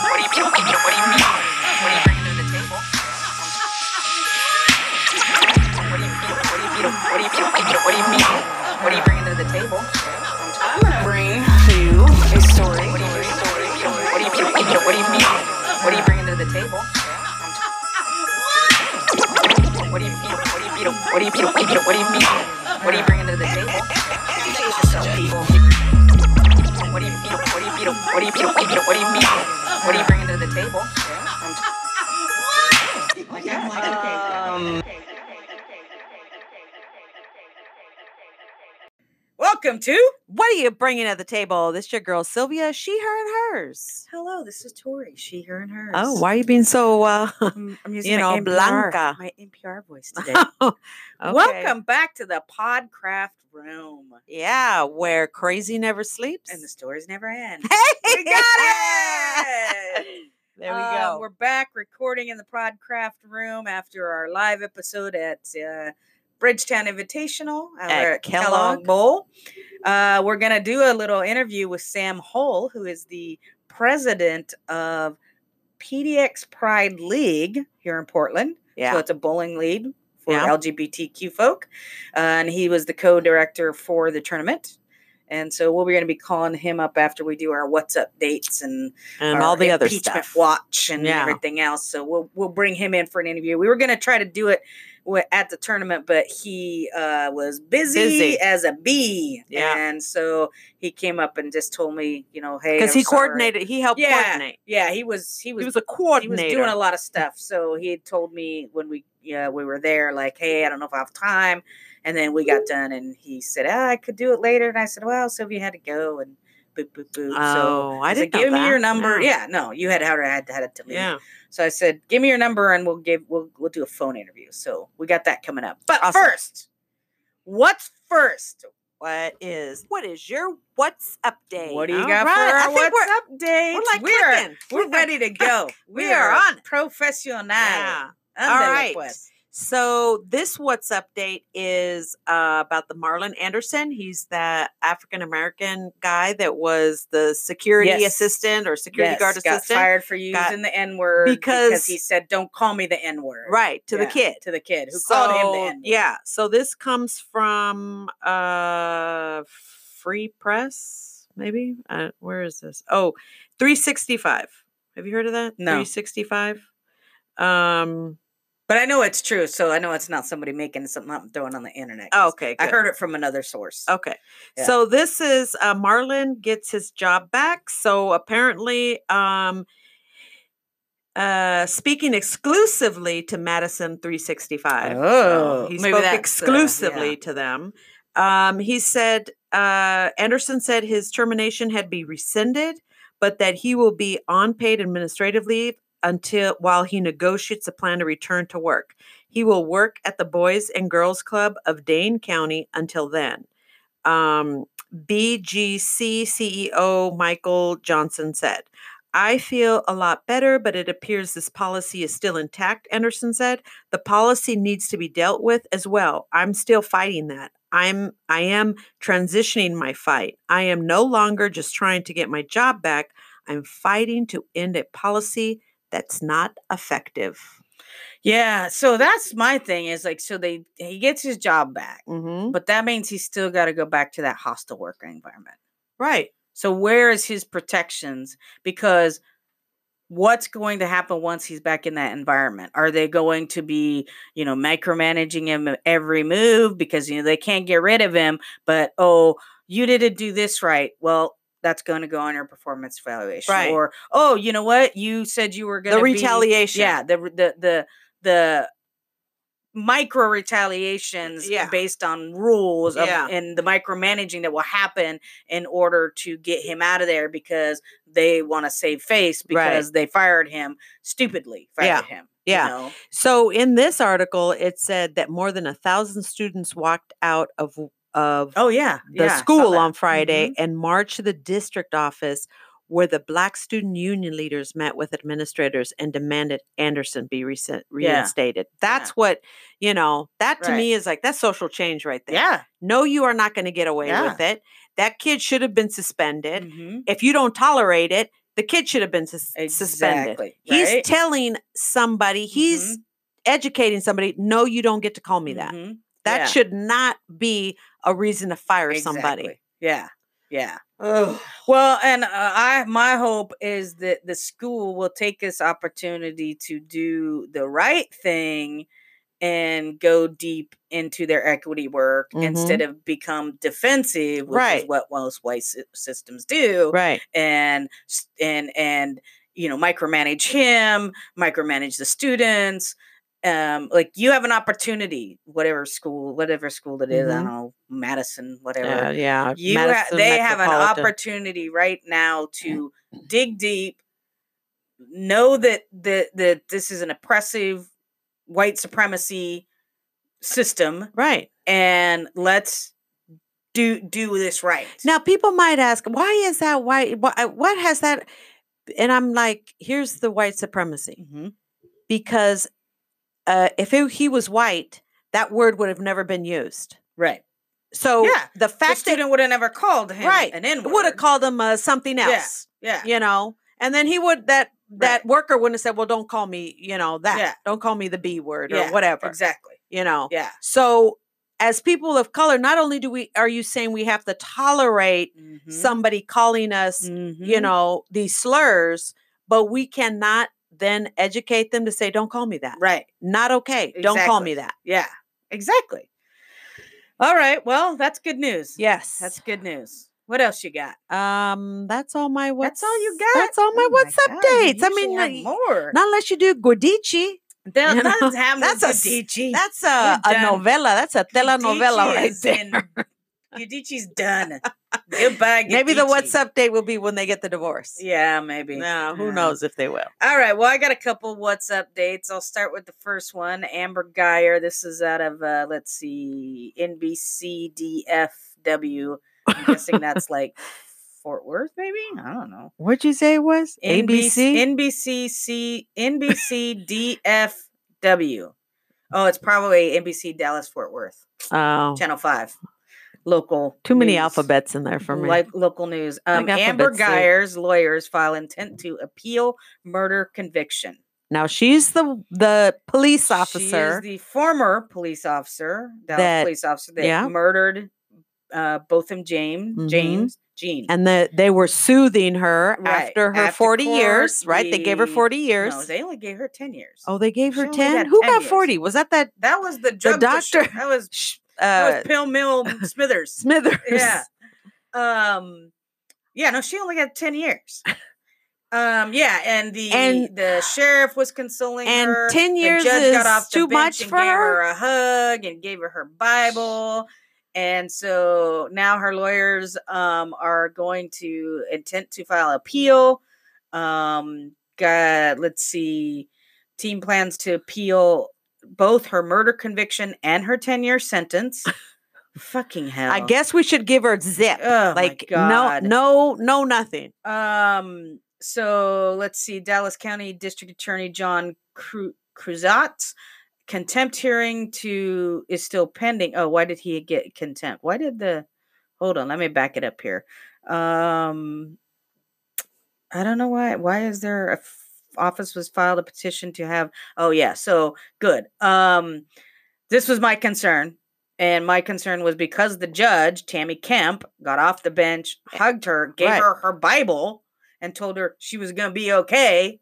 What do you mean? What do you bring to the table? What do you mean? What do you mean? What do you mean? What do you mean? What do you bring to the table? I'm gonna bring you a story. What do you mean? What do you mean? What do you mean? What do you bring to the table? What do you mean? What do you mean? What do you mean? What do you mean? What do you bring to the table? Introduce yourself, people. What do you mean? What do you mean? What do you mean? What do you mean? What do you bring to the table? Welcome to. What are you bringing to the table? This your girl Sylvia. She, her, and hers. Hello, this is Tori. She, her, and hers. Oh, why are you being so? uh I'm, I'm using You my know, NPR, Blanca. my NPR voice today. Okay. Welcome back to the Podcraft Room, Yeah, where crazy never sleeps. and the stories never end. Hey, We got it. there we Um, go. We're back recording in the Podcraft Room after our live episode at uh, Bridgetown Invitational uh, At we're Kellogg. Bowl. Uh, we're gonna do a little interview with Sam Hole, who is the president of PDX Pride League here in Portland. So yeah, it's a bowling lead for Yeah. LGBTQ folk. Uh, and he was the co director for the tournament. And so we'll be going to be calling him up after we do our what's up dates and, and our all the other impeachment stuff. watch and Yeah. everything else. So we'll we'll bring him in for an interview. We were going to try to do it wi- at the tournament, but he uh, was busy, Busy. as a bee. Yeah. And so he came up and just told me, you know, hey, Because I'm he sorry. coordinated. He helped Yeah, coordinate. Yeah, he was he was He was a he was doing coordinator. a lot of stuff. So he had told me when we yeah we were there, like, hey, I don't know if I have time. And then we got done, and he said, ah, I could do it later. And I said, well, Sylvia had to go, and boop boop boop. so oh, I he's like, didn't know give me your that. number. No. Yeah, no, you had had had had to leave. yeah. So I said, give me your number, and we'll give we'll we'll do a phone interview. So we got that coming up. But Awesome. first, what's first? What is what is your what's up day? What do you All got right, for I our think what's we're- up date? We're like we're clicking. we're ready to go. We are on it. professional. Yeah. All Ándale, right. pues. So this what's update is uh, about the Marlon Anderson. He's that African American guy that was the security Yes. assistant or security guard got assistant, fired for using got- the N word because- he said, "Don't call me the N word." right to the Yeah, kid to the kid who called him the N So, word. Yeah. So this comes from uh, Free Press, maybe. Uh, where is this? Oh, 365. Have you heard of that? No. 365. Um. but I know it's true, so I know it's not somebody making something up and throwing on the internet. 'cause Okay. I good. Oh, heard it from another source. Okay. Yeah. So this is uh, Marlon gets his job back. So apparently, um, uh, speaking exclusively to Madison 365. so Oh, he maybe spoke that's, uh, exclusively yeah. to them. Um, he said, uh, Anderson said his termination had been rescinded, but that he will be on paid administrative leave until while he negotiates a plan to return to work. He will work at the Boys and Girls Club of Dane County until then. Um, BGC CEO E Michael Johnson said, I feel a lot better, but it appears this policy is still intact, Anderson said. The policy needs to be dealt with as well. I'm still fighting that. I'm I am transitioning my fight. I am no longer just trying to get my job back. I'm fighting to end a policy that's not effective. Yeah. So that's my thing is like, so they he gets his job back, Mm-hmm. but that means he's still got to go back to that hostile worker environment. Right. So where is his protections? Because what's going to happen once he's back in that environment? Are they going to be, you know, micromanaging him at every move because you know they can't get rid of him, but oh, you didn't do this right. Well, that's going to go on your performance evaluation. Right. Or oh, you know what? You said you were going The to retaliation. Yeah, the re- the the the micro retaliations Yeah. based on rules of, Yeah. and the micromanaging that will happen in order to get him out of there because they want to save face Right. because they fired him stupidly fired Yeah. him Yeah. you know? So in this article, it said that more than a thousand students walked out of of oh yeah the yeah, I saw school that. Mm-hmm. on Friday and marched to the district office where the Black Student Union leaders met with administrators and demanded Anderson be resen- Yeah. reinstated. That's what, you know, that to Right. me is like, that's social change right there. yeah No, you are not going to get away Yeah. with it. That kid should have been suspended. Mhm. If you don't tolerate it, The kid should have been sus- suspended. Exactly, He's right? Mm-hmm. telling somebody, he's educating somebody, no, you don't get to call me that. Mhm. That yeah. should not be a reason to fire somebody. Exactly. Yeah. Yeah. Ugh. Well, and uh, I my hope is that the school will take this opportunity to do the right thing and go deep into their equity work Mhm. instead of become defensive, which Right. is what most white sy- systems do, Right. and s- and and you know micromanage him, micromanage the students. Um, like you have an opportunity, whatever school, whatever school it is, I Mhm. don't know, Madison, whatever Yeah. yeah. you ha- Madison they have an Metropolitan. opportunity right now to dig deep know that that that this is an oppressive white supremacy system Right. and let's do do this right Now, people might ask, why is that white? Why, what has that? And I'm like, here's the white supremacy. Mhm. Because uh, if it, he was white, that word would have never been used. right So Yeah, the the fact that student would have never called him Right. an N would have called him uh, something Yeah. else, yeah you know, and then he would that that Right. worker wouldn't have said, well, don't call me, you know, that. Yeah. Don't call me the B word or Yeah, whatever, exactly you know. yeah So as people of color, not only do we are you saying we have to tolerate Mm-hmm, somebody calling us you Mhm. know these slurs but we cannot then educate them to say don't call me that right not okay don't call me Exactly. that yeah exactly all right well that's good news yes That's good news. What else you got? um that's all my what's That's all you got? that's all my Oh what's God, you updates i usually mean have like, more. not unless you do guardici That- you know, that doesn't have no that's a s- Giudice. that's a, a done. novella that's a telenovela Giudice right is there in- Giudice's done. Goodbye. maybe the what's Giudice. update will be when they get the divorce Yeah, maybe. no who Yeah. knows if they will All right. Well, I got a couple what's updates. I'll start with the first one. Amber Geyer. This is out of uh, let's see, NBCDFW. I'm guessing that's like Fort Worth, maybe. I don't know. what'd you say it was abc NBC, NBC, DFW. Oh, it's probably NBC Dallas Fort Worth, oh Channel Five, local. Too many news, alphabets in there for me. Like local news. Um, Like Amber alphabet soup. Geyer's lawyers file intent to appeal murder conviction. now she's the the police officer. She is the former police officer, Dallas That- police officer that yeah. murdered uh, Botham James, Mhm. James, Jean. and the, they were soothing her Right, after her after 40 years, court, right? They gave her the- 40 years. no, they only gave her ten years. oh, they gave her she only 10? got Who 10 got years. 40? Was that that That was the drug pusher. doctor- That was sh- that uh, was Pill Mill Smithers. Smithers? Yeah. Um. Yeah. No, she only had ten years. Um. Yeah. And the And- the sheriff was consoling And her. 10 The years judge is got off the too bench much and for gave her her. a hug and gave her her Bible. And so now her lawyers um, are going to intent to file appeal. Um, got, let's see. Team plans to appeal both her murder conviction and her 10 year sentence. Fucking hell. I guess we should give her zip. Oh, my like no God. no no nothing. Um. So let's see. Dallas County District Attorney John Cru- Cruzat contempt hearing to is still pending. Oh, why did he get contempt? Why did the? Hold on. Let me back it up here. Um. I don't know why. Why is there a f- office was filed a petition to have? Oh yeah. So good. Um. This was my concern. And my concern was because the judge, Tammy Kemp, got off the bench, hugged her, gave Right. her her Bible, and told her she was going to be okay.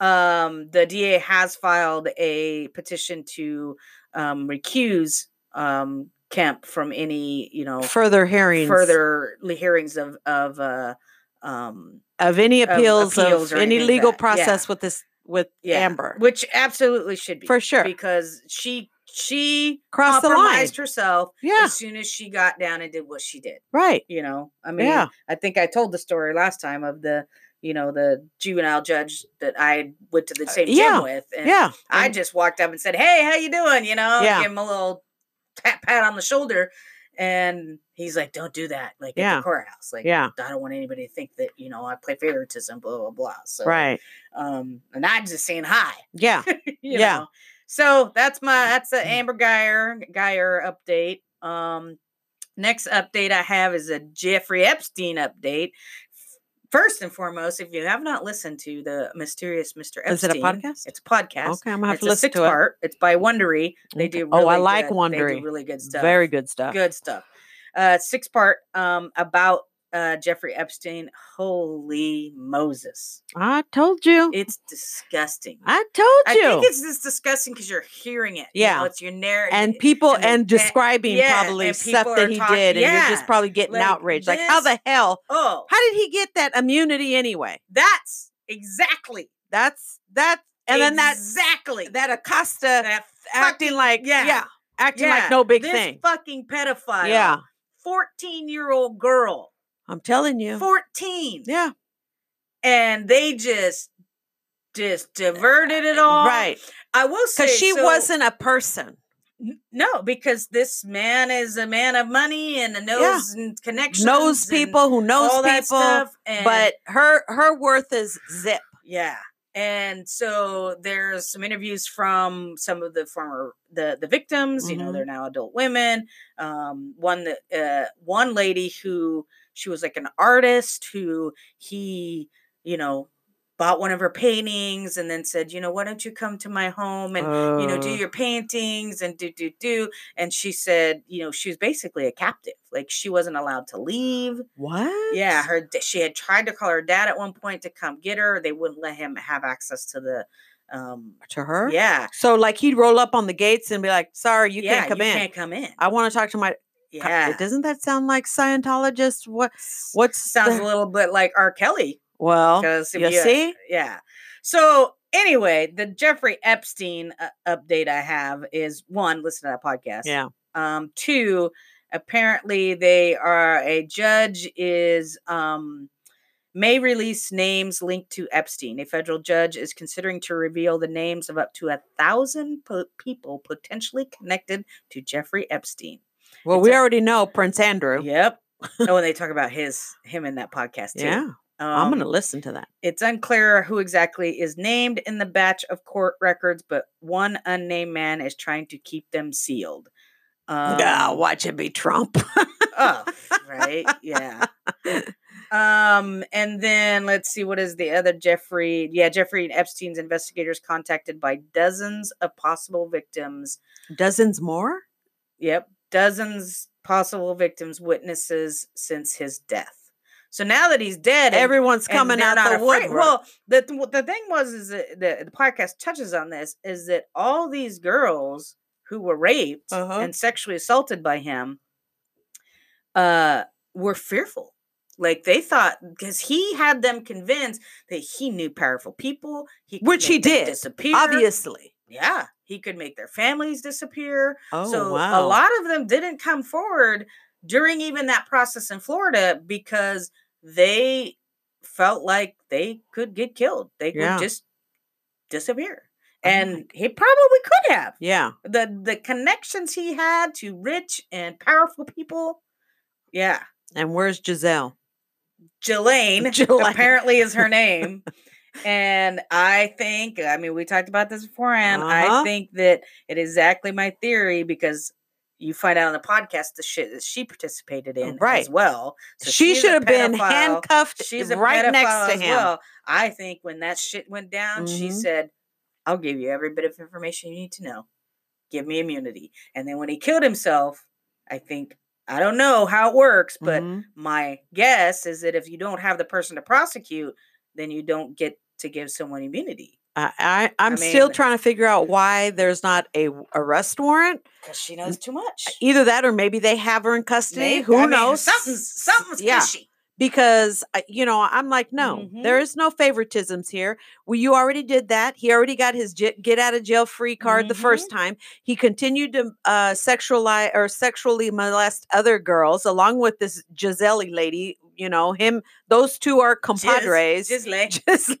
Um, the DA has filed a petition to um, recuse um, Kemp from any, you know, Further hearings further li- hearings of of uh, um, of any of appeals of, appeals or any anything like legal that. Yeah. process with this with yeah, Amber. which absolutely should be For sure. because she she Cross the line. compromised herself Yeah, as soon as she got down and did what she did. right. You know, I mean, Yeah. I think I told the story last time of the, you know, the juvenile judge that I went to the same Uh, yeah, gym with, and yeah. I and- just walked up and said, "Hey, how you doing?" You know, Yeah. give him a little pat pat on the shoulder, and he's like, "Don't do that." Like at Yeah. the courthouse, like yeah, I don't want anybody to think that you know I play favoritism, blah blah blah. So, right. um, and I'm just saying hi. Yeah. you Yeah. Mm, know. So that's my that's the Amber Geyer Geyer update. Um next update I have is a Jeffrey Epstein update. First and foremost, if you have not listened to the mysterious Mr. Epstein, Is it a podcast? It's a podcast. okay, I'm gonna have it's to a listen six to it. part. It's by Wondery. They Okay. do. Oh, I really like good- They Wondery. do really good stuff. Very good stuff. Good stuff. Uh, six part um, about uh, Jeffrey Epstein. Holy Moses! I told you. It's disgusting. I told I you. think it's just disgusting because you're hearing it. you Yeah. know, it's your narrative. and people and and, the- and- describing yeah, probably and stuff people are that he talk- did, and you're yeah, just probably getting like outrage. Like, how this- the hell? oh, How did he get that immunity anyway? that's exactly. That's that, and then that exactly that Acosta that acting like yeah. yeah, acting yeah, like no big this thing. Fucking pedophile. Yeah, 14 year old girl. I'm telling you. 14. Yeah, And they just just diverted it all. right. I will say Because she so- wasn't a person. N- No, because this man is a man of money and knows and connections. Knows and people who knows all that people, stuff. And but her her worth is zip. Yeah. And so there's some interviews from some of the former the the victims. You know, Mhm. they're now adult women. Um, one that uh, one lady who she was like an artist who he you know bought one of her paintings and then said, you know, why don't you come to my home and you know do Uh, your paintings and do do do. And she said, you know, she was basically a captive. Like she wasn't allowed to leave. what? Yeah, her d- she had tried to call her dad at one point to come get her. They wouldn't let him have access to the um to her. yeah. So like he'd roll up on the gates and be like, "Sorry, you yeah, can't come you in. can't come in. I want to talk to my." co- Yeah. Doesn't that sound like Scientologists? What? S- What's sounds the- a little bit like R. Kelly. well? 'cause if You see, Yeah. So anyway, the Jeffrey Epstein uh, update I have is one, listen to that podcast. yeah. Um, two, apparently they are a judge is um may release names linked to Epstein. A federal judge is considering to reveal the names of up to a thousand po- people potentially connected to Jeffrey Epstein. Well, It's we a- already know Prince Andrew. Yeah, Yep. oh, and they talk about his him in that podcast too. I'm gonna Um, listen to that. it's unclear who exactly is named in the batch of court records, but one unnamed man is trying to keep them sealed. Um, Yeah, watch it be Trump. oh, right? Yeah. Um, and then let's see, what is the other Jeffrey? Yeah, Jeffrey and Epstein's investigators contacted by dozens of possible victims. Dozens more. Yep, dozens possible victims, witnesses since his death. So now that he's dead, and- Everyone's and coming they're out not the afraid- woodwork. Well, the th- the thing was is that the, the podcast touches on this is that all these girls who were raped Uh-huh. and sexually assaulted by him uh were fearful. Like they thought because he had them convinced that he knew powerful people, he could Which he make them did, disappear. obviously. Yeah, he could make their families disappear. Oh so wow. a lot of them didn't come forward during even that process in Florida because they felt like they could get killed. They could Yeah. just disappear. Oh my And he probably could have. Yeah. The the connections he had to rich and powerful people. Yeah. And where's Giselle? Jelaine, Jelaine. apparently is her name. and I think, I mean, we talked about this beforehand. I Uh-huh. think that it is exactly my theory because you find out on the podcast the shit that she participated in as Right. well. So she she's a should have been pedophile. handcuffed She's a right pedophile next to as him. Well. I think when that shit went down, she Mhm. said, I'll give you every bit of information you need to know. Give me immunity. And then when he killed himself, I think, I don't know how it works, but Mhm. my guess is that if you don't have the person to prosecute, then you don't get to give someone immunity I, I I'm still mean- trying to figure out why there's not a w- arrest warrant. because she knows too much. Either that, or maybe they have her in custody. Maybe- Who I mean, knows? something's something's Yeah. fishy. because uh, you know i'm like no Mm-hmm. there is no favoritisms here well you already did that he already got his j- get out of jail free card Mm-hmm. the first time he continued to uh sexualize or sexually molest other girls along with this giselle lady you know him those two are Oh, compadres Just, just like just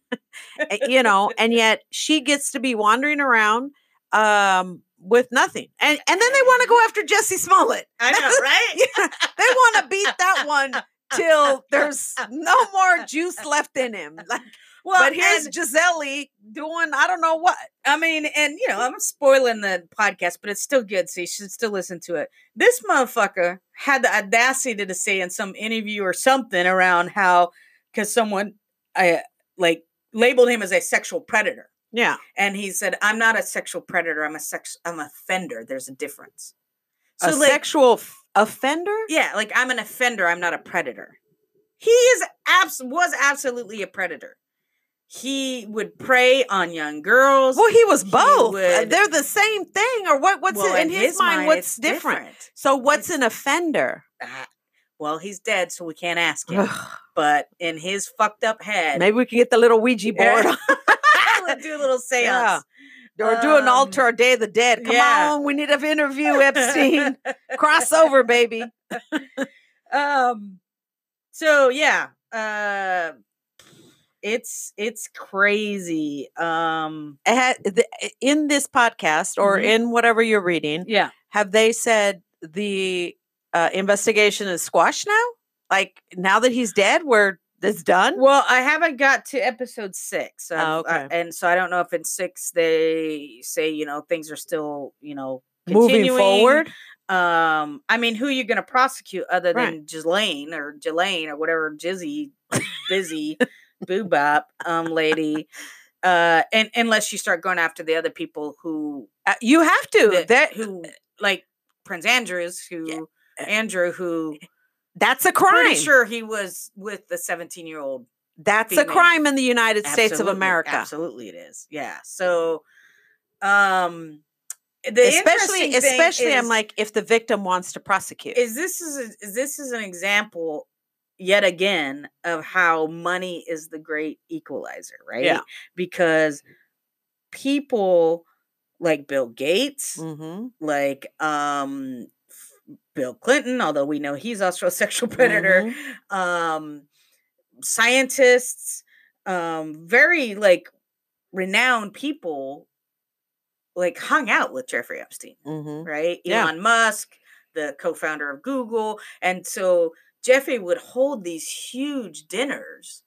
eh, you know and yet she gets to be wandering around um with nothing and and then they want to go after jesse smollett I know, right? yeah, they want to beat that one till there's no more juice left in him. Like, Well, but here's and- Giselle doing I don't know what. I mean, and you know, I'm spoiling the podcast, but it's still good, so you should still listen to it. This motherfucker had the audacity to say in some interview or something around how because someone I like labeled him as a sexual predator. Yeah. And he said, I'm not a sexual predator, I'm a sex I'm an offender. There's a difference. So So a like sexual f- offender? yeah, like I'm an offender, I'm not a predator. He is abs was absolutely a predator. He would prey on young girls. Well, he was He both. Uh, would- They're the same thing, or what? What's Well, it, in his, mind? it's What's different? So, what's It's- an offender? Ah, well, he's dead, so we can't ask him. Ugh, but in his fucked up head, maybe we can get the little Ouija Yeah. board Let's do a little seance. Yeah. or do an Um, altar or Day of the Dead. Come yeah. on, we need an interview, Epstein. Crossover, baby. um so yeah uh it's it's crazy um It had- the- In this podcast or Mhm. in whatever you're reading, yeah have they said the uh, investigation is squashed now? Like now that he's dead, we're it's done. well i haven't got to episode six so Oh, I've- I- okay. and so i don't know if in six they say you know things are still you know Moving uh, continuing. forward, um i mean who are you going to prosecute other Right. than Ghislaine or Jelaine or whatever jizzy busy boobop um lady uh and unless you start going after the other people who Uh, you have to. that- That- who like Prince Andrews, who eh, Andrew, who that's a crime. pretty sure he was with the seventeen year old That's a female. crime in the United States of Absolutely, America, Absolutely, it is. Yeah. So, um, the interesting especially thing especially I'm is- like if the victim wants to prosecute. is this is, a- is this is an example yet again of how money is the great equalizer, right? Yeah. Because people like Bill Gates, Mhm. like um f- Bill Clinton, although we know he's also a sexual Mm-hmm. predator, um scientists, um very like renowned people like hung out with Jeffrey Epstein, Mhm. right? Yeah. Elon Musk, the co-founder of Google, and so Jeffrey would hold these huge dinners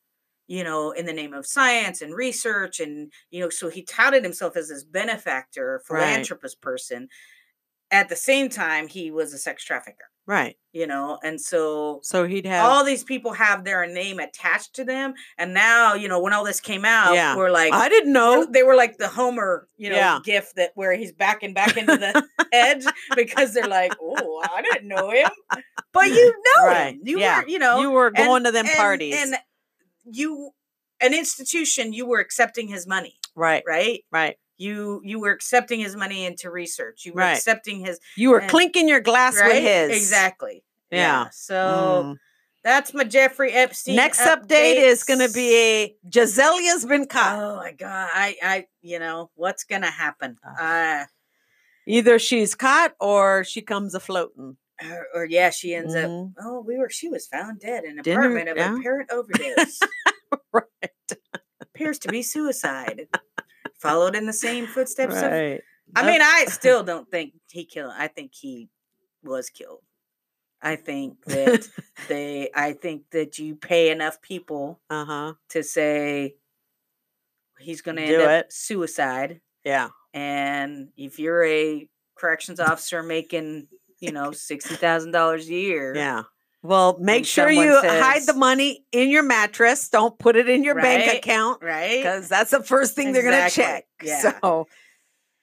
you know, in the name of science and research. And, you know, so he touted himself as this benefactor, Right. philanthropist person. At the same time, he was a sex trafficker, Right. you know, and so So he'd have all these people have their name attached to them. And now, you know, when all this came out, Yeah. we're like, I we're- didn't know. they were like the Homer, you know, Oh. Yeah. gif that where he's backing back into the edge because they're like, oh, I didn't know him. But you know Right, him. You yeah. were, you know, you were and- going to them and- parties. and you an institution you were accepting his money right. right Right. you you were accepting his money into research you were Right. accepting his You were and- clinking your glass right? with his. exactly Yeah. so Mm. that's my jeffrey epstein Next update is going to updates. be a Giselia's been caught. oh my god i i you know what's gonna happen Ugh. uh Either she's caught or she comes afloatin. or, Uh, or yeah she ends up Mhm. oh we were she was found dead in an Dinner- apartment of yeah. apparent overdose Right. appears to be suicide followed in the same footsteps of Right. I Nope. mean, I still don't think he killed. I think he was killed. I think that they. I think that you pay enough people uh huh. to say he's going to end Do up it. suicide, Yeah. and if you're a corrections officer making you know sixty thousand dollars a year, Yeah. Well, make And sure someone you hide the says- money in your mattress. Don't put it in your bank Right? account right? because that's the first thing they're going to Exactly. check. Yeah. So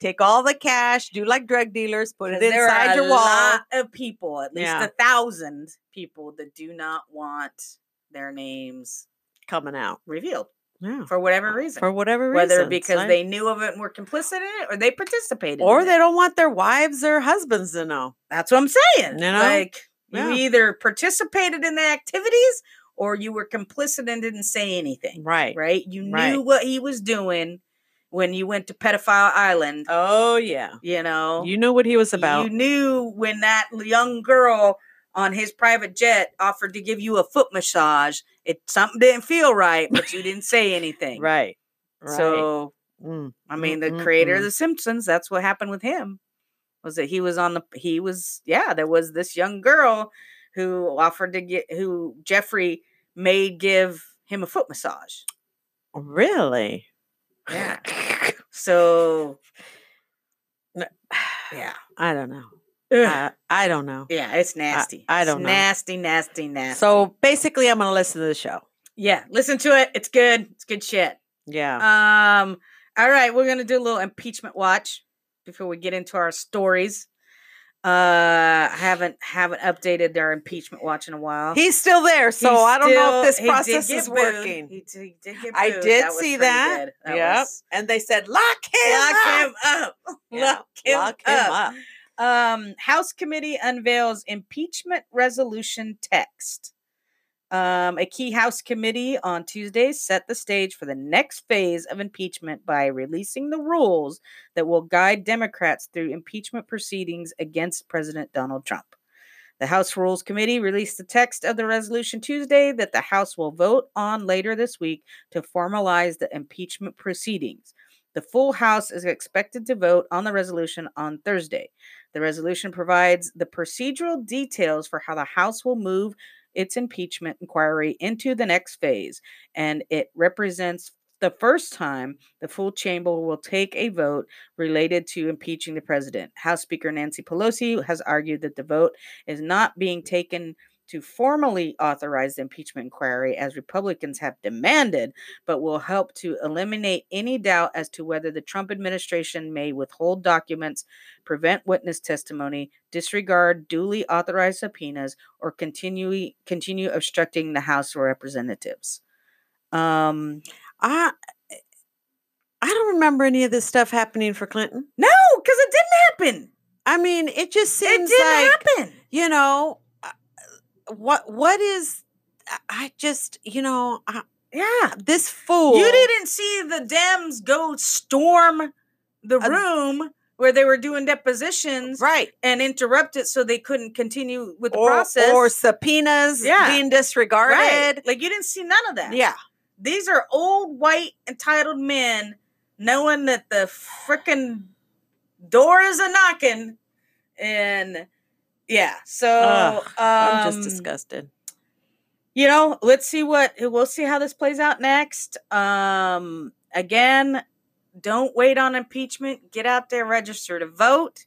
take all the cash, do like drug dealers, put 'Cause it there are inside a your wallet. lot of people, at least Yeah. a thousand people, that do not want their names coming out. revealed Yeah. for whatever reason. For whatever reason. whether because they knew of it and were complicit in it or they participated in or it. they don't want their wives or husbands to know. that's what i'm saying You know? like Yeah. you either participated in the activities or you were complicit and didn't say anything Right. right you Right. knew what he was doing when you went to pedophile island Oh yeah. you know You know what he was about. you knew when that l- young girl on his private jet offered to give you a foot massage it something didn't feel right but you didn't say anything right. Right. so Mm. I Mm, mean, mm, the creator mm. of The Simpsons, that's what happened with him. Was that he was on the he was yeah, there was this young girl who offered to get who Jeffrey made give him a foot massage. really. Yeah. So I yeah. don't know. Ugh. I, I don't know. yeah, it's nasty. I It's don't know. Nasty, nasty, nasty. So basically, I'm going to listen to the show. Yeah, listen to it. It's good. It's good shit. Yeah. Um, all right, we're gonna do a little impeachment watch before we get into our stories. Uh, I haven't haven't updated our impeachment watch in a while. Uh, He's still there, so He's I don't know still- if this he did process get is booed. working. He, did- he did get I booed. did was pretty see that. good. That Yep. was- and they said, lock him Lock up. him up. Yeah, Lock him lock up. him up. Um, House committee unveils impeachment resolution text. Um, a key House committee on Tuesday set the stage for the next phase of impeachment by releasing the rules that will guide Democrats through impeachment proceedings against President Donald Trump. The House Rules Committee released the text of the resolution Tuesday that the House will vote on later this week to formalize the impeachment proceedings. The full House is expected to vote on the resolution on Thursday. The resolution provides the procedural details for how the House will move its impeachment inquiry into the next phase, and it represents the first time the full chamber will take a vote related to impeaching the president. House Speaker Nancy Pelosi has argued that the vote is not being taken to formally authorize the impeachment inquiry as Republicans have demanded, but will help to eliminate any doubt as to whether the Trump administration may withhold documents prevent witness testimony, disregard duly authorized subpoenas, or continue continue obstructing the House of Representatives. Um, I I don't remember any of this stuff happening for Clinton. no, because it didn't happen. I mean, it just It seems didn't like happen. you know uh, what what is I- I just you know I, Yeah, this fool you didn't see the Dems go storm the Uh, room where they were doing depositions right and interrupt it so they couldn't continue with the or, process. or subpoenas Yeah. being disregarded. right, like you didn't see none of that. Yeah, These are old white entitled men knowing that the frickin' door is a knocking. And yeah, so Ugh, I'm um, just disgusted. You know, let's see what we'll see how this plays out next. Um again, don't wait on impeachment. Get out there, register to vote.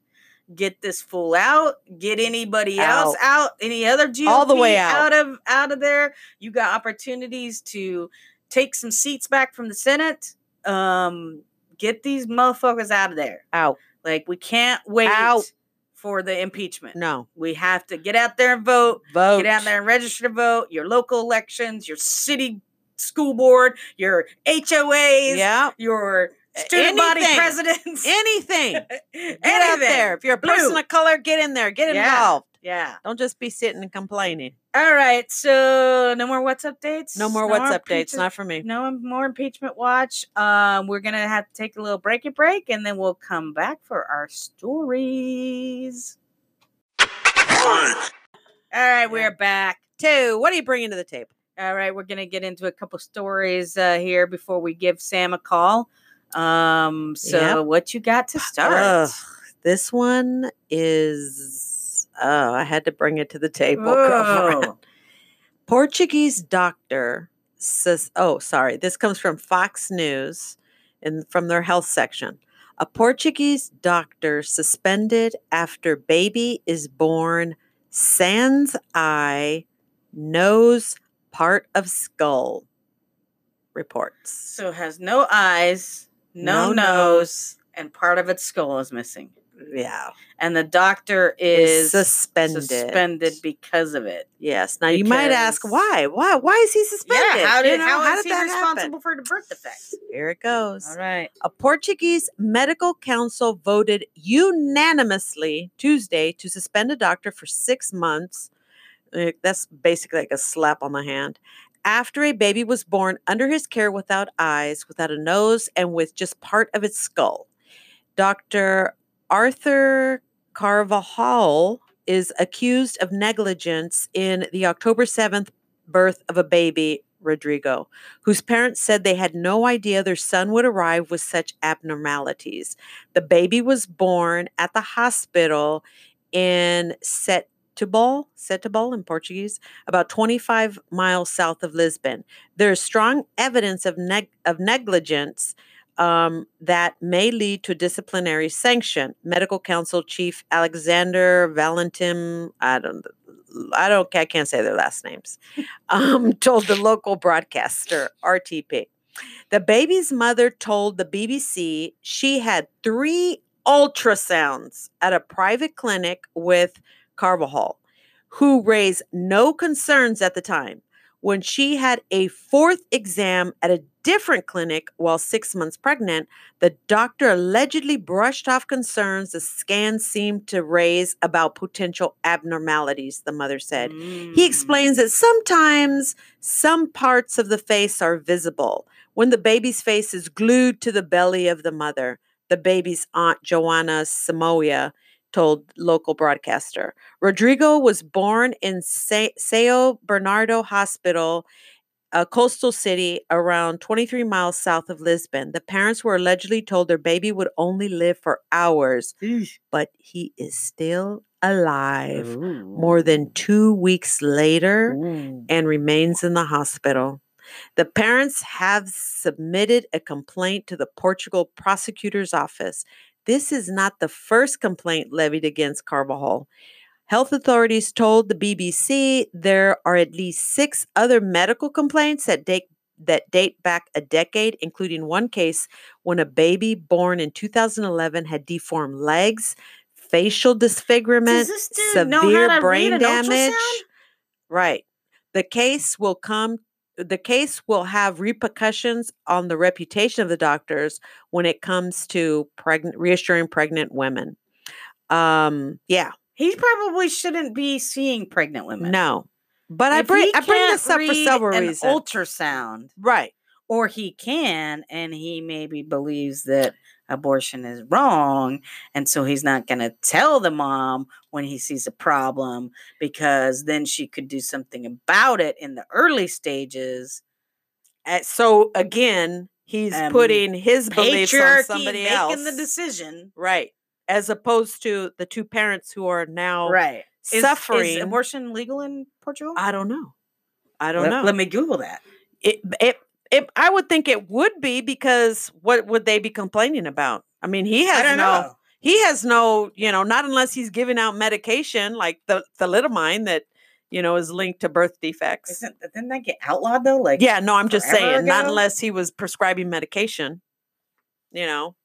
Get this fool out. Get anybody else out. Out. Any other GOP All the way out. of out of there. You got opportunities to take some seats back from the Senate. Um, get these motherfuckers out of there. Out. Like we can't wait Out. for the impeachment. No. We have to get out there and vote. Vote. Get out there and register to vote. Your local elections, your city school board, your HOAs, Yeah. your student body Anything. presidents. Anything. Get Get out there. If you're a person Blue. of color, get in there. Get Yeah. involved. Yeah. Don't just be sitting and complaining. All right. So no more what's updates. No more what's updates. impeachment- Not for me. no more impeachment watch. Um, we're gonna have to take a little breaky break, and then we'll come back for our stories. All right, we're back. Two. What are you bringing to the table? All right, we're gonna get into a couple stories uh, here before we give Sam a call. Um, so Yep. what you got to start? Ugh, this one is. Oh, I had to bring it to the table. girlfriend. Whoa. Portuguese doctor says, oh, sorry, this comes from Fox News and from their health section. A Portuguese doctor suspended after baby is born, sans eye, nose, part of skull, reports. So it has no eyes, no, No nose, and part of its skull is missing. Yeah. And the doctor Is is suspended. suspended because of it. Yes. Now you might ask because- why? Why? Why is he suspended? how did, You know, how is he that happen? responsible for the birth defect? Here it goes. All right. a Portuguese medical council voted unanimously Tuesday to suspend a doctor for six months. Uh, That's basically like a slap on the hand. After a baby was born under his care without eyes, without a nose, and with just part of its skull. Dr. Arthur Carvajal is accused of negligence in the October 7th birth of a baby, Rodrigo whose parents said they had no idea their son would arrive with such abnormalities. The baby was born at the hospital in Setúbal, Setúbal in Portuguese, about 25 miles south of Lisbon. There is strong evidence of, neg- of negligence um, that may lead to disciplinary sanction. Medical Council Chief Alexander Valentim, I don't I don't I can't say their last names, um, told the local broadcaster RTP. The baby's mother told the BBC she had three ultrasounds at a private clinic with Carvajal, who raised no concerns at the time when she had a fourth exam at a different clinic while six months pregnant, the doctor allegedly brushed off concerns the scan seemed to raise about potential abnormalities, the mother said. He explains that sometimes some parts of the face are visible when the baby's face is glued to the belly of the mother, the baby's aunt, Joanna Samoya, told local broadcaster. Rodrigo was born in Sa- Sao Bernardo Hospital, a coastal city around 23 miles south of Lisbon. The parents were allegedly told their baby would only live for hours, Eesh. but he is still alive Ooh. more than two weeks later Ooh. and remains in the hospital. The parents have submitted a complaint to the Portugal prosecutor's office. This is not the first complaint levied against Carvajal. Health authorities told the BBC there are at least six other medical complaints that date that date back a decade, including one case when a baby born in 2011 had deformed legs, facial disfigurement, Hmm. Does this dude know how to severe read brain an damage. ultrasound? Right. The case will come the case will have repercussions on the reputation of the doctors when it comes to pregnant reassuring pregnant women. Um yeah, He probably shouldn't be seeing pregnant women. no. But I If bring he I bring can't this up for read several an reasons. Ultrasound, right. or he can, and he maybe believes that abortion is wrong, and so he's not going to tell the mom when he sees a problem because then she could do something about it in the early stages. Uh, so again, he's Um, putting his beliefs on Patriarchy somebody making else. the decision, right. As opposed to the two parents who are now right? Is- suffering. Is abortion legal in Portugal? I don't know. I don't let, know. Let me Google that. it, it, it, I would think it would be because what would they be complaining about? I mean, he has I don't no, know. he has no, you know, not unless he's giving out medication like the thalidomide that, you know, is linked to birth defects. Isn't didn't that get outlawed though? Like yeah, no, I'm just forever saying, not ago? unless he was prescribing medication, you know,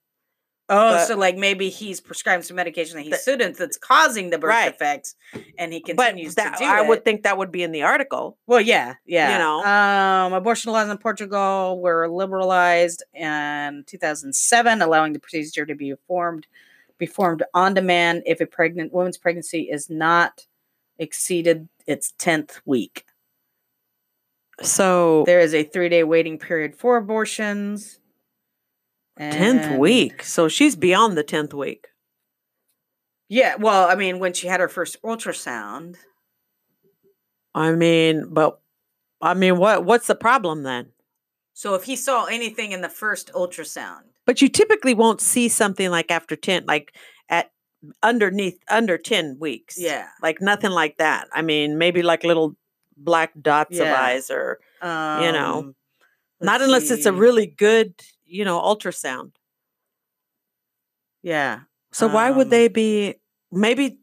Oh, but- so like maybe he's prescribed some medication that he That- students that's causing the birth Right. defects, and he but continues that, to do I it. would think that would be in the article. well, yeah, yeah. know. um, abortion laws in Portugal were liberalized in 2007, allowing the procedure to be performed performed on demand if a pregnant woman's pregnancy is not exceeded its 10th week. So There is a 3-day waiting period for abortions. 10th and- week. So she's beyond the 10th week. Yeah, well, I mean, when she had her first ultrasound, I mean, but I mean, what, what's the problem then? So if he saw anything in the first ultrasound, but you typically won't see something like after 10 like at underneath under 10 weeks yeah, like nothing like that i mean maybe like little black dots of Yeah. eyes or um, know, let's not unless it's a see. really good you know ultrasound yeah. so why would Um, they be maybe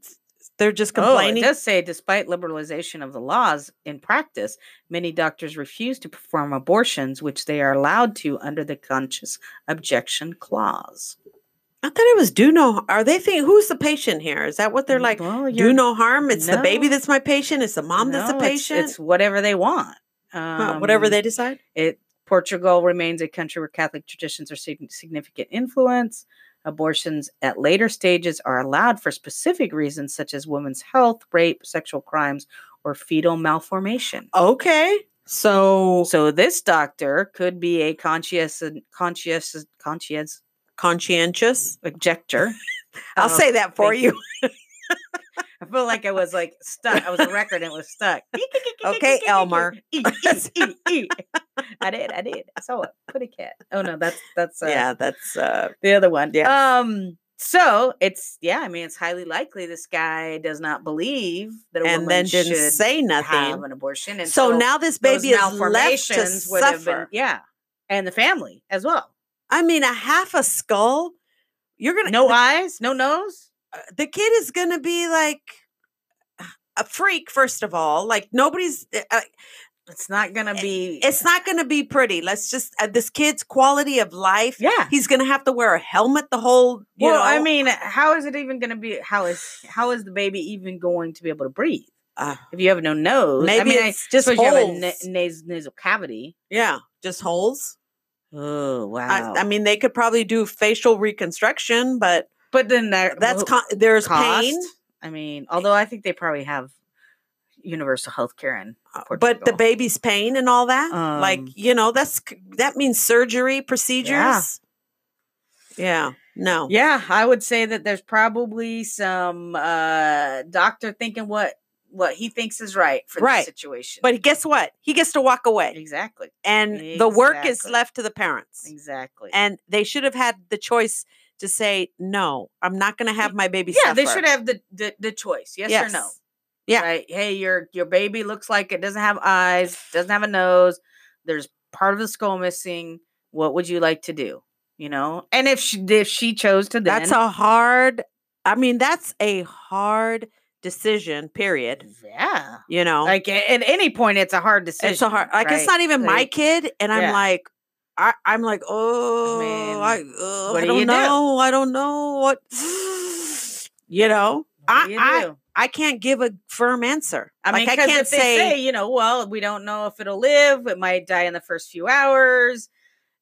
they're just Complaining. complaining Oh, it does say, despite liberalization of the laws in practice, many doctors refuse to perform abortions, which they are allowed to under the conscious objection clause. i thought it was do no are they thinking who's the patient here is that what they're like Mm, well, do no harm it's the baby No. that's my patient it's the mom that's the patient um, It's, whatever they want. Huh, whatever Um, they decide It Portugal remains a country where Catholic traditions are sig- significant influence. Abortions at later stages are allowed for specific reasons such as women's health, rape, sexual crimes, or fetal malformation. okay so So this doctor could be a conscientious conscientious conscientious conscientious objector. i'll Um, say that for thank you I feel like I was like stuck. I was a record and it was stuck. Okay, Elmer. E, e, e, e. I did. I did. I saw it. Put a cat. Oh no, that's that's uh, yeah that's uh the other one. Yes. Um. So it's yeah. I mean, it's highly likely this guy does not believe that a and woman then didn't should say have nothing. an abortion, and So now this those baby is left to malformations would have been- suffer. yeah, and the family as well. I mean, a half a skull. You're gonna No the, eyes, no nose. the kid is gonna be like, a freak, first of all. Like nobody's. Uh, Eh, It's not gonna be. it's not going to be pretty. Let's just uh, this kid's quality of life. yeah. He's going to have to wear a helmet the whole. You Well, know, I mean, how is it even gonna be? How is how is the baby even going to be able to breathe Uh, if you have no nose? maybe I mean, I it's just suppose holes. you have a na- nas- nasal cavity. yeah, just holes. Oh wow! I, I mean, they could probably do facial reconstruction, but but then there, that's well, con- there's pain. cost? I mean, although I think they probably have universal health care in uh, But the Portugal. baby's pain and all that, like Um, you know, that's c- that means surgery procedures. Yeah. No. Yeah, I would say that there's probably some uh doctor thinking what what he thinks is right for Right. the situation. But guess what? He gets to walk away, exactly, and the work is E, Exactly. E left to the parents. exactly. And they should have had the choice to say, "No, I'm not going to have my baby." yeah, they suffer." should have the the, the choice, yes, or no. Yes. yeah. Right? Hey, your your baby looks like it doesn't have eyes, doesn't have a nose. There's part of the skull missing. What would you like to do? You know, and if she if she chose to, then That's a hard. I mean, that's a hard decision. Period. yeah. You know, Like a- at any point, it's a hard decision. it's so hard. Like it's right? not even my Like, kid, and I'm yeah. like, I, I'm like, oh, mean, I, uh, what I do don't you do? know. I don't know what. you know, what I, do you I, do? I can't give a firm answer. I mean, like, I 'cause can't if they say, you know, well, we don't know if it'll live. It might die in the first few hours.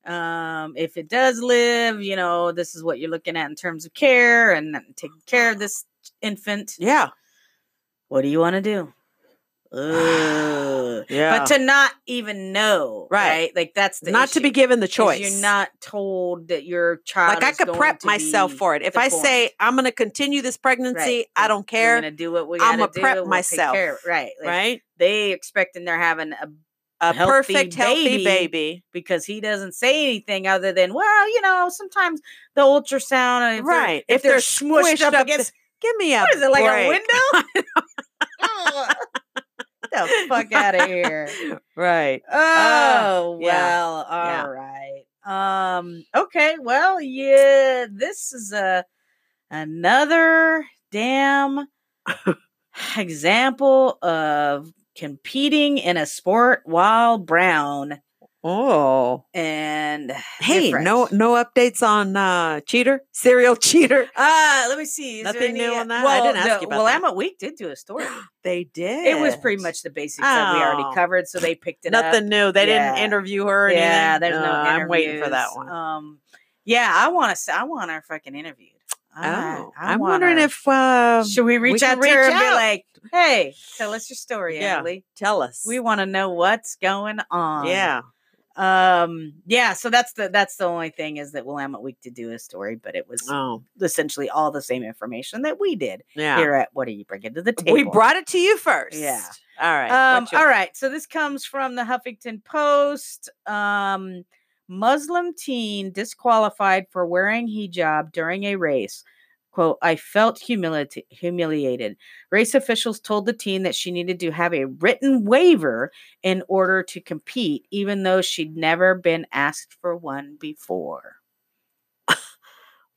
Um, if it does live, you know, this is what you're looking at in terms of care and then taking care of this infant. yeah, What do you want to do? Ugh. yeah, But to not even know, Right. right? Like that's the not to be issue, given the is choice. You're not told that your child. like I is could going prep to myself be- for it. If I deformed. say I'm going to continue this pregnancy, I Like, don't we're care. gonna do what we I'ma gotta do. prep we'll take myself, care of it. right? Like, right, They expecting they're having a a healthy perfect healthy baby baby. because he doesn't say anything other than, well, you know, sometimes the ultrasound, and if they're- Right. If, If they're, they're smushed squished up up against, Give me a what is it like break. a window? Ugh. Get the fuck out of here! Right. Oh Ah, yeah. well, Yeah. all right. Um. Okay. Well, yeah. This is a another damn example of competing in a sport while brown Oh. and Hey, no different. no updates on uh cheater? Serial cheater. Uh, let me see. is there Nothing new any- on that? I Well, didn't ask the- you about well, that. Emma Week did do a story. They did. It was pretty much the basics that we Oh. already covered, so they picked it up. nothing new. They didn't Yeah. interview her or Yeah, anything? there's no. Uh, I'm waiting for that interviews. one. Um, yeah, I want to. I want her fucking interviewed. I- oh. I I'm want wondering her- if uh should we reach can out to reach her and be out. like, "Hey, tell us your story, Yeah. Emily. tell us. We want to know what's going on." yeah. Um. Yeah. So that's the that's the only thing is that Willamette Week to do a story, but it was Oh. essentially all the same information that we did Yeah. here at What Are You Bringing to the Table? We brought it to you first. Yeah. All right. Um, what's all yours? right. So this comes from the Huffington Post. Um, Muslim teen disqualified for wearing hijab during a race. Quote, I felt humility, humiliated. Race officials told the teen that she needed to have a written waiver in order to compete, even though she'd never been asked for one before.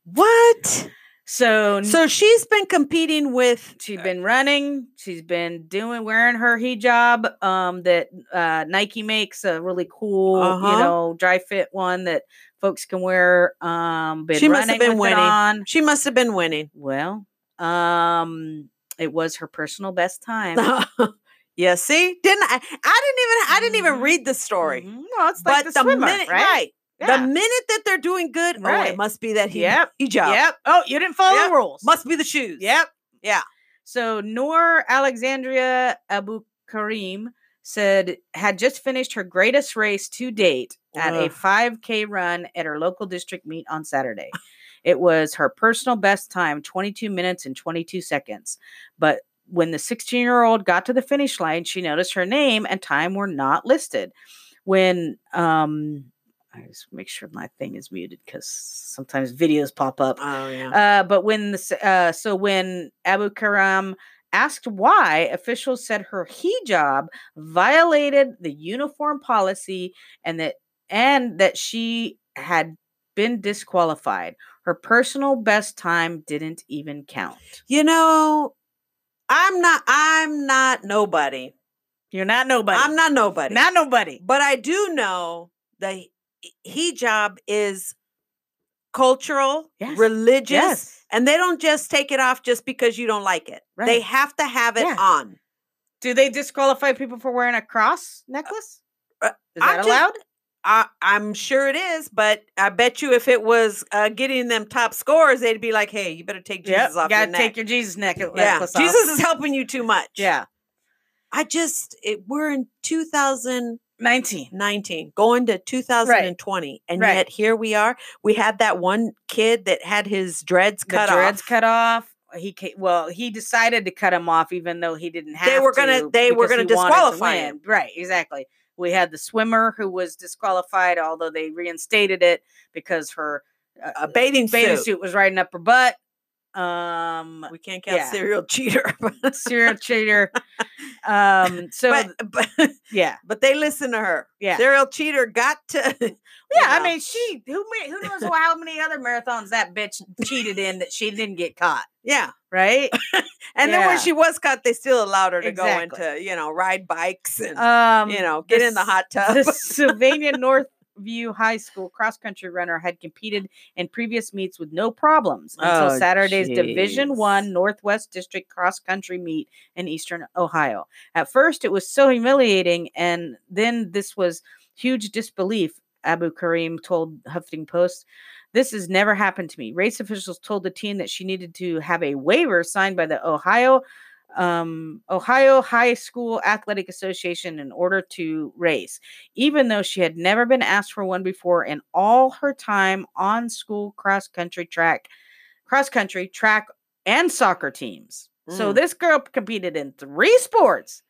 What? So, So she's been competing with she's been running she's been doing wearing her hijab um that uh nike makes a really cool Uh-huh. you know dry fit one that folks can wear um been She must have running been with it winning. on. she must have been winning. well um it was her personal best time yeah, see? Didn't I I didn't even I didn't even Mhm. read the story. Mhm. well it's like the, swimmer minute right, the Yeah. minute that they're doing good, oh, it Right. must be that he Yep. hijab. yep oh you didn't follow Yep. the rules Must be the shoes. Yep. Yeah. So Noor Alexandria Abu Karim said had just finished her greatest race to date at a Ugh. 5K run at her local district meet on Saturday. It was her personal best time, 22 minutes and 22 seconds. But when the 16 year old got to the finish line, she noticed her name and time were not listed. When um, I just make sure my thing is muted because sometimes videos pop up. Oh yeah. Uh, but when the s- uh, so when Abu Karam asked why, officials said her hijab violated the uniform policy and that and that she had been disqualified. Her personal best time didn't even count. you know, I'm not I'm not nobody. You're not nobody. I'm not nobody. not nobody. but I do know that he- he job is cultural, Yes. religious, Yes. and they don't just take it off just because you don't like it. They Right. have to have it Yeah. on. Do they disqualify people for wearing a cross necklace? uh, Is I'm that just- allowed? I, I'm sure it is, but I bet you if it was uh, getting them top scores, they'd be like, "Hey, you better take Jesus Yep, off your gotta neck." take your Jesus neck- yeah, necklace off. Jesus is helping you too much. Yeah, I just it, we're in 2019, nineteen. going to 2020, and Right. yet here we are. We had that one kid that had his dreads The cut dreads off. cut off. He ca- well, he decided to cut him off, even though he didn't have. They were gonna- to they were because gonna he wanted to disqualify win. him. Right, exactly. We had the swimmer who was disqualified, although they reinstated it because her uh, a bathing, bathing suit. suit was riding up her butt. Um, We can't count Yeah. serial cheater, but, serial cheater. Um, so but but yeah, but they listen to her. Yeah. serial cheater got to. yeah. I know. mean, she who ma- who knows how many other marathons that bitch cheated in that she didn't get caught, yeah. right? And then when Yeah. she was caught, they still allowed her to Exactly. go into, you know, ride bikes and, Um, you know, get in the this- hot tub. the Sylvania Northview High School cross country runner had competed in previous meets with no problems until Oh, Saturday's jeez. Division One Northwest District cross country meet in Eastern Ohio. At first, it was so humiliating, and then this was huge disbelief. Abu Karim told Huffington Post, "This has never happened to me." Race officials told the team that she needed to have a waiver signed by the Ohio um, Ohio High School Athletic Association in order to race, even though she had never been asked for one before in all her time on school cross country track, cross country track, and soccer teams. So Mm. this girl p- competed in three sports,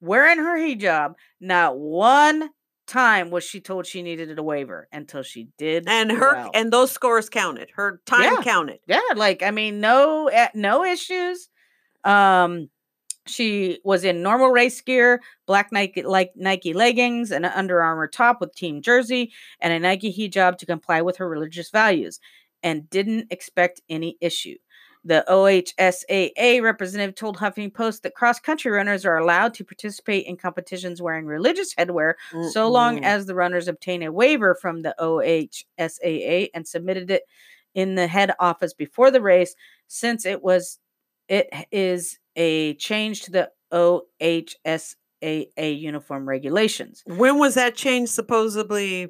wearing her hijab. Not one time was she told she needed a waiver until she did. and her well. and those scores counted. Her time Yeah. counted. Yeah, like I mean, no, eh, no issues. Um, she was in normal race gear, black Nike like Nike leggings, and an Under Armour top with team jersey, and a Nike hijab to comply with her religious values, and didn't expect any issue. The OHSAA representative told Huffington Post that cross country runners are allowed to participate in competitions wearing religious headwear Mm, so long Mm-mm. as the runners obtain a waiver from the OHSAA and submitted it in the head office before the race since it was it h- is a change to the OHSAA uniform regulations. when was that change supposedly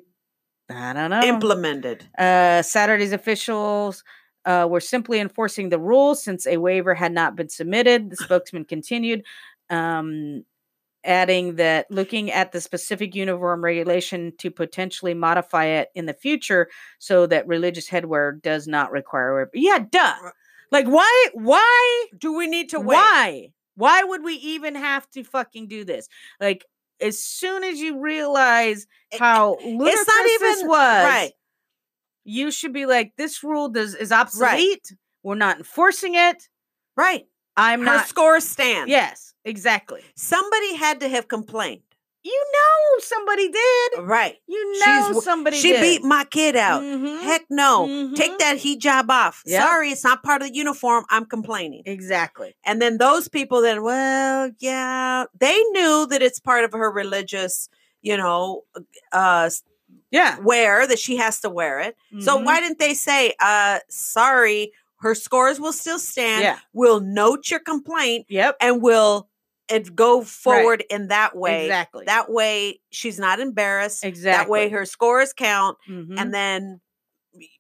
I don't know. implemented? Uh, Saturday's officials uh, were simply enforcing the rules since a waiver had not been submitted. The spokesman continued, um, adding that looking at the specific uniform regulation to potentially modify it in the future so that religious headwear does not require. a waiver. Yeah, duh. Right. Like, why? Why? Do we need to wait? why why would we even have to fucking do this like as soon as you realize It- how ludicrous It's not even this was right. you should be like this rule does is obsolete we're not enforcing it Right. i'm Her not scores stand. yes exactly Somebody had to have complained. you know somebody did Right. you She's know w- somebody she did. beat my kid out. Mhm. Heck no. Take Mhm. that hijab off. Yep. Sorry, it's not part of the uniform. I'm complaining. exactly And then those people then, well, yeah, they knew that it's part of her religious, you know, uh s- yeah wear that she has to wear it. So Mhm. why didn't they say, uh, sorry, her scores will still stand. Yeah. We'll note your complaint yep and we'll and go forward in that way. exactly That way she's not embarrassed. exactly That way her scores count Mhm. and then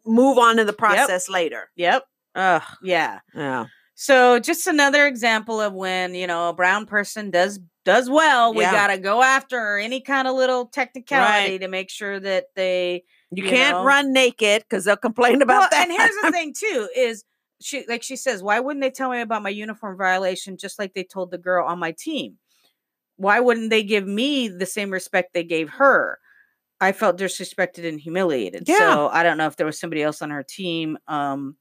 move on to the process later. yep Ugh. yeah Yeah. So just another example of when, you know, a brown person does does well, we Yeah. got to go after any kind of little technicality to make sure that they You, you can't know? run naked because they'll complain about Well, that. and here's the thing too is she like she says, "Why wouldn't they tell me about my uniform violation just like they told the girl on my team? Why wouldn't they give me the same respect they gave her?" I felt disrespected and humiliated. Yeah. So I don't know if there was somebody else on her team um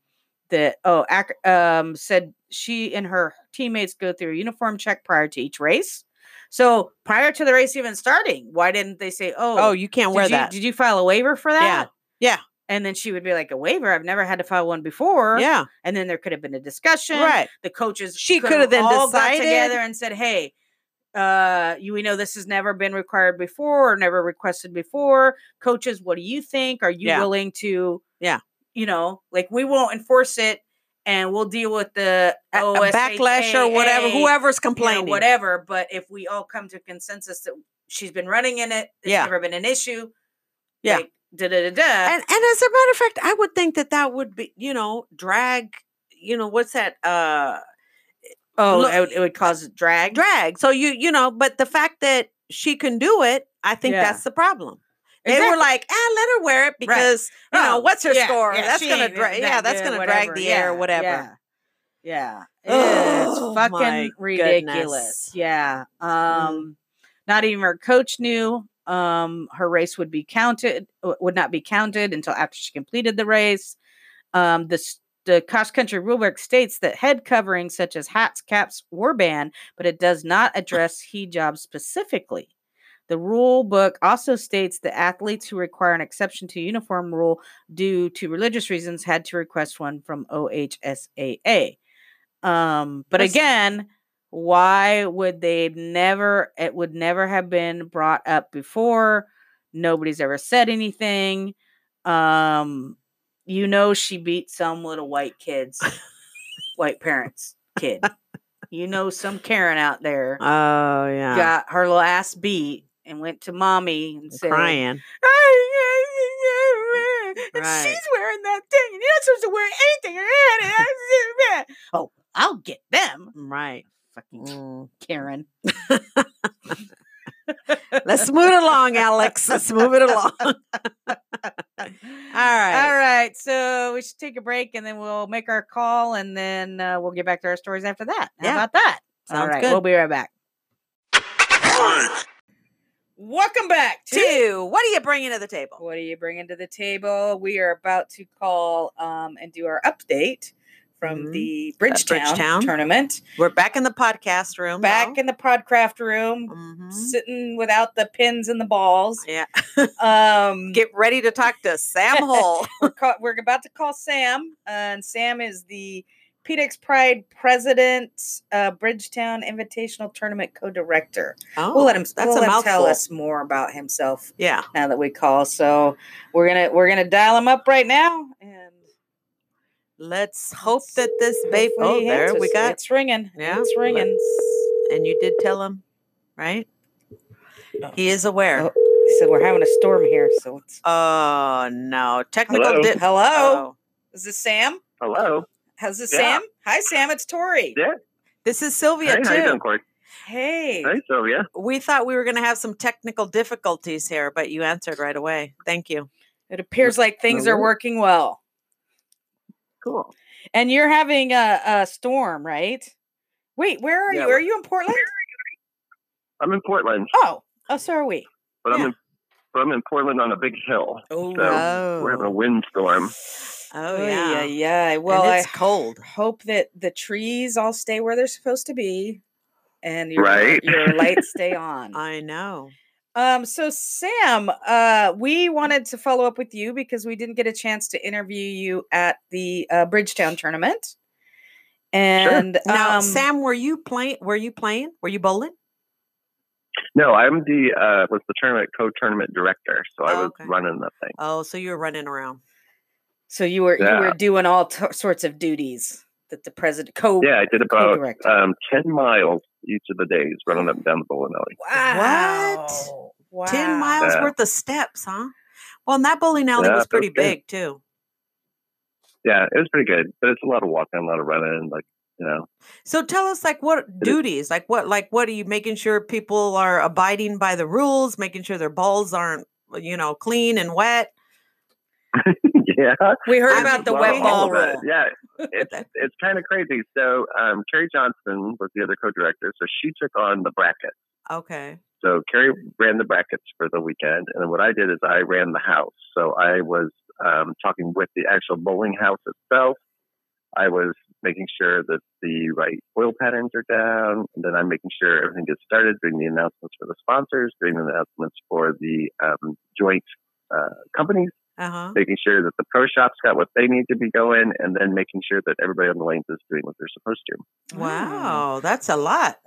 that oh ac- um said she and her teammates go through a uniform check prior to each race. So prior to the race even starting, why didn't they say, "Oh, oh, you can't did wear you- that. Did you file a waiver for that?" Yeah. And then she would be like, a waiver. I've never had to file one before. Yeah. And then there could have been a discussion. Right. The coaches She could have then all got decided- together and said, hey, uh, you we know this has never been required before or never requested before. Coaches, what do you think? Are you Yeah. willing to Yeah. You know, like we won't enforce it and we'll deal with the A, a backlash or whatever, OSHAA, whoever's you know, complaining. whatever. But if we all come to consensus that she's been running in it, it's Yeah. never been an issue. Yeah. like, da da da da. And, and as a matter of fact, I would think that that would be, you know, drag, you know, what's that? Uh, Oh, Look- it, would, it would cause drag. drag. So you, you know, but the fact that she can do it, I think Yeah. that's the problem. They were Exactly. like, ah, let her wear it because you know Oh, what's her yeah, score? yeah, that's she gonna, ain't dra- that yeah, that's good, gonna drag whatever, the air or yeah, whatever. Yeah. yeah. Oh, it's my fucking ridiculous. goodness. Yeah. Um not even her coach knew um her race would be counted w- would not be counted until after she completed the race. Um the s- the cross country rulebook states that head coverings such as hats, caps were banned, but it does not address hijab specifically. The rule book also states that athletes who require an exception to uniform rule due to religious reasons had to request one from OHSAA. Um, but That's- again, why would they never? It would never have been brought up before. Nobody's ever said anything. Um, you know, she beat some little white kids, white parents, kid. You know, some Karen out there Oh yeah, got her little ass beat and went to mommy and said, crying. and Right. she's wearing that thing, and you're not supposed to wear anything around it. oh, I'll get them. Right. Fucking Mm. Karen. Let's move it along, Alex. Let's move it along. right. All right. So we should take a break and then we'll make our call and then uh, we'll get back to our stories after that. How Yeah. about that? All Sounds right. good. We'll be right back. Welcome back to Two. What are you bringing to the table? What are you bringing to the table? We are about to call um, and do our update from Mhm. the Mm-hmm. Bridgetown, Bridgetown. tournament. We're back in the podcast room. Back in the Podcraft room, Mm-hmm. hmm sitting without the pins and the balls. Yeah. Um, Get ready to talk to Sam Hole. we're, ca- we're about to call Sam, uh, and Sam is the PDX Pride President, uh, Bridgetown Invitational Tournament co-director. Oh, we'll let him. That's we'll a let him mouthful. tell us more about himself Yeah. now that we call. So we're gonna we're gonna dial him up right now and Let's hope Let's that this baby. hopefully Oh, he there we answers. got. it's ringing. Yeah, it's ringing. And you did tell him, right? Oh. He is aware. Oh. So we're having a storm here. So it's Oh, no, technical. Hello? Di- hello. Oh. Is this Sam? Hello. How's this Yeah. Sam? Hi, Sam. It's Tori. Yeah. This is Sylvia hey, how you too. doing, Corey? Hey. Hey, Sylvia. We thought we were going to have some technical difficulties here, but you answered right away. Thank you. It appears like things are worries. working well. Cool. And you're having a, a storm, right? Wait, where are Yeah, you? we're- Are you in Portland? I'm in Portland, Oh, oh, so are we. but Yeah. I'm in, but I'm in Portland on a big hill. Oh, So we're having a windstorm. Oh, yeah, yeah. yeah. Well, Well, I it's cold. hope that the trees all stay where they're supposed to be, and your Right. your lights stay on. I know. Um, so Sam, uh, we wanted to follow up with you because we didn't get a chance to interview you at the uh, Bridgetown tournament. And Now, um, Sam, were you playing? Were you playing? Were you bowling? No, I'm the uh, was the tournament co-tournament director, so I Oh, was okay. running the thing. Oh, so you were running around. so you were Yeah. you were doing all t- sorts of duties that the president co Yeah, I did about co-directed. um, ten miles each of the days, running up and down the bowling alley. wow! Wow! Ten miles Yeah. worth of steps, huh? Well, and that bowling alley Yeah, was it pretty was good. big too. Yeah, it was pretty good, but it's a lot of walking, a lot of running, like you know. So tell us, like, what duties? Like, what? Like, what are you making sure people are abiding by the rules? Making sure their balls aren't, you know, clean and wet. yeah, We heard I about mean, the Well, wet we ball all of it. rule. Yeah, it's it's kind of crazy. So um, Carrie Johnson was the other co-director, so she took on the bracket. Okay. So Carrie ran the brackets for the weekend, and then what I did is I ran the house. So I was um, talking with the actual bowling house itself. I was making sure that the right oil patterns are down, and then I'm making sure everything gets started, doing the announcements for the sponsors, doing the announcements for the um, joint uh, companies, Uh huh. making sure that the pro shops got what they need to be going, and then making sure that everybody on the lanes is doing what they're supposed to. Wow, that's a lot.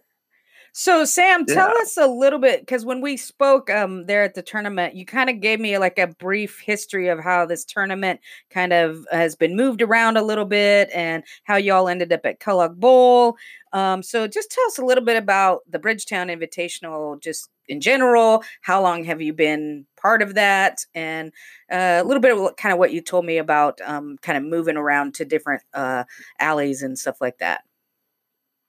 So Sam, tell Yeah. us a little bit because when we spoke um there at the tournament, you kind of gave me like a brief history of how this tournament kind of has been moved around a little bit and how y'all ended up at Kellogg Bowl. Um, so just tell us a little bit about the Bridgetown Invitational, just in general. How long have you been part of that, and uh, a little bit of what- kind of what you told me about um, kind of moving around to different uh, alleys and stuff like that.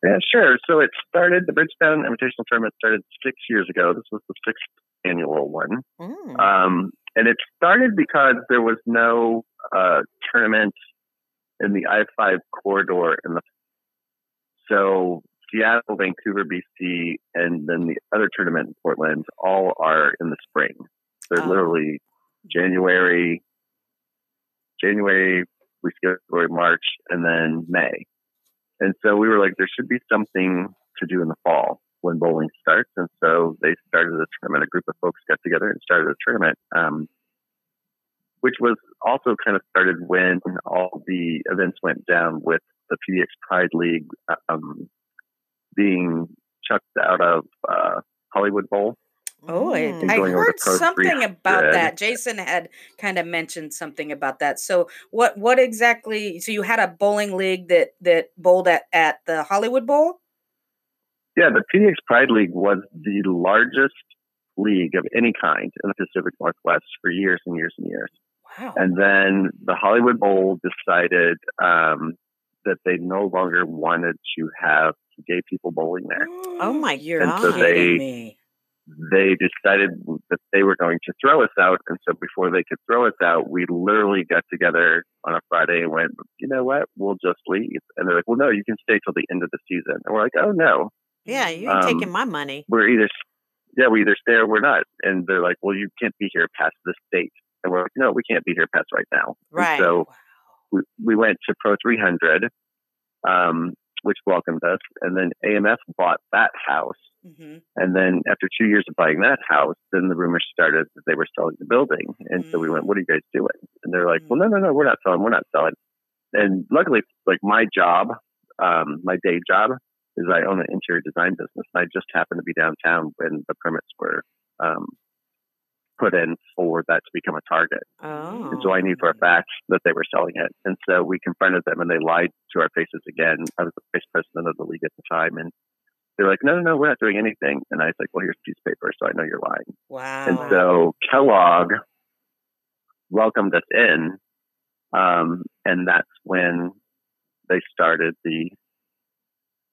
Yeah, sure. So it started, the Bridgetown Invitational Tournament started six years ago. This was the sixth annual one. Mm. Um, and it started because there was no uh, tournament in the I 5 corridor. In the So Seattle, Vancouver, BC, and then the other tournament in Portland all are in the spring. They're Oh. literally January, January, we skip February, March, and then May. And so we were like, there should be something to do in the fall when bowling starts. And so they started a tournament. A group of folks got together and started a tournament, um, which was also kind of started when all the events went down with the PDX Pride League um, being chucked out of uh, Hollywood Bowl. Oh, I, Mm. I going over the heard pro brief something about thread. that. Jason had kind of mentioned something about that. So what what exactly so you had a bowling league that that bowled at, at the Hollywood Bowl? Yeah, the PDX Pride League was the largest league of any kind in the Pacific Northwest for years and years and years. Wow. And then the Hollywood Bowl decided um, that they no longer wanted to have gay people bowling there. Oh my You're God. so kidding they- me. They decided that they were going to throw us out. And so before they could throw us out, we literally got together on a Friday and went, you know what? We'll just leave. And they're like, well, no, you can stay till the end of the season. And we're like, oh, no, Yeah, you Mm-hmm. ain't taking Um, my money. we're either yeah we either stay or we're not and they're like well you can't be here past this date and we're like no we can't be here past right now And Right. so we, we went to pro 300 um, which welcomed us and then amf bought that house hmm and then after two years of buying that house then the rumors started that they were selling the building and so we went what are you guys doing and they're like well no no no we're not selling we're not selling and luckily like my job um, my day job is I own an interior design business. I just happened to be downtown when the permits were um, put in for that to become a target. Oh. And so I knew for a fact that they were selling it. And so we confronted them and they lied to our faces again. I was the vice president of the league at the time. And they're like, no, no, no, we're not doing anything. And I was like, well, here's a piece of paper. So I know you're lying. Wow. And so Kellogg welcomed us in, um, and that's when they started the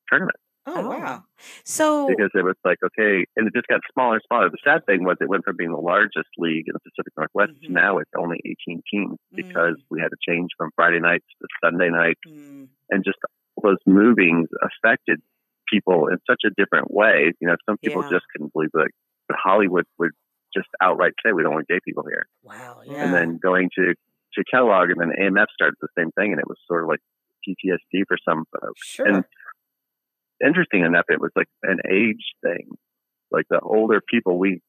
tournament oh wow. So because it was like, okay, and it just got smaller and smaller. The sad thing was it went from being the largest league in the Pacific Northwest Mhm. to now it's only 18 teams because we had to change from Friday nights to Sunday nights, Mm. and just all those movings affected people in such a different way. You know, some people Yeah. just couldn't believe it, but Hollywood would just outright say we don't want gay people here Wow. Yeah. and then going to to Kellogg, and then AMF started the same thing, and it was sort of like PTSD for some uh, folks. sure. and- Interesting enough, it was like an age thing. Like the older people, we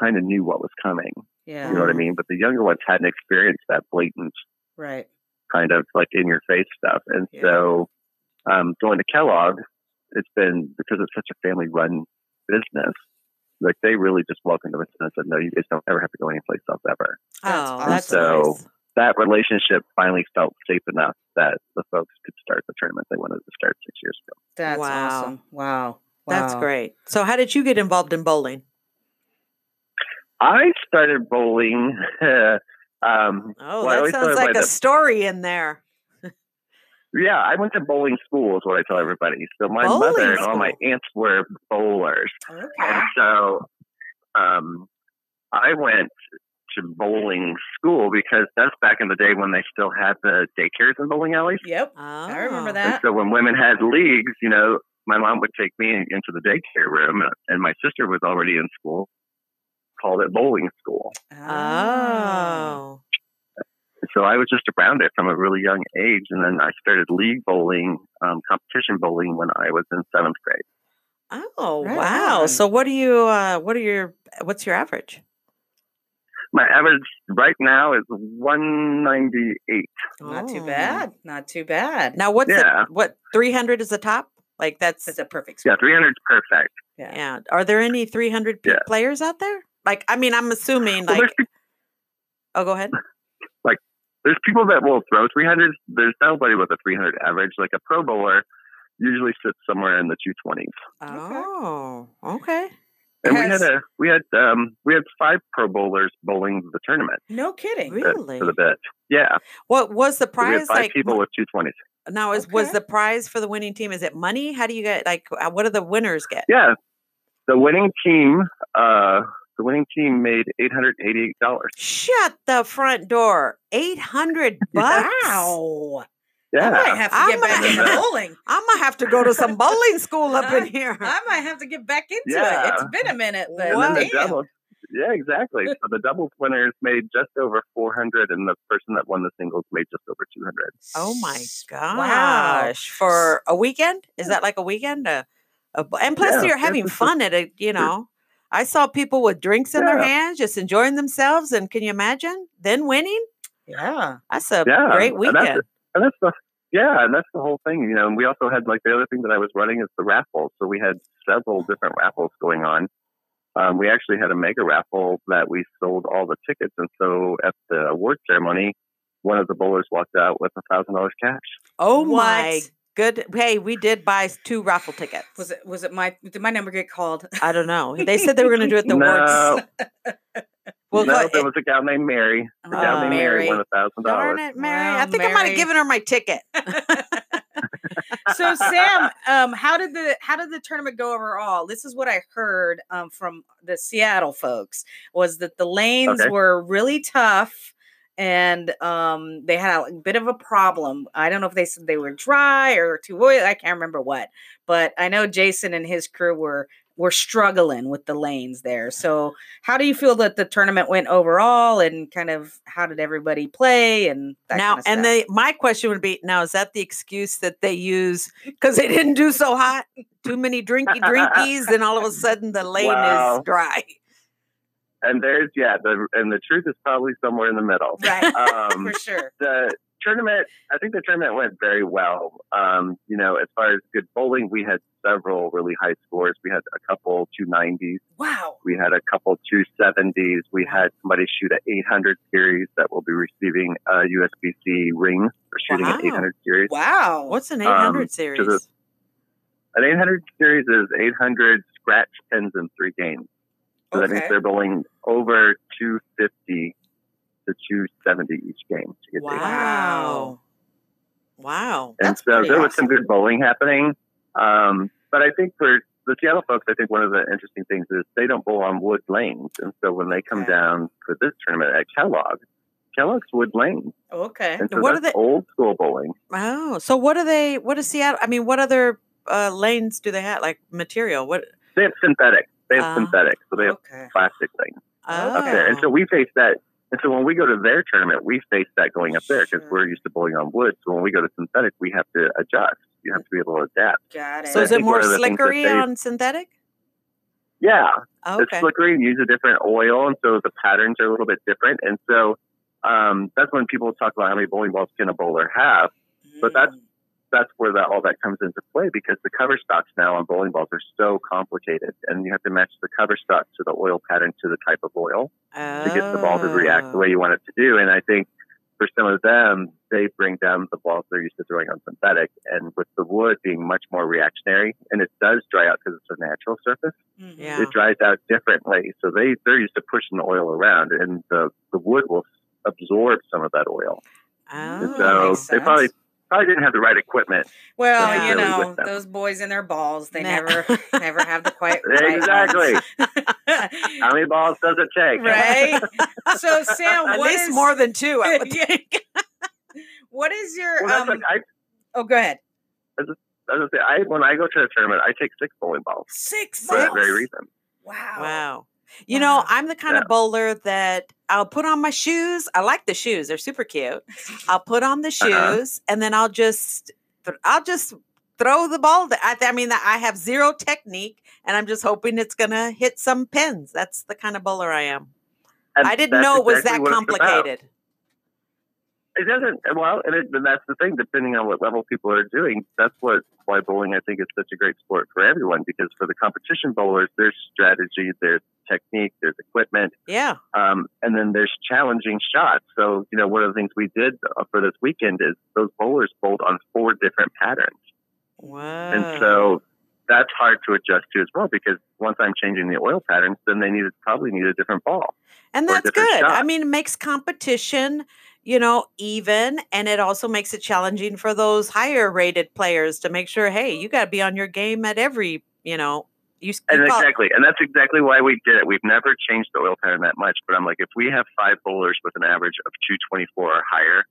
kind of knew what was coming. yeah. You know what I mean? But the younger ones hadn't experienced that blatant Right. kind of like in your face stuff. And Yeah. so um, going to Kellogg, it's been because it's such a family run business. Like they really just welcomed us and said, "No, you guys don't ever have to go anyplace else ever." That's oh, awesome. that's So- nice. that relationship finally felt safe enough that the folks could start the tournament they wanted to start six years ago. That's Wow. awesome. Wow. That's Wow. great. So, how did you get involved in bowling? I started bowling. um, Oh, Well, I that always thought sounds it like might a have- story in there. yeah, I went to bowling school, is what I tell everybody. So my Bowling mother and all my school. Ah. aunts were bowlers. Okay. And so um, I went to bowling school because that's back in the day when they still had the daycares and bowling alleys. Yep. Oh, I remember And that. so when women had leagues, you know, my mom would take me in- into the daycare room, and my sister was already in school, called it bowling school. Ah. Oh, So I was just around it from a really young age, and then I started league bowling, um, competition bowling when I was in seventh grade. oh, Right wow. on. So, what do you? Uh, what are your? What's your average? My average right now is 198. Not too Oh. bad. Not too bad. Now what's Yeah. the, what 300 is the top? Like that's that's a perfect. Yeah, score. 300 is perfect. Yeah. yeah. Are there any 300 pe- Yeah. players out there? Like I mean, I'm assuming Well, like there's, pe- oh, go ahead. there's people that will throw 300s. There's nobody with a 300 average. Like a Pro Bowler usually sits somewhere in the 220s. Oh, okay. And Has- we had a we had um we had five Pro Bowlers bowling the tournament No kidding. Really? uh, for the bit. Yeah, What was the so we prize had five like? people with 220s. Now is was Okay. the prize for the winning team? Is it money? How do you get like? uh, What do the winners get? Yeah, the winning team uh the winning team made 888 dollars. Shut the front door. Eight hundred bucks. Wow. Oh, I Yeah, might have to I get back might- into bowling. I'm gonna have to go to some bowling school up in here. I might have to get back into it. Yeah. It's been a minute, but and then the damn. doubles. Yeah, exactly. so the doubles winners made just over 400, and the person that won the singles made just over 200. Oh my S- Wow. gosh! For a weekend? Is that like a weekend? A, a b- and plus, Yeah, you're it's having just a- fun at it. You know, I saw people with drinks in their Yeah. hands, just enjoying themselves. And can you imagine? Then winning? Yeah. That's a Yeah, great and that's weekend. And that's the yeah, and that's the whole thing, you know. And we also had like the other thing that I was running is the raffles. So we had several different raffles going on. Um, we actually had a mega raffle that we sold all the tickets, and so at the award ceremony, one of the bowlers walked out with a thousand dollars cash. Oh What? my good! Hey, we did buy s- two raffle tickets. Was it was it my did my number get called? I don't know. They said they were going to do it the works. no, Well, no, go- there was a gal named Mary. The gal Oh, named Mary, won a thousand Darn dollars. it, Mary! I Well, think I might Mary. have given her my ticket. so Sam, um, how did the how did the tournament go overall? This is what I heard um, from the Seattle folks was that the lanes Okay. were really tough and um, they had a bit of a problem. I don't know if they said they were dry or too oily. I can't remember what, but I know Jason and his crew were were struggling with the lanes there. So how do you feel that the tournament went overall and kind of how did everybody play and that now, kind of and stuff? they, my question would be: Now, is that the excuse that they use because they didn't do so hot? Too many drinky drinkies, and all of a sudden the lane is Wow. dry. And there's yeah, the and the truth is probably somewhere in the middle. right Um, for sure. the tournament, I think the tournament went very well. Um, you know, as far as good bowling, we had several really high scores. We had a couple 290s. Wow. We had a couple 270s. We had somebody shoot an 800 series that will be receiving a USBC ring for shooting Wow. an 800 series. Wow. What's an eight Um, hundred to the- series? An 800 series is 800 scratch pins in three games. So that means Okay. they're bowling over 250 to 270 each game to get the Wow, wow, And That's so pretty there was some awesome. good bowling happening. Um, but I think for the Seattle folks, I think one of the interesting things is they don't bowl on wood lanes. And so when they come Okay. down for this tournament at Kellogg, Kellogg's wood lane. Okay. And so What are that's the- old school bowling. Oh, so what are they? What is Seattle? I mean, what other uh, lanes do they have? Like material? What? They have synthetic. They have Ah. synthetic. So they have Okay. plastic lanes Oh. up there. And so we face that. And so when we go to their tournament, we face that going up there because Sure. we're used to bowling on wood. So when we go to synthetic, we have to adjust. You have to be able to adapt. Got it. So I is it think one more of the things that slickery they- on synthetic? Yeah. Oh, it's okay. slippery and use a different oil, and so the patterns are a little bit different. And so um, that's when people talk about how many bowling balls can a bowler have. but that's- Mm. That's where that all that comes into play because the cover stocks now on bowling balls are so complicated, and you have to match the cover stock to the oil pattern to the type of oil to get the ball to react Oh. the way you want it to do. And I think for some of them, they bring down the balls they're used to throwing on synthetic, and with the wood being much more reactionary, and it does dry out because it's a natural surface Mhm. Yeah. it dries out differently. So they they're used to pushing the oil around, and the the wood will absorb some of that oil. Oh, And that so Mm-hmm. makes they probably sense. probably didn't have the right equipment. Well, Yeah. you really with know, them. those boys and their balls, they Nah. never never have the quite Exactly. How many balls does it take? right? So Sam, At what least is- more than two. I would Yeah. think. what is your Well, that's um, like I, oh go ahead. as I say, I when I go to a tournament, I take six bowling balls Six for that very balls? reason. Wow. Wow. You know, Wow. I'm the kind Yeah. of bowler that I'll put on my shoes. I like the shoes; they're super cute. I'll put on the shoes, Uh-huh. and then I'll just, th- I'll just throw the ball. th- I, I mean, I have zero technique, and I'm just hoping it's gonna hit some pins. That's the kind of bowler I am. and I didn't that's know it was exactly what that it's about. complicated. It doesn't. Well, and, it, and that's the thing. Depending on what level people are doing, that's what why bowling I think is such a great sport for everyone. Because for the competition bowlers, there's strategy, there's technique, there's equipment, Yeah. um, and then there's challenging shots. So you know, one of the things we did uh, for this weekend is those bowlers bowled on four different patterns. Wow. And so that's hard to adjust to as well because once I'm changing the oil patterns, then they need probably need a different ball. and or that's different good. I shot. mean, it makes competition, you know, even, and it also makes it challenging for those higher rated players to make sure, hey, you got to be on your game at every, you know, you. s- And you call- exactly, and that's exactly why we did it. We've never changed the oil pattern that much, but I'm like, if we have five bowlers with an average of 224 or higher,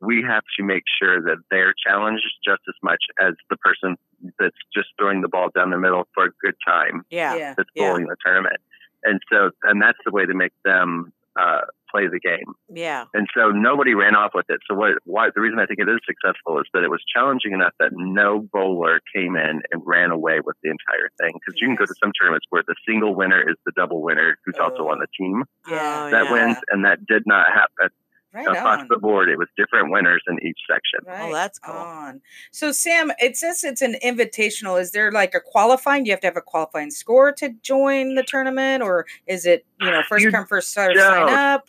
we have to make sure that they're challenged just as much as the person that's just throwing the ball down the middle for a good time yeah. yeah. that's Yeah. bowling the tournament. And so, and that's the way to make them uh, play the game. Yeah. And so nobody ran off with it. So what? Why? The reason I think it is successful is that it was challenging enough that no bowler came in and ran away with the entire thing. Because you can go Yes. to some tournaments where the single winner is the double winner who's also Oh. on the team Yeah. Oh, that yeah. wins, and that did not happen Right across on. the board. It was different winners in each section. Right that's cool. On. So Sam, it says it's an invitational. Is there like a qualifying? Do you have to have a qualifying score to join the tournament, or is it you know first You come first serve sign don't. up?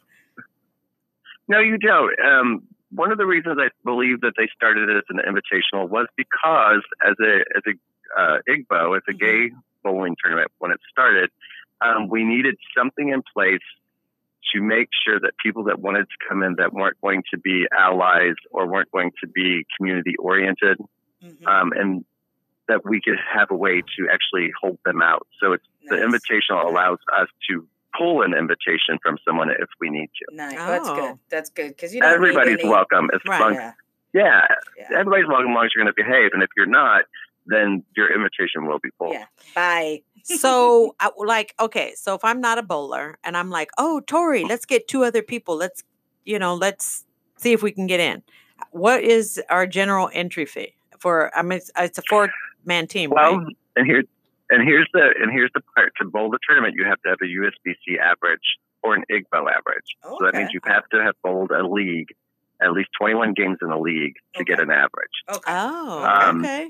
No, you don't. Um, one of the reasons I believe that they started it as an invitational was because as a as a uh, IGBO, as a gay bowling tournament, when it started, um, we needed something in place to make sure that people that wanted to come in that weren't going to be allies or weren't going to be community oriented, Mhm. um, and that we could have a way to actually hold them out. So it's the Nice. invitational allows us to pull an invitation from someone if we need to. Nice. That's Oh. good. That's good because you don't need Everybody's any- welcome as Right. long Yeah, yeah, yeah. everybody's welcome as long as you're going to behave, and if you're not, then your invitation will be pulled. yeah. Bye. so I, like okay so if i'm not a bowler and i'm like oh tori let's get two other people let's you know let's see if we can get in what is our general entry fee for i mean it's, it's a four man team Well, right and here and here's the and here's the part to bowl the tournament, you have to have a USBC average or an IGBO average. So that means Okay. you have to have bowled a league, at least 21 games in a league to get Okay. an average. Okay. oh Um, okay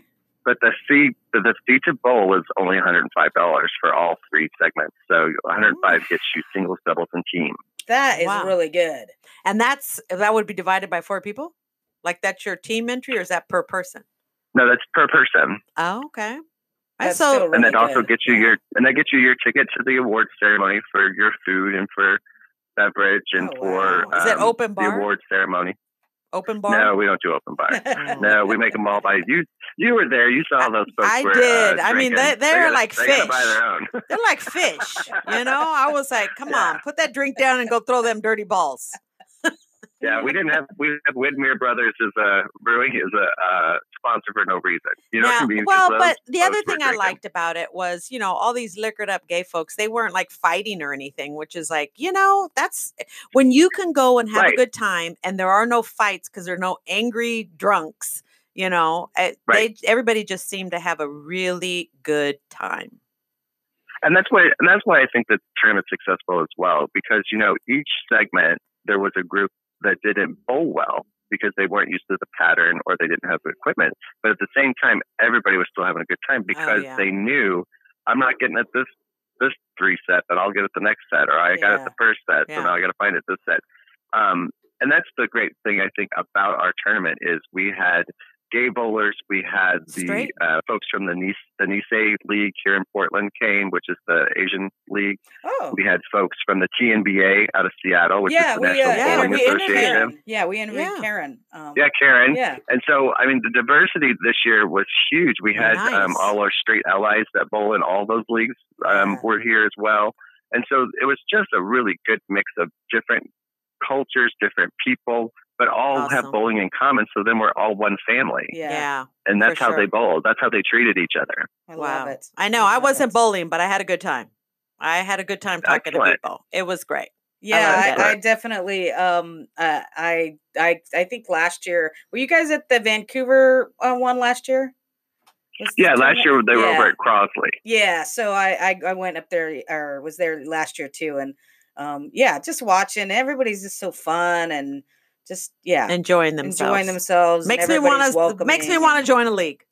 But the fee the, the fee to bowl is only $105 for all three segments. So 105 gets you singles, doubles, and team. that is wow. really good. and that's that would be divided by four people like that's your team entry or is that per person No, that's per person. oh okay and That's so still and that really also good. gets you Yeah. your and that gets you your ticket to the award ceremony for your food and for beverage and Oh, for wow. is that um, open the bar award ceremony. open bar Oh, No, we don't do open bar. no, we make them all by you. You were there. You saw those folks. I were, uh, did. I mean, drinking. they- they're gotta- like they gotta buy fish. their own. They're like fish, you know. I was like, "Come Yeah. on, put that drink down and go throw them dirty balls." yeah, we didn't have we have Widmere Brothers as a brewing as a uh, sponsor for no reason. You know, Now- convenience well, clubs, but the other folks were thing I drinking. liked about it was, you know, all these liquored up gay folks. They weren't like fighting or anything, which is like, you know, that's eh, when you can go and have a Right. good time, and there are no fights because there are no angry drunks. You know, eh, Right. they everybody just seemed to have a really good time. and that's why and that's why I think the tournament's successful as well because you know each segment there was a group that didn't bowl well because they weren't used to the pattern or they didn't have the equipment but at the same time everybody was still having a good time because Oh, yeah. they knew I'm not getting at this this three set but I'll get it the next set or I got it Yeah. the first set Yeah. so now I got to find it this set um, and that's the great thing I think about our tournament is we had gay bowlers. We had the Straight. uh, folks from the Nice the Nisei League here in Portland, Kane, which is the Asian League. Oh. We had folks from the TNBA out of Seattle, which is yeah, the we, uh, National yeah, Bowling we interviewed Association. Karen. Yeah, we interviewed Yeah. Karen. Um, Yeah, Karen. yeah. And so, I mean, the diversity this year was huge. We had um, Nice. all our straight allies that bowl in all those leagues um, Yeah. were here as well. And so it was just a really good mix of different cultures, different people, but all Awesome. have bowling in common. So then we're all one family. Yeah. Yeah, And that's for how sure. they bowled. That's how they treated each other. I wow. love it. I know. I love wasn't it. bowling, but I had a good time. I had a good time talking to Excellent. people. It was great. Yeah, like I, I, it. definitely. Um, uh, I, I, I think last year were you guys at the Vancouver uh, one last year? Was the Yeah, last tournament- year they were Yeah. over at Crosley. Yeah, so I, I, I went up there or was there last year too, and um, yeah, just watching. Everybody's just so fun and just yeah, enjoying themselves. enjoying themselves. and Makes me want everybody's to. Makes me welcoming. want to join a league.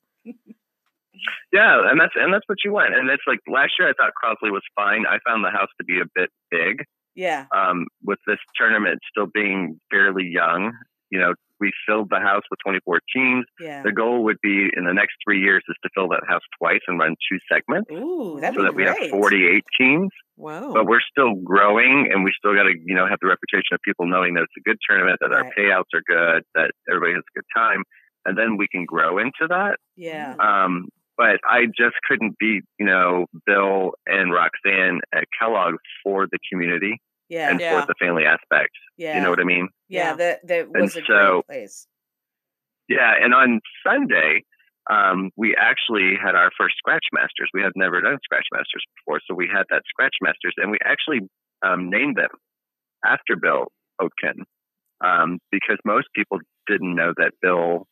Yeah, and that's and that's what you want. And it's like last year I thought Crosley was fine. I found the house to be a bit big. Yeah, Um, with this tournament still being fairly young, you know, we filled the house with 24 teams. yeah. The goal would be in the next three years is to fill that house twice and run two segments Ooh, that'd so be that we great. have 48 teams. Wow. But we're still growing, and we still got to you know have the reputation of people knowing that it's a good tournament, that our Right. payouts are good, that everybody has a good time, and then we can grow into that. Yeah, Um, but I just couldn't beat, you know, Bill and Roxanne at Kellogg for the community yeah, and yeah, Yeah. for the family aspect. yeah. You know what I mean? Yeah. that that was a so- great place. Yeah. And on Sunday, um, we actually had our first Scratch Masters. We had never done Scratch Masters before, so we had that Scratch Masters, and we actually um, named them after Bill Oaken um, because most people didn't know that Bill,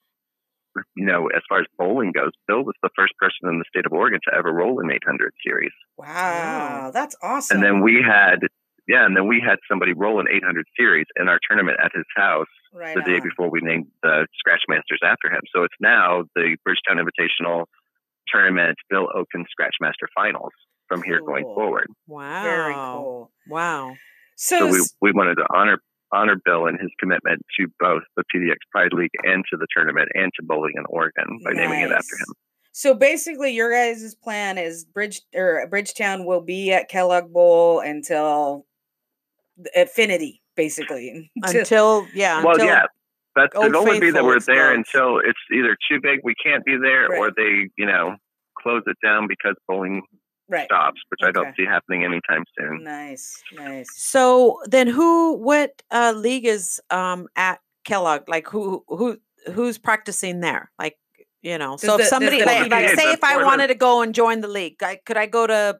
you know, as far as bowling goes, Bill was the first person in the state of Oregon to ever roll an 800 series. Wow, that's awesome. and then we had yeah, and then we had somebody roll an 800 series in our tournament at his house right the day on. before we named the Scratch Masters after him. So it's now the Bridgetown Invitational Tournament Bill Oaken Scratch Master Finals from here going Cool. forward. wow. Very cool. Wow. So, So we s- we wanted to honor honor Bill and his commitment to both the PDX Pride League and to the tournament and to bowling in Oregon by naming it after Nice. him. so basically, your guys' plan is Bridge or Bridgetown will be at Kellogg Bowl until th- infinity, basically. Until- Until yeah. well, until, yeah, that's the Old goal would be that Faithful we're there explodes. until it's either too big, we can't be there, or Right. they, you know, close it down because bowling right. stops, which I don't Okay. see happening anytime soon. Nice, nice. So then, who? What uh, league is um at Kellogg? Like who? Who? Who's practicing there? Like you know. Does So the- if does somebody the like, league- like, Yeah, say that's if I where the- wanted to go and join the league, I, could I go to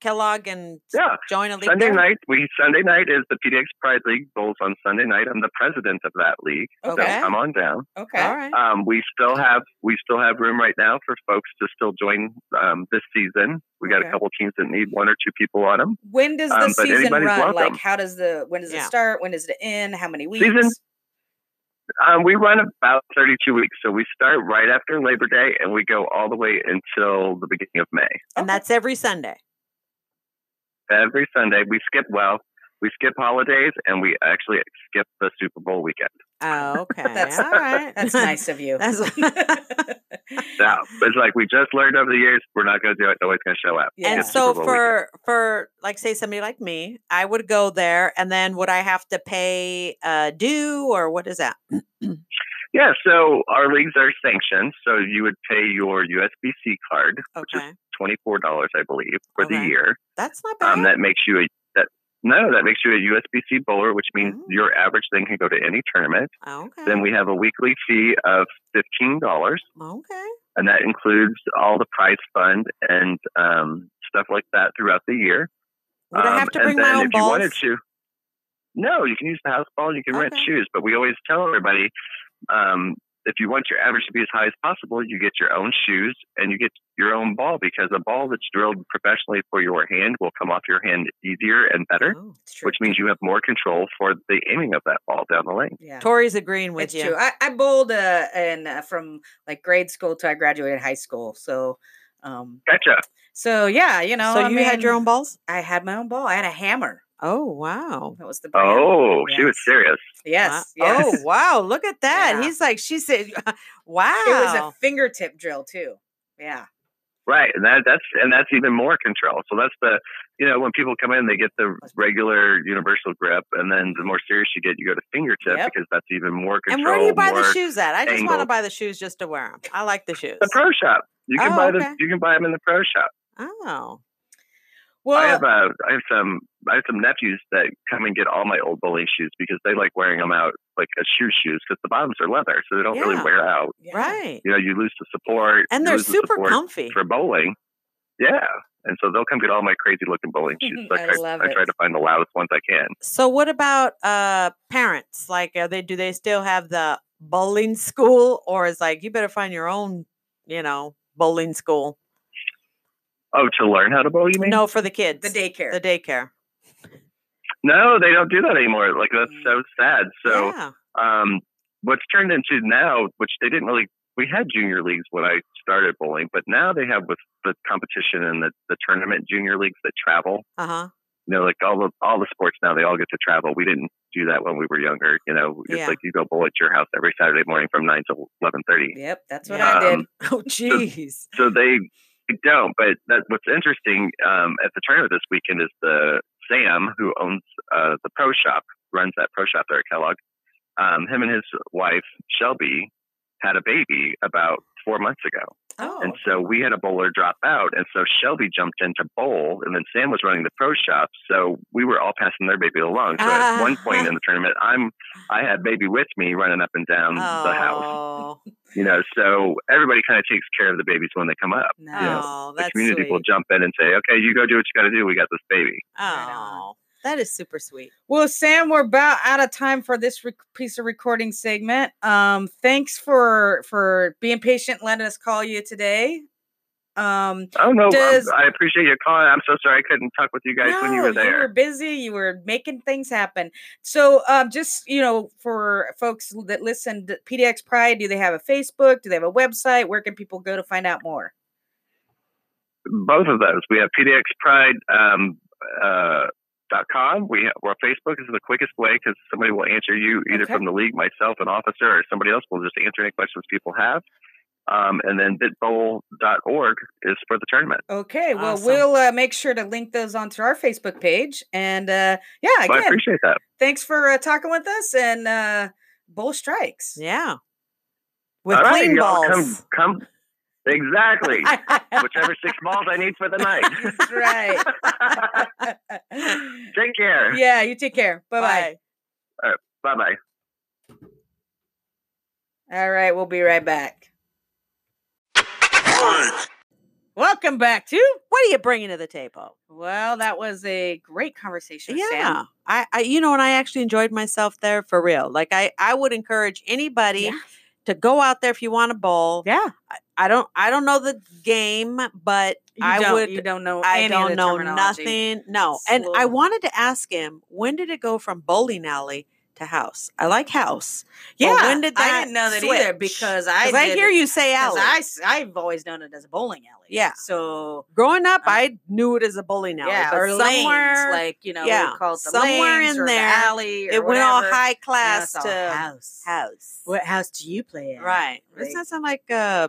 Kellogg and s- Yeah, join a league? Sunday there? night we Sunday night is the PDX Pride League bowls on Sunday night. I'm the president of that league, Okay, so come on down. okay. All right. Um, we still have we still have room right now for folks to still join um, this season. We got Okay. a couple teams that need one or two people on them. When does the Um, but season run? anybody's Like, welcome. how does the when does it Yeah. start? When does it end? How many weeks? Season- Um, we run about 32 weeks, so we start right after Labor Day and we go all the way until the beginning of May. And that's every Sunday. Every Sunday we skip well, we skip holidays, and we actually skip the Super Bowl weekend. Oh, okay. That's- all right. That's nice of you. That's- So it's like we just learned over the years we're not going to do it. Nobody's going to show up. Yeah. And It's so Super Bowl weekend. for for like say somebody like me, I would go there, and then would I have to pay uh due or what is that? yeah, so our leagues are sanctioned, so you would pay your USBC card, which is Okay, twenty four dollars, I believe, for the Okay. year. that's not bad. Um, that makes you a that no, that makes you a USBC bowler, which means Oh. your average thing can go to any tournament. Oh, okay. Then we have a weekly fee of fifteen dollars, okay. and that includes all the prize fund and um, stuff like that throughout the year. Would I Um, have to and bring my then own if you balls? wanted to, no, you can use the house ball. You can rent Okay. shoes, but we always tell everybody um, if you want your average to be as high as possible, you get your own shoes and you get your own ball because a ball that's drilled professionally for your hand will come off your hand easier and better, Oh. It's true. which means you have more control for the aiming of that ball down the lane. yeah. Tori's agreeing with It's you. true. I, I bowled uh, and uh, from like grade school till I graduated high school. So, um, Gotcha. so yeah, you know. so I you had your mean, own balls? I had my own ball. I had a hammer. Oh wow. That was the brand. Oh, she was Yes. serious. Wow. Yes. yes. Oh wow, look at that. Yeah. He's like she said wow. It was a fingertip drill too. Yeah. Right, and that, that's and that's even more control. So that's the you know when people come in, they get the regular universal grip, and then the more serious you get, you go to fingertip Yep. because that's even more control. and where do you buy the more- shoes at? I just want to angle. buy the shoes just to wear them. I like the shoes. The pro shop. You can Oh, buy okay. the you can buy them in the pro shop. Oh. Well, I have uh, I have some I have some nephews that come and get all my old bowling shoes because they like wearing them out like as shoe shoes because the bottoms are leather, so they don't Yeah. really wear out. yeah. Right. You know, you lose the support And you they're lose the super support comfy. for bowling. Yeah. And so they'll come get all my crazy looking bowling shoes. Like I I, love I it. try to find the loudest ones I can. So what about uh parents? Like are they do they still have the bowling school or is like you better find your own, you know, bowling school? Oh, to learn how to bowl, you mean? No, for the kids. The daycare. The daycare. No, they don't do that anymore. Like that's so sad. So yeah. um, what's turned into now, which they didn't really, we had junior leagues when I started bowling, but now they have with the competition and the, the tournament junior leagues that travel. Uh huh. You know, like all the all the sports now, they all get to travel. We didn't do that when we were younger. You know, it's Yeah. like you go bowl at your house every Saturday morning from nine to eleven thirty. Yep, that's what Yeah. I did. Um, Oh, jeez. so they they don't. But that, what's interesting um, at the tournament this weekend is the Sam who owns uh, the pro shop, runs that pro shop there at Kellogg. Um, him and his wife Shelby had a baby about four months ago, Oh, and so we had a bowler drop out, and so Shelby jumped in to bowl, and then Sam was running the pro shop, so we were all passing their baby along. So at one point in the tournament, I'm I had baby with me running up and down the house, Oh, you know. So everybody kind of takes care of the babies when they come up nice. oh, the that's community sweet. will jump in and say, "Okay, you go do what you got to do. We got this baby." Right Oh, on. that is super sweet. Well, Sam, we're about out of time for this rec- piece of recording segment. Um, thanks for for being patient, and letting us call you today. Um, Oh no, Does- I appreciate your call. I'm so sorry I couldn't talk with you guys when you were you were there. busy. You were making things happen. So, um, just you know, for folks l- that listen, to PDX Pride, do they have a Facebook? Do they have a website? Where can people go to find out more? Both of those. We have PDX Pride. Um, uh, Dot com. We have, well, Facebook is the quickest way because somebody will answer you either Okay. from the league, myself, an officer, or somebody else will just answer any questions people have. Um, and then bitbowl.org is for the tournament. Okay, well, Awesome. we'll uh, make sure to link those onto our Facebook page. And uh, yeah, Well, I again, appreciate that. thanks for uh, talking with us and uh, bull strikes. Yeah. With All right, clean y'all, balls. Come, come. Exactly. Whichever six balls I need for the night. That's right. Take care. yeah, you take care. Bye bye. Bye bye. All right, we'll be right back. Welcome back to. What are you bringing to the table? Well, that was a great conversation, Yeah. Sam. I, I, you know, and I actually enjoyed myself there for real. Like, I, I would encourage anybody Yeah. to go out there if you want to bowl. Yeah, I don't, I don't know the game, but you I don't, would, You don't know. I any of don't the know terminology. nothing. No. And I Slow. wanted to ask him, when did it go from bowling alley to house? I like house. Yeah, when did I that didn't know that either switch? because 'Cause I I, did- hear you say 'cause alley. I s- I've always known it as a bowling alley. Yeah. So Growing up, Uh, I knew it as a bowling alley, yeah, but or lanes, somewhere like you know, yeah, we call it the somewhere lanes in or the there, alley. Or it went all whatever. high Now class it's all to house. house. What house do you play at? Right? Like, Doesn't that sound like uh,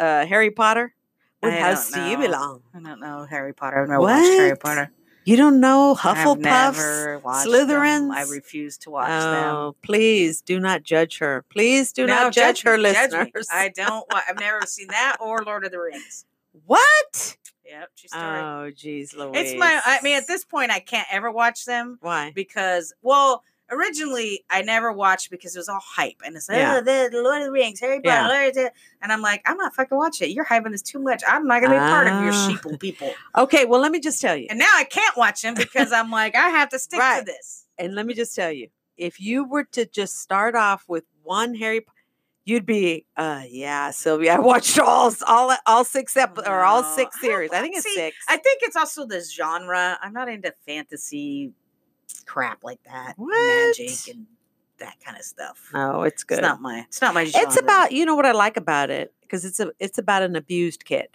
uh, Harry Potter? What I house don't do you know. belong? I don't know Harry Potter. I've never watched Harry What? Potter. You don't know I've Hufflepuffs. never watched Them. I Slytherins. refuse to Oh, watch them. please do not judge her. Please do No, not judge, her, me, judge me. listeners. I don't. Wa- I've never seen that or Lord of the Rings. what? Yep, true story. Oh, jeez, Louise. it's my. I mean, at this point, I can't ever watch them. why? because well originally i never watched because it was all hype and it's like Yeah. oh, the the lord of the rings harry potter Yeah. Lord of the-" and i'm like i'm not fucking watching it you're hyping this too much i'm not gonna be part of your Ah. sheep and people Okay, well, let me just tell you. and now i can't watch them because i'm like i have to stick Right. to this and let me just tell you, if you were to just start off with one Harry, Po- you'd be, uh, yeah, Sylvia. I watched all s- all all six ep- or all No, six I don't series. I want- think it's see, six. i think it's also the genre i'm not into fantasy crap like that and What? magic and that kind of stuff no, it's good. it's not my it's not my genre. It's about you know what I like about it because it's a it's about an abused kid,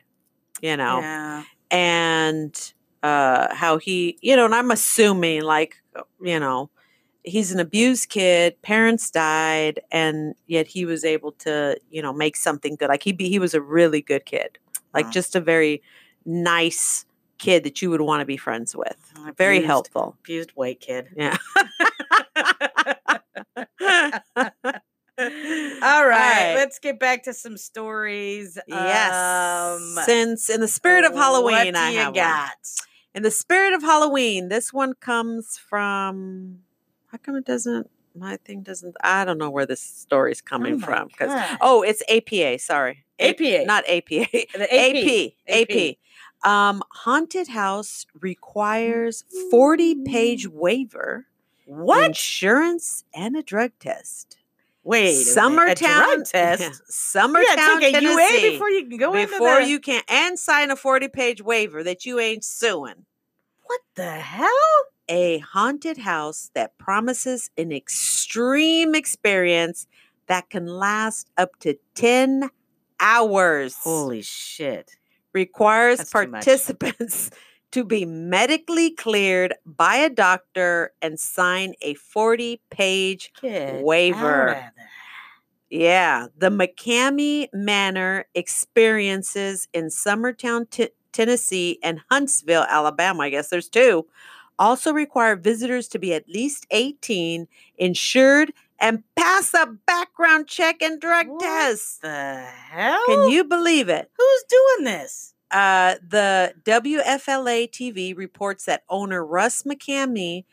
you know, yeah and uh, how he you know, and I'm assuming like uh, you know. He's an abused kid. Parents died, and yet he was able to, you know, make something good. Like he, be, he was a really good kid. like Mm. just a very nice kid that you would want to be friends with. Abused- Very helpful. abused white kid Yeah. All right, right. let's get back to some stories. Yes. Um, Since in the spirit of What Halloween, do I you have one. got? In the spirit of Halloween, this one comes from. How come it doesn't? My thing doesn't. I don't know where this story's coming Oh my from. Because God. oh, it's APA. Sorry, A- APA. not APA. The AP. AP. AP. Um, haunted house requires 40 page waiver, Mm. What? insurance, and a drug test. Wait, a minute, a Summertown drug test. Yeah, You Summertown, gotta take a Tennessee. UA before you can go Before into the, you can and sign a 40 page waiver that you ain't suing. What the hell? A a haunted house that promises an extreme experience that can last up to 10 hours. Holy shit. requires That's too much. participants to be medically cleared by a doctor and sign a 40 page Get out Waiver. of there. yeah, the McCamey Manor experiences in Summertown, T- Tennessee, and Huntsville, Alabama. I guess there's two. Also require visitors to be at least 18, insured, and pass a background check and drug What Oh. test. The hell? Can you believe it? Who's doing this? Uh, the WFLA TV reports that owner Russ McCamey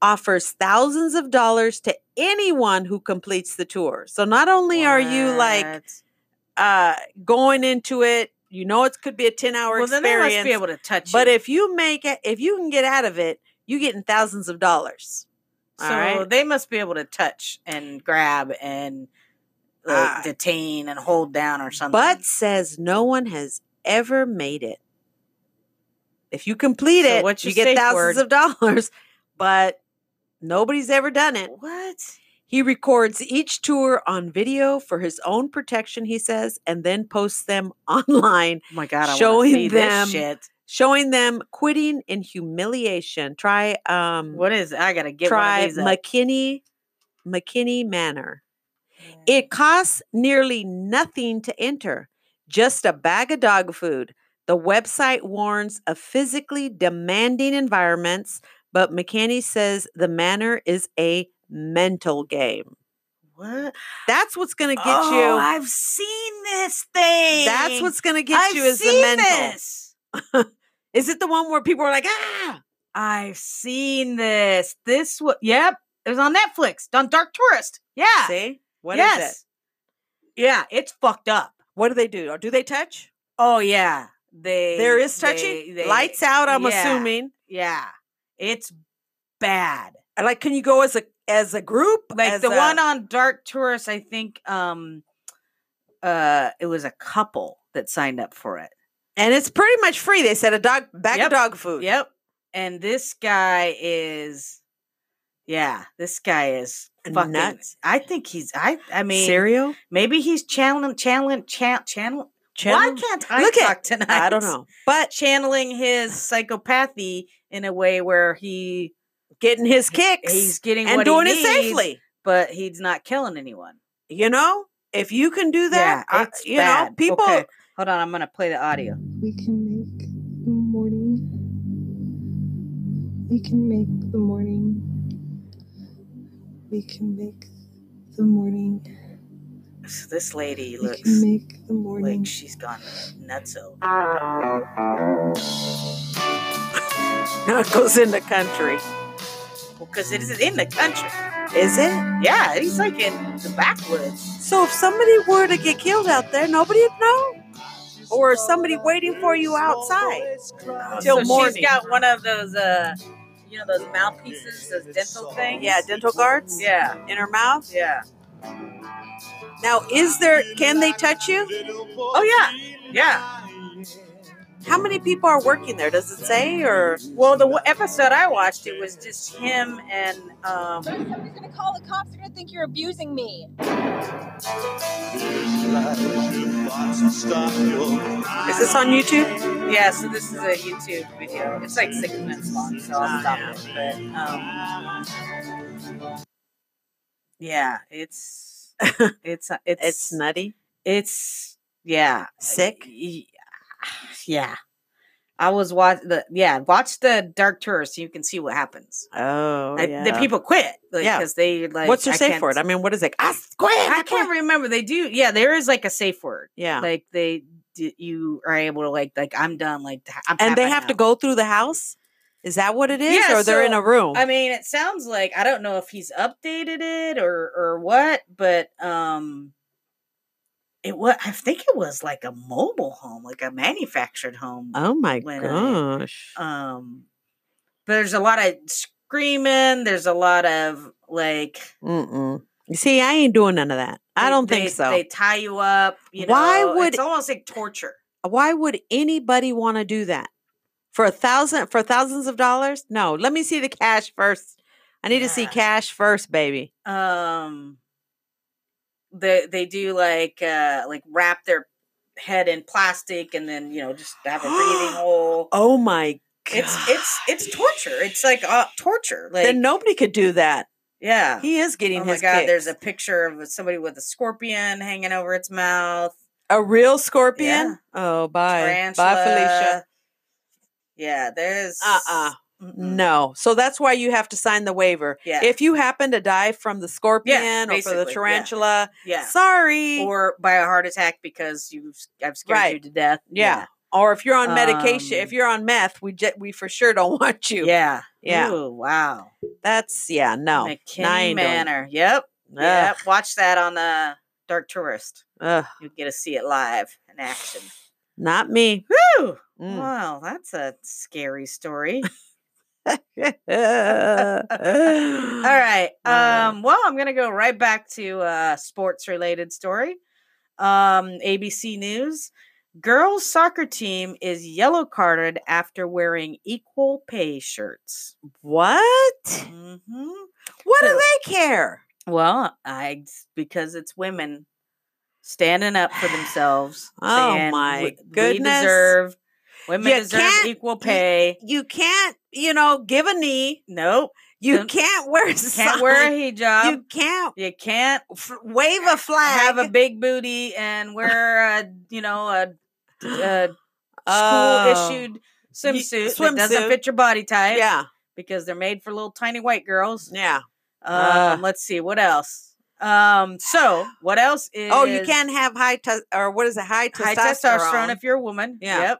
offers thousands of dollars to anyone who completes the tour. So not only are you like What? uh, going into it, you know it could be a ten hour well, then they experience, must be able to touch but you. if you make it, if you can get out of it, you're getting thousands of dollars. so all right. they must be able to touch and grab and like, Uh, detain and hold down or something. But says no one has ever made it. If you complete So it, what's you your get safe thousands word? of dollars, but nobody's ever done it. what? He records each tour on video for his own protection, he says, and then posts them online, Oh my god! I Showing showing see them- this shit. showing them quitting in humiliation. Try um What is? I gotta get one try of these. up. McKinney McKinney Manor. It costs nearly nothing to enter, just a bag of dog food. The website warns of physically demanding environments, but McKinney says the manor is a mental game. what? That's what's going to get oh, you. I've seen this thing. That's what's going to get I've you is the seen mental. This. Is it the one where people are like, ah, I've seen this. This what? Yep, it was on Netflix. On Dark Tourist. Yeah. see? What is Ah, yes. it? Yeah, it's fucked up. What do they do? Or do they touch? Oh yeah, they there is touching. they- they- Lights out, I'm yeah. assuming. Yeah, it's bad. And, Like, can you go as a as a group? Like As the a- one on Dark Tourist, I think. Um, uh, it was a couple that signed up for it. and it's pretty much free. They said a dog bag Yep. of dog food. Yep. And this guy is, yeah, this guy is fucking Nuts. I think he's. I. I mean, cereal. maybe he's channeling, channeling, chan- channel. Why Channel? can't I Look at- talk tonight? I don't know, but Channeling his psychopathy in a way where he getting his kicks he's getting and what doing he it needs, safely. but he's not killing anyone. You know, if you can do that, yeah, I- it's you know, bad. people. Okay, Hold on, I'm gonna play the audio. We can make the morning. We can make the morning. We can make the morning. So this lady We looks can make the like morning. she's gone nutso. It goes into country. because it is in the country. Is it? Yeah, he's like in the backwoods. So if somebody were to get killed out there, nobody would know. Or is somebody waiting for you outside? Till Oh, so morning. she's got one of those, uh, you know, those mouthpieces, those dental things. Yeah, dental guards yeah, in her mouth. yeah. Now, is there? Can they touch you? Oh yeah, yeah. How many people are working there? Does it say? Or Well, the w- episode I watched, it was just him and um, Somebody's gonna call the cops. They're gonna think you're abusing me. is this on YouTube? yeah. So this is a YouTube video. It's like six minutes long, so I'll stop it. But um, yeah, it's it's uh, it's It's nutty. it's yeah Sick? Y- yeah i was watch the yeah watch the dark tour so you can see what happens Oh, Like, the people quit like Yeah. because they like What's your I safe can't- word? I mean, what is it? Ah, squid. i can't remember they do yeah there is like a safe word Yeah. like they d- you are able to like like i'm done like t- I'm and they tapping have to out. go through the house. Is that what it is, Yeah, or they're in so, a room? i mean it sounds like i don't know if he's updated it or or what but um it was i think it was like a mobile home like a manufactured home oh my when I- gosh. um but there's a lot of screaming there's a lot of like Mm-mm. You see, I ain't doing none of that. I they- don't they- think so. they tie you up you Why know would- it's almost like torture Why would anybody want to do that? for a thousand for thousands of dollars? No, let me see the cash first. I need to see Yeah. cash first, baby. um they they do like uh like wrap their head in plastic and then you know just have a breathing hole Oh my god! it's it's it's torture it's like uh, torture like then nobody could do that. yeah He is getting oh my his. god there's a kicks. picture of somebody with a scorpion hanging over its mouth a real scorpion. Oh, bye, bye, Felicia. tarantula. yeah there's Uh uh mm-mm. No, so that's why you have to sign the waiver. Mm. yeah If you happen to die from the scorpion or for basically, the yeah. tarantula, yeah sorry. Or, or by a heart attack because you I've scared you Right. to death Yeah. if you're on medication, Um, if you're on meth, we je- we for sure don't want you. yeah Yeah. Ooh, wow That's yeah, no. McKinney Nah, I ain't doing it. Manor. Yep. Ugh, Yep. Watch that on the Dark Tourist. ugh, You'll get to see it live in action. not me. Woo! Mm. Wow, that's a scary story. Mm. All Mm-hmm. right. Wow. Um, well, I'm gonna go right back to uh sports related story. Um, ABC News. Girls soccer team is yellow carded after wearing equal pay shirts. What? hmm What So- do they care? Well, I because it's women standing up for themselves. Oh saying, my "We- goodness. We deserve women You deserve can't- equal pay. You can't, you know, give a knee. Nope, You Don't- can't wear a can't wear a sign. hijab. You can't You, can't f- wave a flag. have a big booty and wear a you know a, a school Oh. issued swimsuit, that swimsuit. doesn't fit your body type. Yeah, because they're made for little tiny white girls. yeah. Uh. Um, let's see what else. Um, so what else is? Oh, you can't have high tes- or what is it? High testosterone. high testosterone if you're a woman. Yeah. Yep.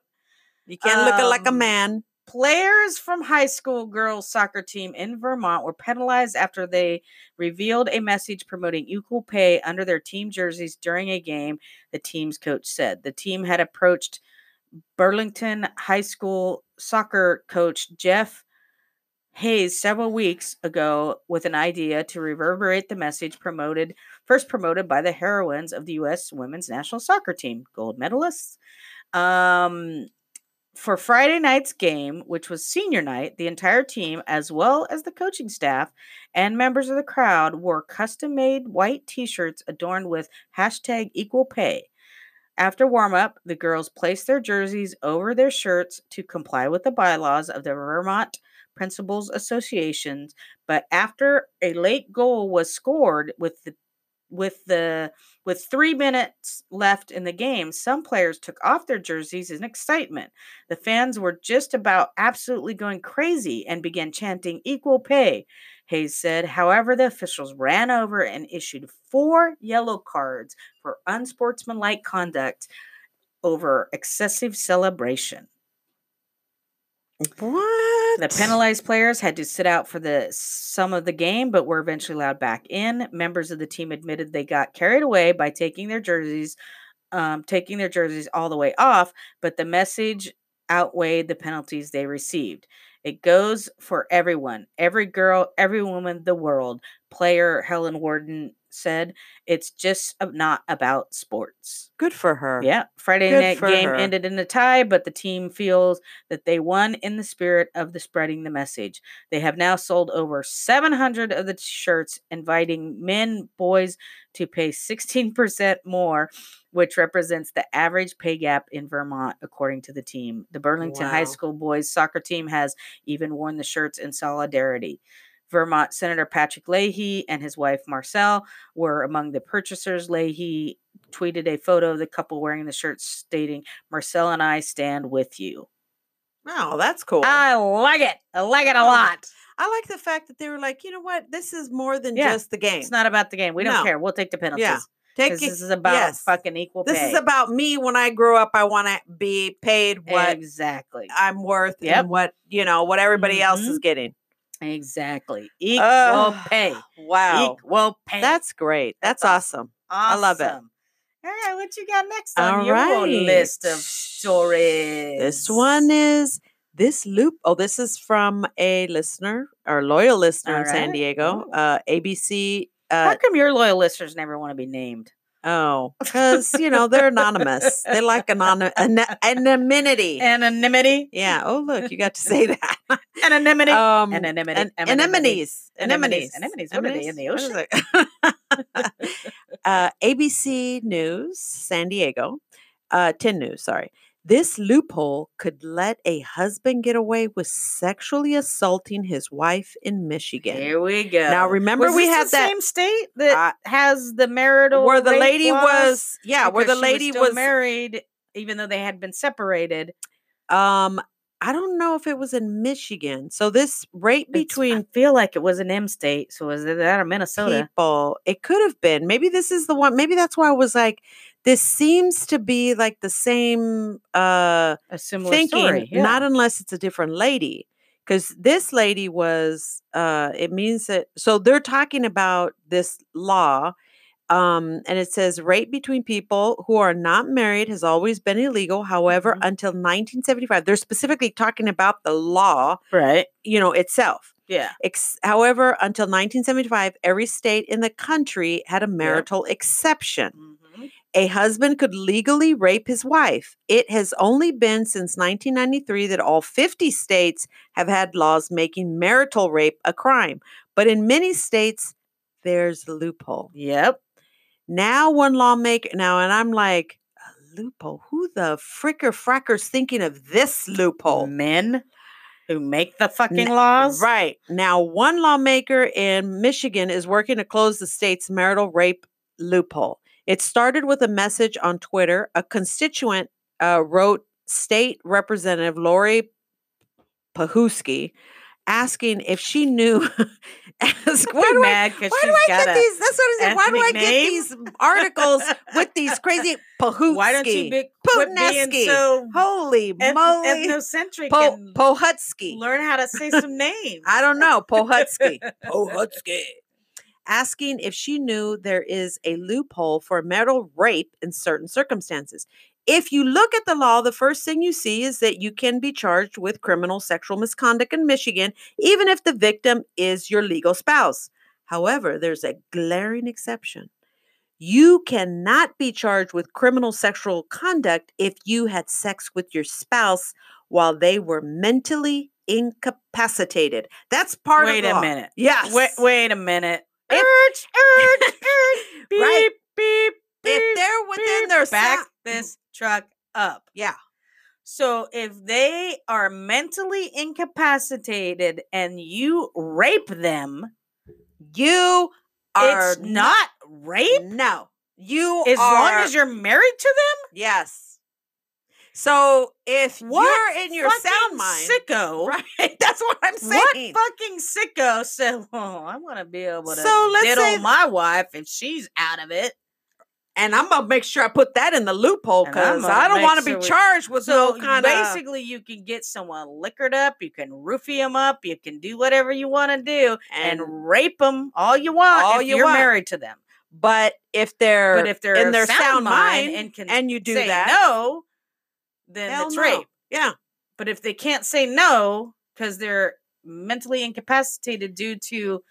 you can't look like a um, man. Players from high school girls soccer team in Vermont were penalized after they revealed a message promoting equal pay under their team jerseys during a game, the team's coach said. The team had approached Burlington High School soccer coach Jeff Hayes several weeks ago with an idea to reverberate the message promoted first promoted by the heroines of the US women's national soccer team, gold medalists. Um for Friday night's game, which was senior night, the entire team, as well as the coaching staff and members of the crowd, wore custom made white t shirts adorned with hashtag equal pay. After warm up, the girls placed their jerseys over their shirts to comply with the bylaws of the Vermont Principals Association. But after a late goal was scored with the with the with three minutes left in the game, some players took off their jerseys in excitement. The fans were just about absolutely going crazy and began chanting equal pay, Hayes said. However, the officials ran over and issued four yellow cards for unsportsmanlike conduct over excessive celebration. What? The penalized players had to sit out for the some of the game, but were eventually allowed back in. Members of the team admitted they got carried away by taking their jerseys, um, taking their jerseys all the way off, but the message outweighed the penalties they received. It goes for everyone, every girl, every woman, the world. Player Helen Warden said, "It's just ab- not about sports." Good for her. Yeah, Friday Good night for game her. ended in a tie, but the team feels that they won in the spirit of the spreading the message. They have now sold over 700 of the t- shirts, inviting men, boys to pay 16% more, which represents the average pay gap in Vermont, according to the team. The Burlington High Wow. School boys soccer team has even worn the shirts in solidarity. Vermont Senator Patrick Leahy and his wife Marcel were among the purchasers. Leahy tweeted a photo of the couple wearing the shirts stating, Marcel and I stand with you. Oh, that's cool. I like it. I like it a Oh, lot. I like the fact that they were like, you know what? This is more than Yeah, just the game. It's not about the game. We don't No. care. We'll take the penalties. Yeah. 'cause Take it- This is about yes. fucking equal This pay. is about me when I grow up. I want to be paid what Exactly. I'm worth Yep. Mm-hmm. and what, you know, what everybody else is getting. Exactly. Equal Oh, pay. Wow. Equal pay. uh, That's great. That's, awesome. awesome. love it. All right. What you got next on All your right. list of stories? This one is this loop. Oh, this is from a listener or loyal listener All in San right. Diego, Ooh. uh, ABC. How Uh, come your loyal listeners never want to be named? Oh, because you know they're anonymous. They like anonym anonymity. Anonymity. yeah. Oh, look, you got to say that. Anonymity. Um, anonymity. an- anonymity. anemones. Anemones. Anemones. Anemones. What are they, in the What is it? uh, ABC News, San Diego, uh, 10 News, sorry. This loophole could let a husband get away with sexually assaulting his wife in Michigan. Here we go. Now, remember Was we this had the that- same state that Uh, has the marital where the rape lady laws? was, yeah, where the Because she lady still was, married, even though they had been separated. um, I don't know if it was in Michigan. So this rape It's- between I feel like it was an M state, so was it that or Minnesota? people. It could have been. Maybe this is the one. Maybe that's why I was like, this seems to be like the same uh A similar thinking, story. yeah. not unless it's a different lady. Because this lady was uh it means that so they're talking about this law. Um, and it says rape between people who are not married has always been illegal. However, Mhm. until 1975, they're specifically talking about the law, right. you know, itself. Yeah. Ex- however, until 1975, every state in the country had a marital exception. Mhm. A husband could legally rape his wife. It has only been since 1993 that all 50 states have had laws making marital rape a crime. But in many states, there's a loophole. Yep. Now, one lawmaker, now, and I'm like, a loophole? Who the fricker fracker's thinking of this loophole? Men who make the fucking laws. Right. Now, one lawmaker in Michigan is working to close the state's marital rape loophole. It started with a message on Twitter. A constituent uh, wrote State Representative Lori Pahuski asking if she knew. ask, why do I, mad because why do I get these? That's what I said. Why do I get ethnic these articles with these crazy Pahuski? Why don't you be quit Putinesky. being so Holy eth- moly. ethnocentric Po- and Pohutsky. learn how to say some names? I don't know. Pohutsky. Oh, Pohutsky. Asking if she knew there is a loophole for marital rape in certain circumstances. If you look at the law, the first thing you see is that you can be charged with criminal sexual misconduct in Michigan, even if the victim is your legal spouse. However, there's a glaring exception. You cannot be charged with criminal sexual conduct if you had sex with your spouse while they were mentally incapacitated. That's part Wait of the a law. minute. Yes. Wait, wait a minute. If- urge, urge, urge. Beep, Right. beep, beep. If they're within beep. their back back, this truck up. Yeah. So if they are mentally incapacitated and you rape them, you are it's not rape. No, you As long are- as you're married to them, yes. So if What you're in your sound Fucking mind, sicko. right? That's what I'm saying. What fucking sicko said? Well, I want to be able to So let's diddle say- my wife if she's out of it. and I'm gonna make sure I put that in the loophole And I'm because gonna I don't make want to sure be we- charged with So no you- kind of. basically, you can get someone liquored up, you can roofie them up, you can do whatever you want to do, and, And- rape them all you want All if you you are want. married to them. But if they're But if they're in their of sound, mind, and can and you do say that, no, then hell it's no. rape. Yeah, But if they can't say no because they're mentally incapacitated due to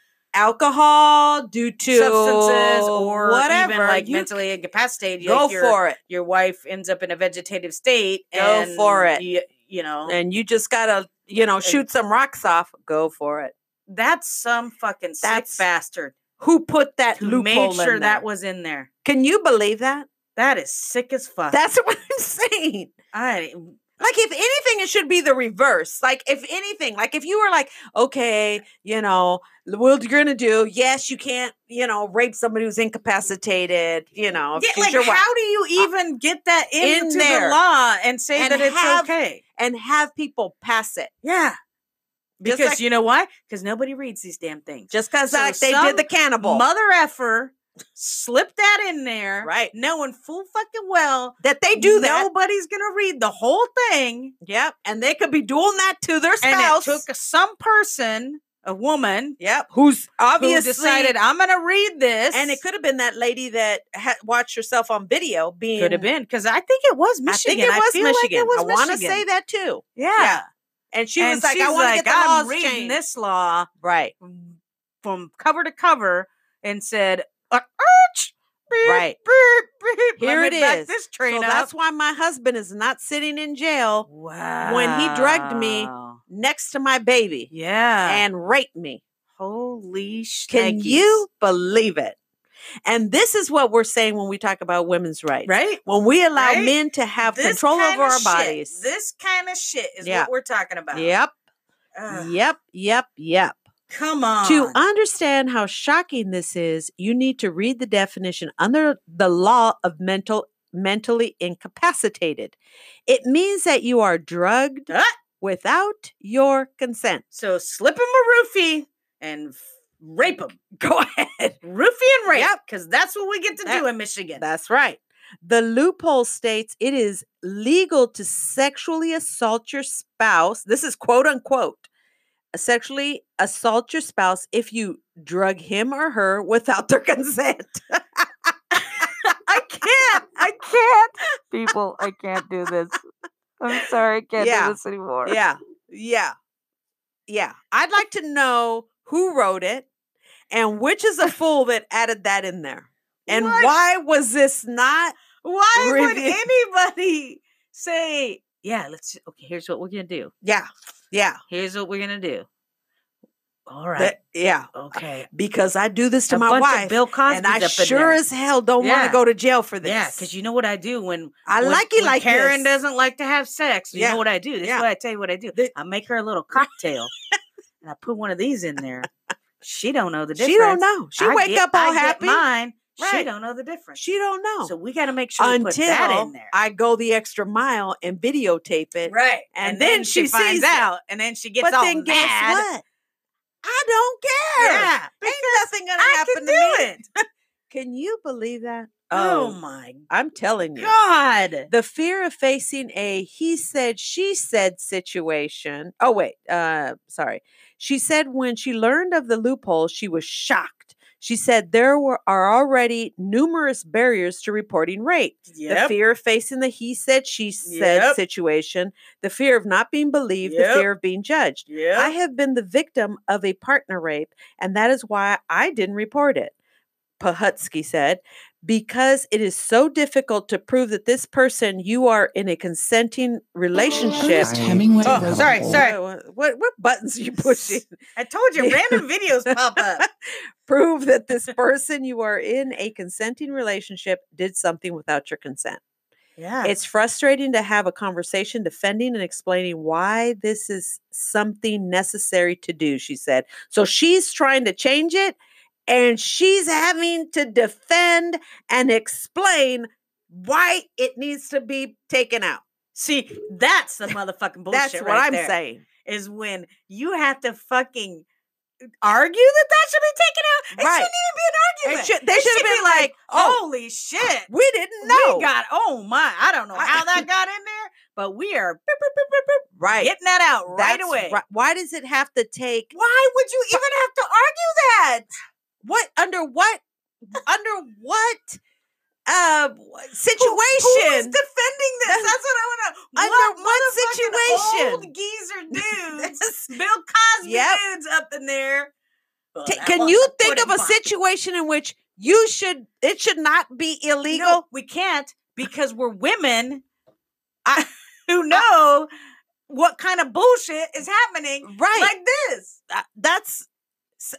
alcohol due to substances or whatever, even like you mentally incapacitated, c- go like your, for it, your wife ends up in a vegetative state. Go and for it. You, you know, and you just gotta you know shoot some rocks off. Go for it. that's some fucking sick That's- bastard. Who put that who made loophole sure in there? that was in there. Can you believe that? That is sick as fuck. That's what I'm saying. I Like if anything, it should be the reverse. Like if anything, like if you were like, okay, you know, what you're gonna do? Yes, you can't, you know, rape somebody who's incapacitated. You know, yeah, because like you're what- uh, how do you even get that in into there the law and say and that it's have- okay? and have people pass it Yeah. Just Because like- you know why? Because nobody reads these damn things. just because So like they some did the cannibal Mother effer slipped that in there, Right. Knowing full fucking well that they do that. Nobody's gonna read the whole thing, Yep, and they could be doing that to their and spouse. it took some person, a woman, yep, who's obviously who decided I'm gonna read this, and it could have been that lady that had watched herself on video being. Could have been because I think it was Michigan. I think it was feel like Michigan. it was I want to Michigan. say that too. Yeah. yeah. And she was And like, "I she's want to get the I'm laws reading changed." this law right. from- from cover to cover, and said, "Uh, urge, Right. Here Let it me back is. This train so up. that's why my husband is not sitting in jail Wow. drugged me, next to my baby Yeah. and raped me. holy Can shnikes. you believe it? And this is what we're saying when we talk about women's rights. Right? When we allow Right? men to have This control kinda over our shit- bodies. This kind of shit is Yeah. what we're talking about. Yep, Ugh, yep, yep, yep. Come on. To understand how shocking this is, you need to read the definition under the law of mental mentally incapacitated. It means that you are drugged Ah. without your consent. so slip him a roofie and f- rape him. Go ahead. Roofie and rape. Yep. Because that's what we get to That- do in Michigan. That's right. The loophole states it is legal to sexually assault your spouse. This is quote unquote. uh, Sexually assault your spouse if you drug him or her without their consent. I can't. I can't. People, I can't do this. I'm sorry, I can't do Yeah. this anymore. Yeah. Yeah. Yeah. I'd like to know who wrote it and which is a fool that added that in there. And What? why was this not Why would Review. anybody say, yeah, let's, okay, here's what we're going to do. Yeah. Yeah. Here's what we're going to do. All right. that- yeah. okay. Because I do this to A my bunch wife. of Bill Cosby. and I sure as hell don't want Yeah. to go to jail for this. Yeah, because you know what I do when I when- like it when like Karen this. doesn't like to have sex. You Yeah. know what I do? This Yeah. is what I tell you what I do. The- I make her a little cocktail and I put one of these in there. She don't know the difference. She don't know. She I wake get- up all I get happy. Mine. She Right. don't know the difference. She don't know So we got to make sure we until put that in there. I go the extra mile and videotape it. right. and then she finds sees it. out and then she gets But all then guess mad. what? I don't care. Yeah. Ain't nothing gonna I happen can do to me. it. Can you believe that? Oh my I'm telling you. god. The fear of facing a he said, she said situation. Oh, wait, uh, sorry. She said when she learned of the loophole, she was shocked. She said there were, are already numerous barriers to reporting rape. The fear of facing the he said, she said Yep. situation, the fear of not being believed, Yep. the fear of being judged. Yeah. I have been the victim of a partner rape, and that is why I didn't report it. Pahutsky said, because it is so difficult to prove that this person you are in a consenting relationship. Ernest Hemingway Oh, wrote sorry, a sorry. What, what, what buttons are you pushing? I told you random videos pop up. prove that this person you are in a consenting relationship did something without your consent. Yeah. It's frustrating to have a conversation defending and explaining why this is something necessary to do, she said. So she's trying to change it and she's having to defend and explain why it needs to be taken out. See, that's the motherfucking bullshit. That's what right I'm there, saying. Is when you have to fucking argue that that should be taken out. It Right. shouldn't even be an It argument. should, they It should have be been like, oh, holy shit. we didn't know. We got, oh my, I don't know I- how that got in there, but we are boop, boop, boop, boop, boop, right. getting that out right That's away. ri- Why does it have to take Why would you even have to argue that? what under what under what uh w- situation Who is defending this? That's what I want to. Under what what motherfucking Old situation? geezer dudes, That's- Bill Cosby Yep. dudes up in there. Well, Ta- that can was you a think of pudding a pop. situation in which you should it should not be illegal No, we can't because we're women I, who know what kind of bullshit is happening right like this. uh, that's s-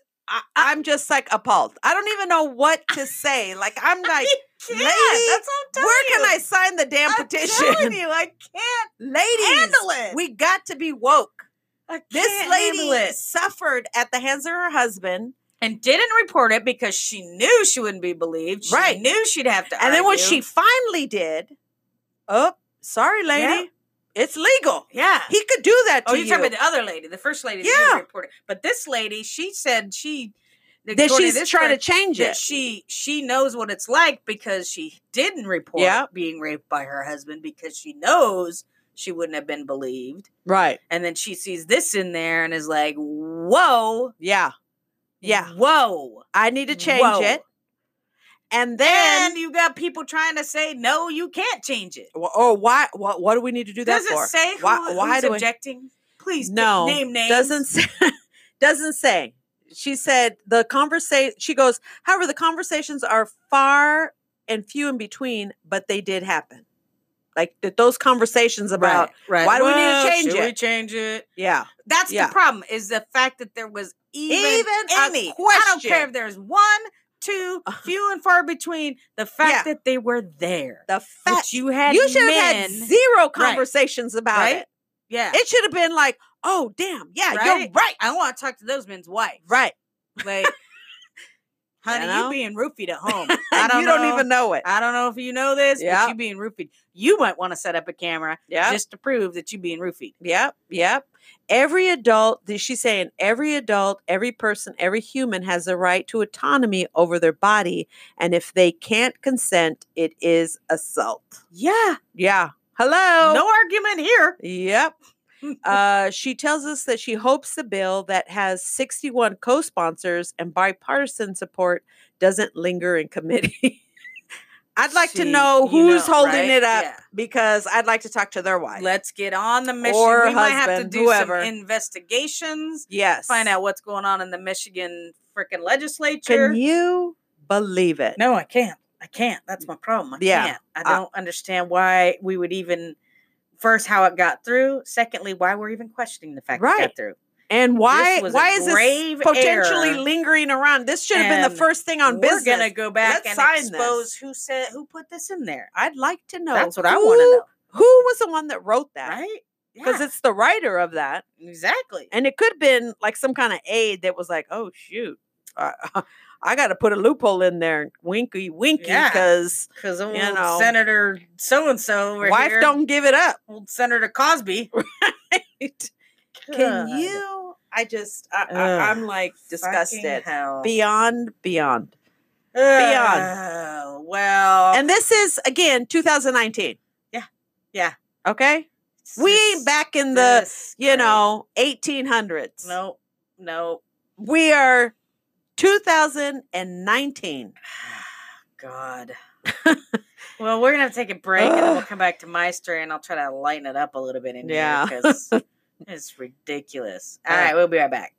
I, am just like appalled i don't even know what to say like i'm like I can't. lady, That's what I'm telling where you. can i sign the damn I'm telling petition you, I can't ladies handle it. we got to be woke I this can't lady handle it. suffered at the hands of her husband and didn't report it because she knew she wouldn't be believed. She Right. knew she'd have to. And then when argue. she finally did, oh, sorry, lady, it's legal. yeah. He could do that to Oh, you're you. talking about the other lady, the first lady. that Yeah. didn't report it. But this lady, she said she that according to she's this trying to friend, change that it. she she knows what it's like because she didn't report Yeah. being raped by her husband because she knows she wouldn't have been believed. right. And then she sees this in there and is like, "Whoa, Yeah. Yeah. whoa." I need to change Mm-hmm. Whoa. it. Then And then, you got people trying to say, "No, you can't change it." or oh, why? What, what do we need to do that Does for? it say who, Why- why who's do I- objecting? Please, no, no. name names. Doesn't say, doesn't say. She said the conversation. She goes. However, the conversations are far and few in between, but they did happen. Like that, those conversations about, right. why do we need to Well, change should we it? change it? yeah, That's Yeah. the problem is the fact that there was even, Even a any I don't care question. if there's one, two, few and far between. The fact that they were there, the that fact you had you should have men, had zero conversations about Right? it. yeah. It should have been like, oh damn, yeah, you're Right? right, I want to talk to those men's wives. right. Like, honey, you, know? being roofied at home. I don't you know. don't even know it. I don't know if you know this, Yeah. but you being roofied. You might want to set up a camera Yeah. just to prove that you being roofied. Yep, yep. Every adult, th- she's saying, every adult, every person, every human has a right to autonomy over their body. And if they can't consent, it is assault. Yeah. Yeah. Hello. No Mm, argument here. Yep. uh, she tells us that she hopes the bill that has 61 co sponsors and bipartisan support doesn't linger in committee. I'd like to See, know you who's know, holding right? it up Yeah. because I'd like to talk to their wife. Let's get on the mission. Or we might have to husband, do whoever. some investigations, yes. find out what's going on in the Michigan freaking legislature. Can you believe it? no, I can't. I can't. That's my problem. I Yeah. can't. I I- don't understand why we would even first how it got through. Secondly, why we're even questioning the fact it Right. got through. And why was a why is grave this potentially error, lingering around? This should have been the and first thing on we're business. gonna go back Let's sign and this. expose who said who put this in there. I'd like to know. That's what I want to know, Who was the one that wrote that? right? Because Yeah, it's the writer of that, exactly. and it could have been like some kind of aide that was like, "Oh shoot, I, I got to put a loophole in there, winky winky, Yeah. because Because old know. Senator so and so over wife here, don't give it up." old Senator Cosby. Can God. you? I just, I, Ugh, I, I'm like Fucking disgusted. hell. Beyond, beyond. Ugh, well, And this is again 2019. Yeah. Yeah. Okay. it's we ain't just back in the this you great. know 1800s no, no. we are 2019 God. well, we're gonna have to take a break, and then we'll Ugh. come back to my story, and I'll try to lighten it up a little bit in Yeah. here because it's ridiculous. All Yeah. right, we'll be right back.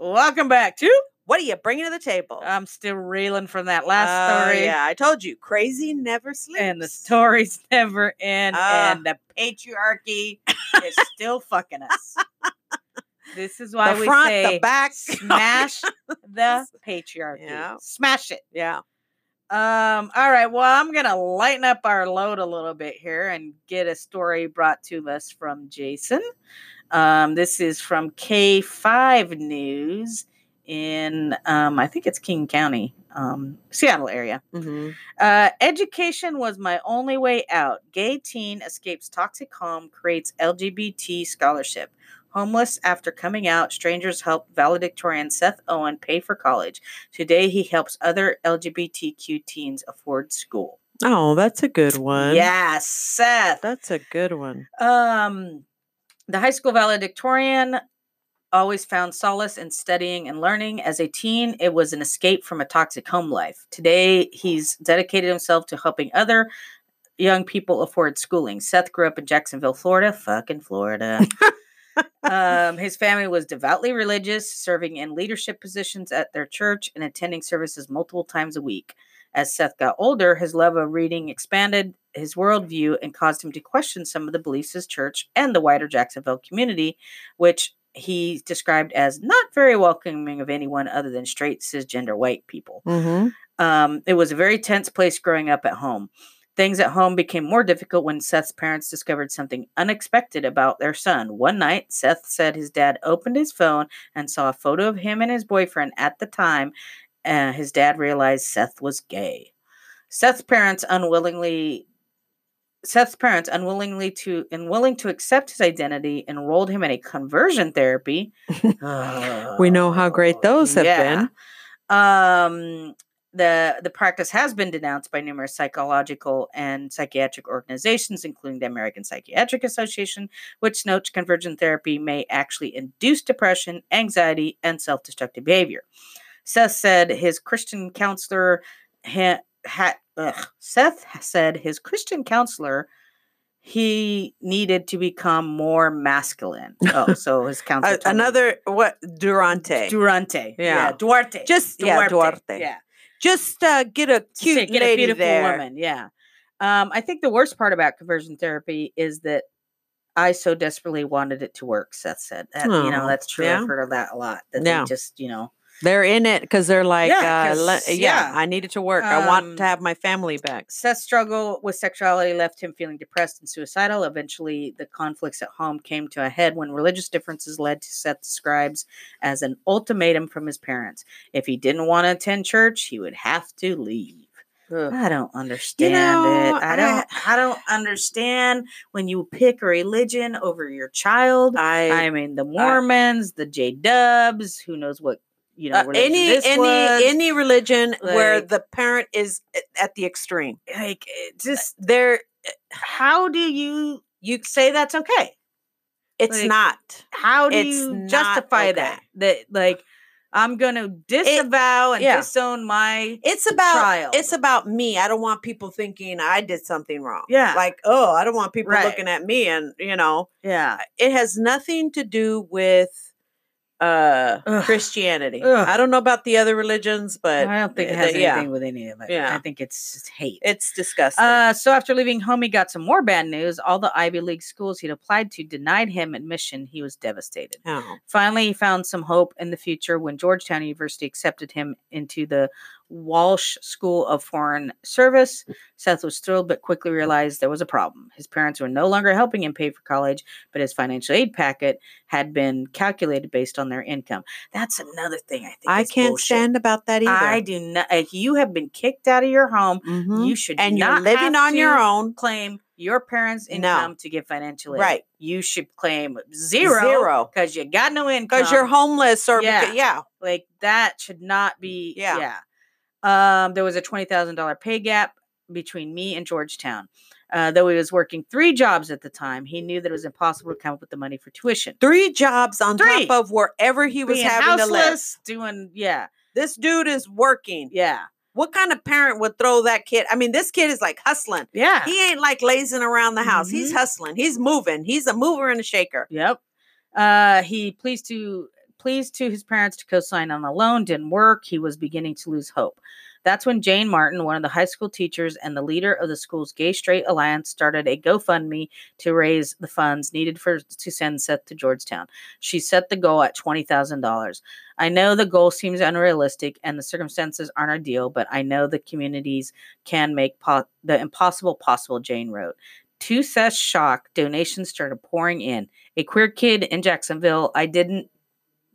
Welcome back to. what are you bringing to the table I'm still reeling from that last Oh, story, yeah i told you crazy never sleeps and the stories never end, Ah. and the patriarchy is still fucking us. This is why the we front say the back smash the patriarchy. Yeah. Smash it. yeah Um, all right. Well, I'm gonna lighten up our load a little bit here and get a story brought to us from Jason. Um, this is from K5 News in um, I think it's King County, um, Seattle area. Mhm. Uh, education was my only way out. Gay teen escapes toxic home, creates LGBT scholarship. Homeless after coming out, strangers help valedictorian Seth Owen pay for college. Today he helps other LGBTQ teens afford school. oh that's a good one Yes, Seth. that's a good one Um, the high school valedictorian always found solace in studying and learning. As a teen, it was an escape from a toxic home life. Today, he's dedicated himself to helping other young people afford schooling. Seth grew up in Jacksonville, Florida. Fucking Florida. um, his family was devoutly religious, serving in leadership positions at their church and attending services multiple times a week. As Seth got older, his love of reading expanded his worldview and caused him to question some of the beliefs his church and the wider Jacksonville community, which he described as not very welcoming of anyone other than straight cisgender white people. mm-hmm. Um, it was a very tense place growing up at home. Things at home became more difficult when Seth's parents discovered something unexpected about their son. One night, Seth said his dad opened his phone and saw a photo of him and his boyfriend at the time. Uh, his dad realized Seth was gay. Seth's parents unwillingly Seth's parents unwillingly to unwilling to accept his identity enrolled him in a conversion therapy. We know how great those have been. been. Um the the practice has been denounced by numerous psychological and psychiatric organizations including the American Psychiatric Association which notes conversion therapy may actually induce depression, anxiety and self-destructive behavior. Seth said his Christian counselor ha, ha, ugh. Seth said his Christian counselor he needed to become more masculine. Oh, so his counselor told him- another what durante Durante. Yeah. Duarte. Just- yeah, Duarte. Yeah. Just uh, get a Just cute say, get a lady beautiful there. woman. Yeah. Um, I think the worst part about conversion therapy is that I so desperately wanted it to work. Seth said, that, you know, Oh, that's true. yeah. I've heard of that a lot. That Yeah. they just, you know, They're in it because they're like, Yeah, uh, le- 'cause- yeah, yeah. I need it to work. I want to Um, have my family back. Seth's struggle with sexuality left him feeling depressed and suicidal. Eventually, the conflicts at home came to a head when religious differences led to Seth describes as an ultimatum from his parents. If he didn't want to attend church, he would have to leave. I don't understand know, it. I I- don't. I, don't understand when you pick a religion over your child. I, I mean, the Mormons, the J Dubs, who knows what you know. uh, religion any this any was. any religion where Like- the parent is a- at the extreme, like it just eh, there how do you you say that's okay? it's Like, not. How do It's you not justify okay. that? That like I'm gonna disavow and yeah. disown my It's about child. it's about me. I don't want people thinking I did something wrong. Yeah. like oh, I don't want people Right. looking at me, and you know, yeah. it has nothing to do with uh Ugh. Christianity. Ugh. I don't know about the other religions, but I don't think it uh, has yeah. anything with any of it. Yeah. I think it's just hate. It's disgusting. Uh, so after leaving home, he got some more bad news. All the Ivy League schools he'd applied to denied him admission. He was devastated. Oh. Finally, he found some hope in the future when Georgetown University accepted him into the Walsh School of Foreign Service. Hmm. Seth was thrilled, but quickly realized there was a problem. His parents were no longer helping him pay for college, but his financial aid packet had been calculated based on their income. That's another thing I think I is can't bullshit. stand about that either. I do not. If you have been kicked out of your home, Mhm. you should and Mm-hmm. not you're living have on your to own. Claim your parents' No. income to get financial aid. Right. You should claim zero. Zero. Because you got no income. Because you're homeless or Yeah. Because, yeah. Like that should not be. Yeah. Yeah. Um, there was a twenty thousand dollar pay gap between me and Georgetown. Uh, though he was working three jobs at the time, he knew that it was impossible to come up with the money for tuition. Three jobs on Three. top of wherever he was Being having to live. houseless, doing yeah, This dude is working. yeah, What kind of parent would throw that kid? I mean, this kid is like hustling. yeah. He ain't like lazing around the house. He's Mhm. hustling. He's moving. He's a mover and a shaker. Yep. Uh, he pleased to pleased to his parents to co-sign on the loan didn't work. He was beginning to lose hope. That's when Jane Martin, one of the high school teachers and the leader of the school's Gay Straight Alliance, started a GoFundMe to raise the funds needed for to send Seth to Georgetown. She set the goal at twenty thousand dollars. I know the goal seems unrealistic and the circumstances aren't ideal, but I know the communities can make po- the impossible possible. Jane wrote. To Seth's shock, donations started pouring in a queer kid in Jacksonville, I didn't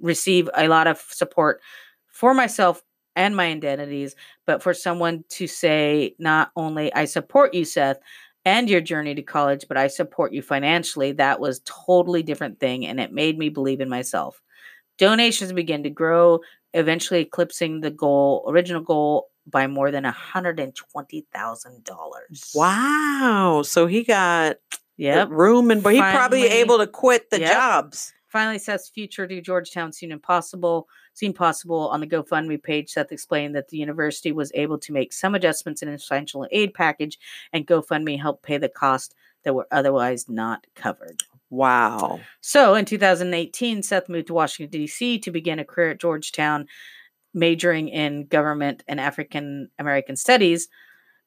receive a lot of support for myself and my identities, but for someone to say, not only I support you, Seth, and your journey to college, but I support you financially, that was totally different thing. And it made me believe in myself. Donations began to grow, eventually eclipsing the goal, original goal by more than $120,000. Wow. So he got Yep. room and but he probably Finally. able to quit the Yep. jobs. Finally, Seth's future to Georgetown seemed impossible. Seemed possible on the GoFundMe page. Seth explained that the university was able to make some adjustments in its financial aid package, and GoFundMe helped pay the costs that were otherwise not covered. Wow. So, in 2018, Seth moved to Washington D.C. to begin a career at Georgetown, majoring in government and African American studies.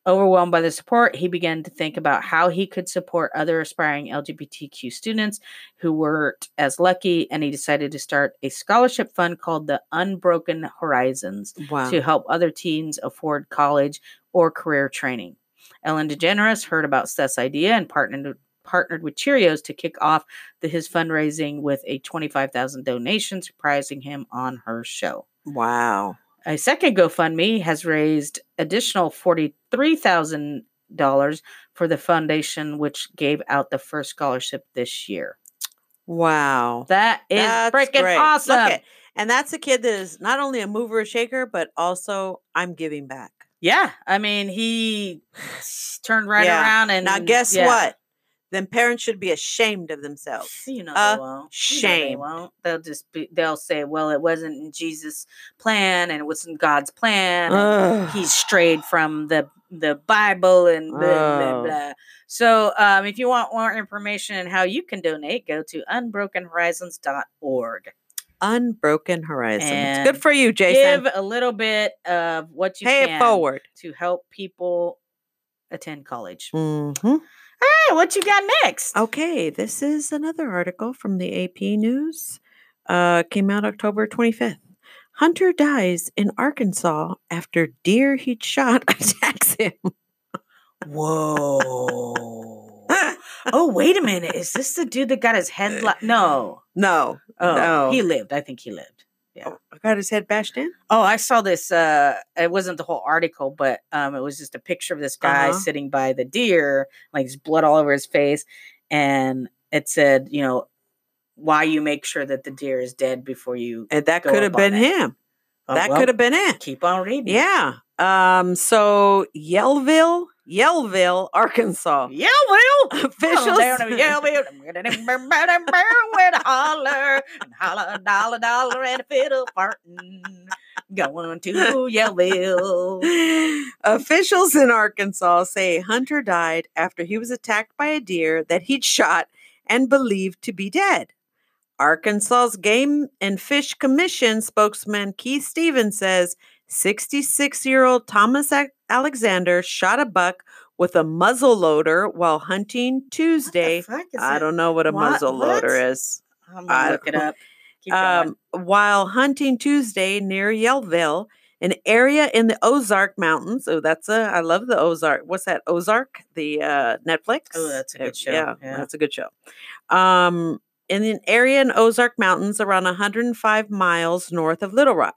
Overwhelmed by the support, he began to think about how he could support other aspiring LGBTQ students who weren't as lucky, and he decided to start a scholarship fund called the Unbroken Horizons Wow. to help other teens afford college or career training. Ellen DeGeneres heard about Seth's idea and partnered partnered with Cheerios to kick off the, his fundraising with a 25,000 donation surprising him on her show. Wow. A second GoFundMe has raised additional $43,000 for the foundation which gave out the first scholarship this year. Wow. That is freaking great. Look awesome. at- and that's a kid that is not only a mover, a shaker, but also I'm giving back. Yeah, I mean he s- turned right Mm, Yeah. around and now, guess yeah. what? Then parents should be ashamed of themselves. You know Uh, they won't. You know they shame. won't. They'll just be, they'll say, "Well, it wasn't in Jesus' plan, and it wasn't God's plan. and Ugh. he strayed from the the Bible and blah, blah, Oh. blah." So, um, if you want more information on how you can donate, go to unbrokenhorizons.org. unbroken horizons. And Good for you, Jason. Give a little bit of what you Pay can it forward. to help people attend college. Mhm. All right, what you got next? Okay, this is another article from the AP News. Uh, came out October 25th. Hunter dies in Arkansas after deer he'd shot attacks him. Whoa. oh, wait a minute. Is this the dude that got his head? Lo- no. no, Oh, no. he lived. I think he lived. Oh, got his head bashed in. Oh, I saw this. Uh, it wasn't the whole article, but um, it was just a picture of this guy Uh-huh. sitting by the deer, like his blood all over his face, and it said, you know, why you make sure that the deer is dead before you. And that Go could have up on been it. him. Oh, that well, could have been it. keep on reading. Yeah. Um, so Yellville, Yellville, Arkansas. Yeah, well, Officials. Yeah, well, I'm gonna with a holler and holler a dollar, dollar and a fiddle farting. Going to Yellville. Officials in Arkansas say Hunter died after he was attacked by a deer that he'd shot and believed to be dead. Arkansas's Game and Fish Commission spokesman Keith Stevens says 66 year old Thomas A- Alexander shot a buck with a muzzle loader while hunting Tuesday. I don't know what a What- muzzle what? loader is. know. I'm I gonna look it don't- up. Keep going. Um, while hunting Tuesday near Yellville, an area in the Ozark Mountains. Oh, that's a I love the Ozark. What's that Ozark? The uh, Netflix. Oh, that's a Uh, good show, Yeah, yeah. that's a good show. Um, in an area in Ozark Mountains, around 105 miles north of Little Rock.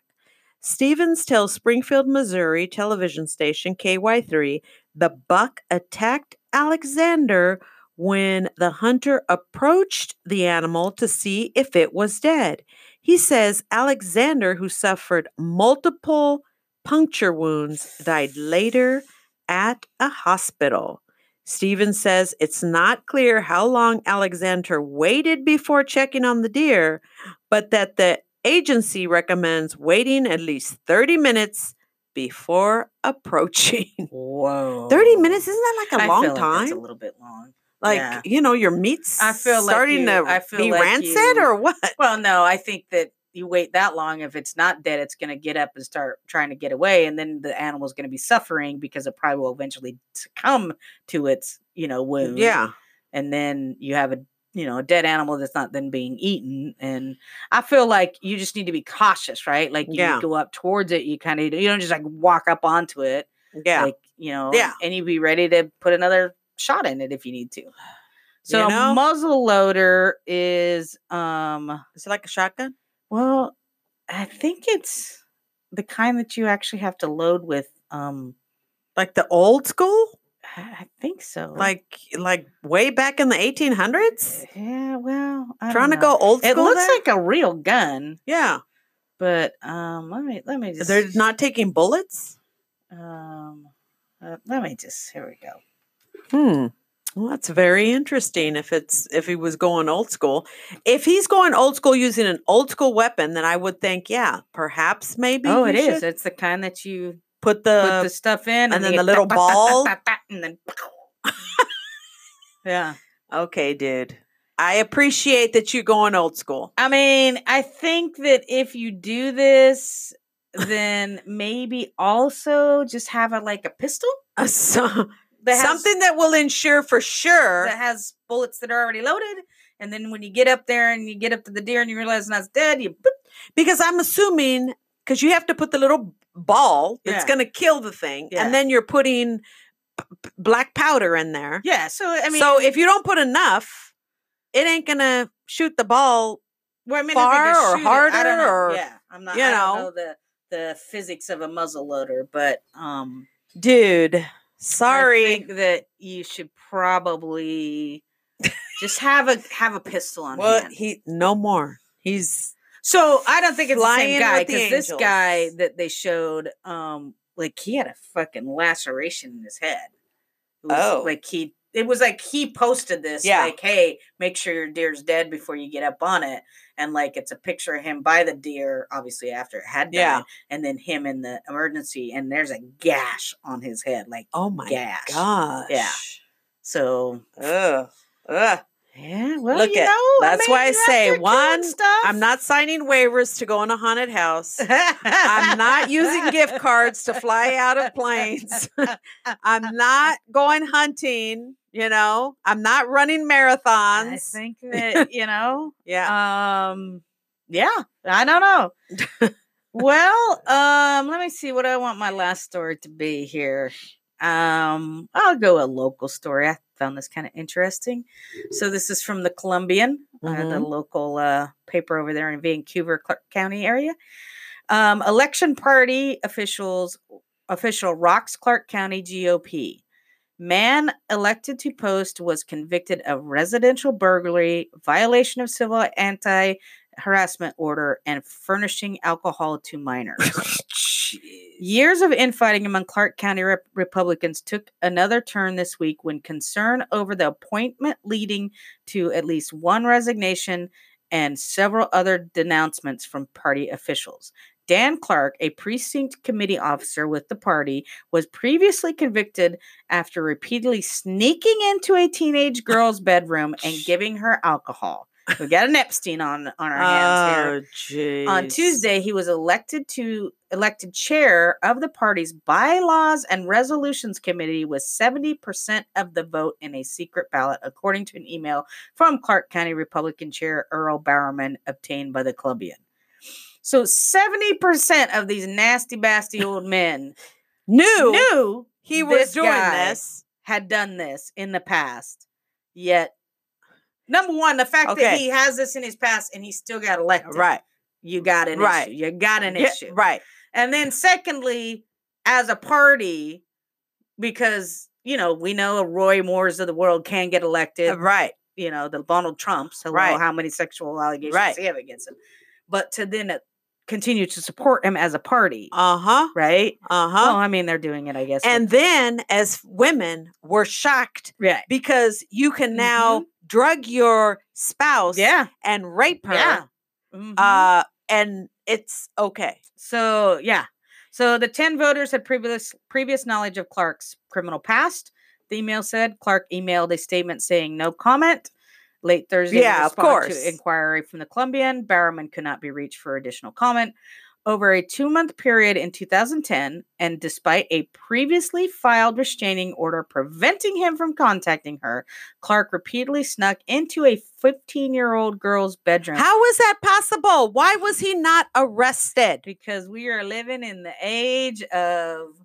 Stevens tells Springfield, Missouri television station KY3 the buck attacked Alexander when the hunter approached the animal to see if it was dead. He says Alexander, who suffered multiple puncture wounds, died later at a hospital. Stevens says it's not clear how long Alexander waited before checking on the deer, but that the agency recommends waiting at least 30 minutes before approaching. Whoa. 30 minutes isn't that like Oh. a I long feel like time? That's a little bit long. like yeah. you know your meat's I feel like starting you- to I feel be like rancid you- or what? Well, no, I think that you wait that long. If it's not dead, it's going to get up and start trying to get away, and then the animal's going to be suffering because it probably will eventually succumb to its, you know, wound. Yeah, and then you have a you know a dead animal that's not then being eaten and i feel like you just need to be cautious right like you Yeah. go up towards it you kind of you don't just like walk up onto it yeah. like you know Yeah. and you be ready to put another shot in it if you need to so know? a muzzle loader is um Is it like a shotgun? well i think it's the kind that you actually have to load with um Like the old school? i I think so Like like way back in the 1800s? yeah well I Trying don't to know. go old school? it looks there? like a real gun yeah. but um let me let me just They're not taking bullets. um uh, let me just here we go Hmm. Well, that's very interesting. If it's if he was going old school, if he's going old school using an old school weapon, then I would think, yeah, perhaps maybe. oh you it is should it's the kind that you put Put the the, stuff in and then you the little ball. and then yeah okay, dude. I appreciate that you're going old school. i mean i think that if you do this then maybe also just have a like a pistol Uh, so- that has- something that will ensure for sure. that has bullets that are already loaded and then when you get up there and you get up to the deer and you realize it's not dead you because I'm assuming because you have to put the little b- ball that's Yeah. going to kill the thing, Yeah. and then you're putting p- p- black powder in there. yeah so i mean so if you don't put enough, it ain't going to shoot the ball. Well, I mean, far if they just shoot or it, I don't harder know. or, yeah, I'm not. you I don't know. know the the physics of a muzzle loader, but um, Dude, I sorry. think that you should probably just have a have a pistol on Well, hand. he no more. He's So I don't think it's the Flying same guy with the because this guy angels. that they showed, um, like he had a fucking laceration in his head. It was Oh. like he. It was like he posted this, Yeah. like, "Hey, make sure your deer's dead before you get up on it," and like it's a picture of him by the deer, obviously after it had died, Yeah. and then him in the emergency, and there's a gash on his head, like oh my gash. gosh. So Ugh. Ugh. Yeah, well, Look you at- know, that's why I you're out say, there doing one, stuff. I'm not signing waivers to go in a haunted house. I'm not using gift cards to fly out of planes. I'm not going hunting, you know. I'm not running I marathons. think that you know. yeah. Um, yeah, I don't know. well, um, let me see what I want my last story to be here. Um, I'll go a local story. I found this kind of interesting. So this is from the Columbian, uh, the local uh, paper over there in Vancouver, Clark County area. Um, election party officials official rocks Clark County GOP. Man elected to post was convicted of residential burglary, violation of civil anti harassment order, and furnishing alcohol to minors. Years of infighting among Clark County Rep- Republicans took another turn this week when concern over the appointment leading to at least one resignation and several other denouncements from party officials. Dan Clark, a precinct committee officer with the party, was previously convicted after repeatedly sneaking into a teenage girl's bedroom and giving her alcohol. We got an Epstein on on our hands here. Oh, geez. On Tuesday, he was elected to elected chair of the party's bylaws and resolutions committee with 70% of the vote in a secret ballot, according to an email from Clark County Republican Chair Earl Bowerman obtained by the Columbian. So 70% of these nasty, basty old men knew, knew he was this doing guy this. had done this in the past, yet number one, the fact that Okay. he has this in his past and he still got elected Right. you got an Right. issue. You got an Yeah, issue. Right. And then secondly, as a party, because you know, we know a Roy Moores of the world can get elected, Uh, Right. you know, the Donald Trumps, hello, Right. how many sexual allegations Right. they have against him. But to then uh, continue to support him as a party, Uh huh. right? Uh Oh, huh. I mean, they're doing it, I guess. with- And then, as women, we're shocked yeah. because you can now drug your spouse Mm-hmm. Yeah. and rape her. Yeah. Mhm. Uh, and it's okay. So yeah. So the 10 voters had previous previous knowledge of Clark's criminal past. The email said Clark emailed a statement saying no comment. Late Thursday, in Yeah, of response course. To inquiry from the Colombian, Barrowman could not be reached for additional comment. Over a two month period in 2010, and despite a previously filed restraining order preventing him from contacting her, Clark repeatedly snuck into a 15 year old girl's bedroom. How is that possible? Why was he not arrested? because we are living in the age of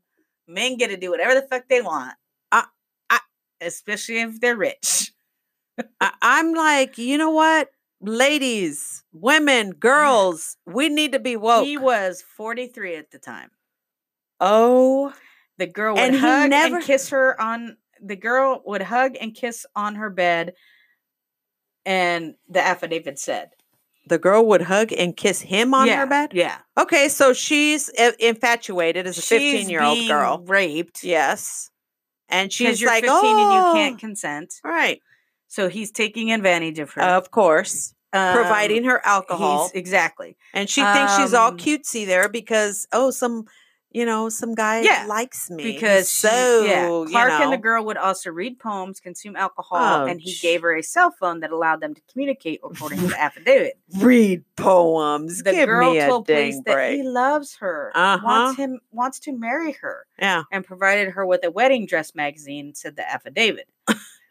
men get to do whatever the fuck they want. I- I- especially if they're rich. I- I'm like, you know what? Ladies, women, girls, we need to be woke. He was 43 at the time. oh, The girl would And he hug never- and kiss her on the girl would hug and kiss on her bed. And the affidavit said the girl would hug and kiss him on Yeah, her bed. Yeah. Okay, so she's i- infatuated as a She's 15 year old being girl. raped. Yes. And Because she's you're like, 15 oh, and you can't consent. Right. So he's taking advantage of her. Of course. Um, providing her alcohol. he's- Exactly. And she thinks she's all Um, cutesy there because oh, some you know some guy Yeah, likes me because she- so yeah, you Clark and the know, girl would also read poems, consume alcohol, Oh, and he sh- gave her a cell phone that allowed them to communicate, according to the affidavit. read poems. The Give girl me a told police dang that he break. loves her, Uh-huh. wants him, wants to marry her, Yeah, and provided her with a wedding dress magazine. Said the affidavit.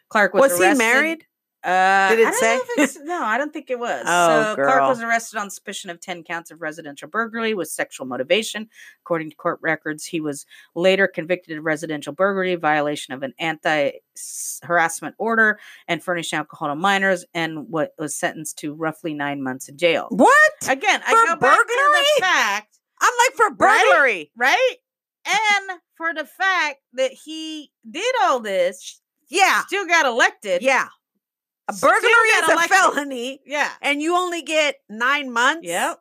Clark was, was he arrested- married? Uh, Did it I don't say? Know if it's, no, I don't think it was. Oh, so Clark girl. was arrested on suspicion of 10 counts of residential burglary with sexual motivation. According to court records, he was later convicted of residential burglary, violation of an anti harassment order, and furnishing alcohol to minors, and what was sentenced to roughly nine months in jail. What? Again, I For go back to burglary? the fact, I'm like for Right? burglary. right? And for the fact that he did all this, Yeah, still got elected. yeah. A Still burglary got is a elected. felony, Yeah. and you only get nine months. Yep.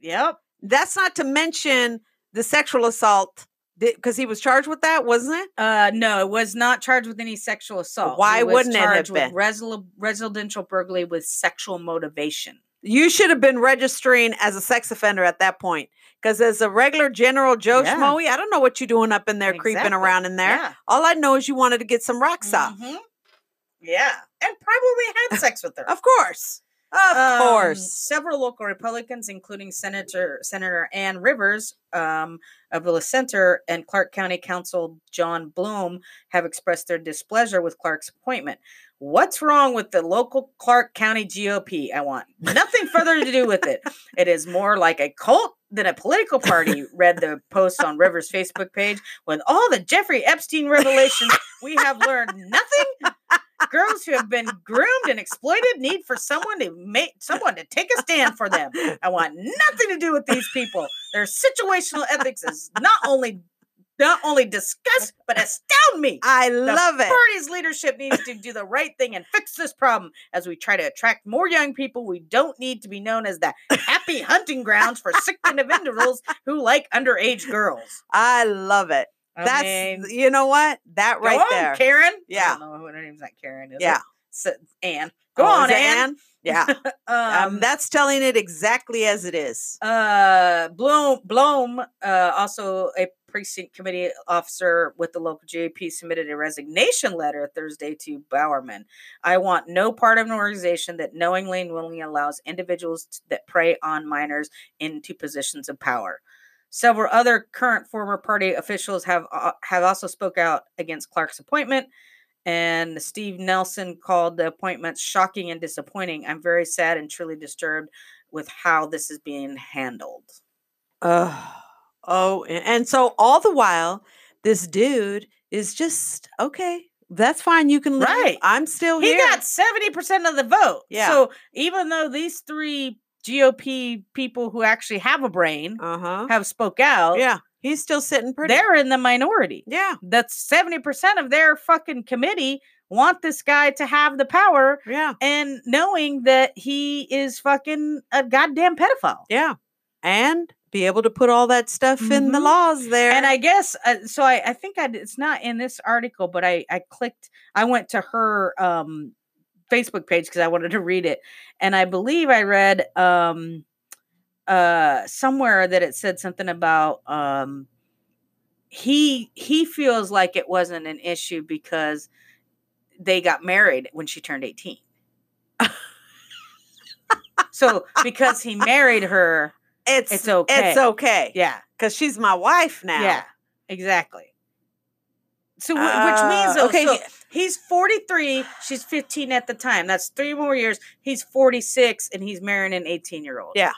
Yep. That's not to mention the sexual assault because he was charged with that, wasn't it? Uh, no, it was not charged with any sexual assault. Why was wouldn't it have charged been? With resol- residential burglary with sexual motivation. You should have been registering as a sex offender at that point. Because as a regular general Joe Yeah. Schmoe, I don't know what you're doing up in there creeping Exactly. around in there. All I know is you wanted to get some rocks off. Mhm. Mm-hmm. Yeah. and probably had sex with her. Of course. Of Mm-hmm. Um, course. Several local Republicans, including Senator Senator Ann Rivers um, of the Center and Clark County Council John Bloom, have expressed their displeasure with Clark's appointment. What's wrong with the local Clark County GOP? I want nothing further to do with it. It is more like a cult than a political party, read the post on Rivers' Facebook page. With all the Jeffrey Epstein revelations, we have learned nothing. Girls who have been groomed and exploited need for someone to make someone to take a stand for them. I want nothing to do with these people. Their situational ethics is not only not only disgust but astound me. I The love it. Party's leadership needs to do the right thing and fix this problem. As we try to attract more young people, we don't need to be known as the happy hunting grounds for sick individuals who like underage girls. I love it. I That's mean, you know what? That go right on, there. Karen. Yeah. I don't know who her name's not Karen. Is Yeah. It? So, Anne. Go Oh, is on, it Anne. Yeah. Um, um, that's telling it exactly as it is. uh bloom bloom uh also a precinct committee officer with the local gop submitted a resignation letter thursday to bowerman i want no part of an organization that knowingly and willingly allows individuals t- that prey on minors into positions of power several other current former party officials have uh, have also spoke out against clark's appointment and Steve Nelson called the appointment shocking and disappointing. I'm very sad and truly disturbed with how this is being handled. Oh, oh, a- and so all the while, this dude is just okay. That's fine. You can leave. Right. I'm still He here. got 70% of the vote. Oh, Yeah. So even though these three GOP people who actually have a brain uh huh. have spoke out, Yeah, he's still sitting pretty. they're in the minority. Yeah, That's 70% of their fucking committee want this guy to have the power yeah, and knowing that he is fucking a goddamn pedophile. yeah, and be able to put all that stuff in the Mhm. laws there. and I guess uh, so. I, I think I, d- it's not in this article, but I I clicked. I went to her um, Facebook page because I wanted to read it, and I believe I read um, uh, somewhere that it said something about um, he he feels like it wasn't an issue because they got married when she turned eighteen. so because he married her, it's it's okay. It's okay. yeah. because she's my wife now. Yeah, exactly. So wh- which means Ah, though, okay, so he- Uh, he's 43, she's 15 at the time. That's 3 more years. He's 46 and he's marrying an 18-year-old. Yeah.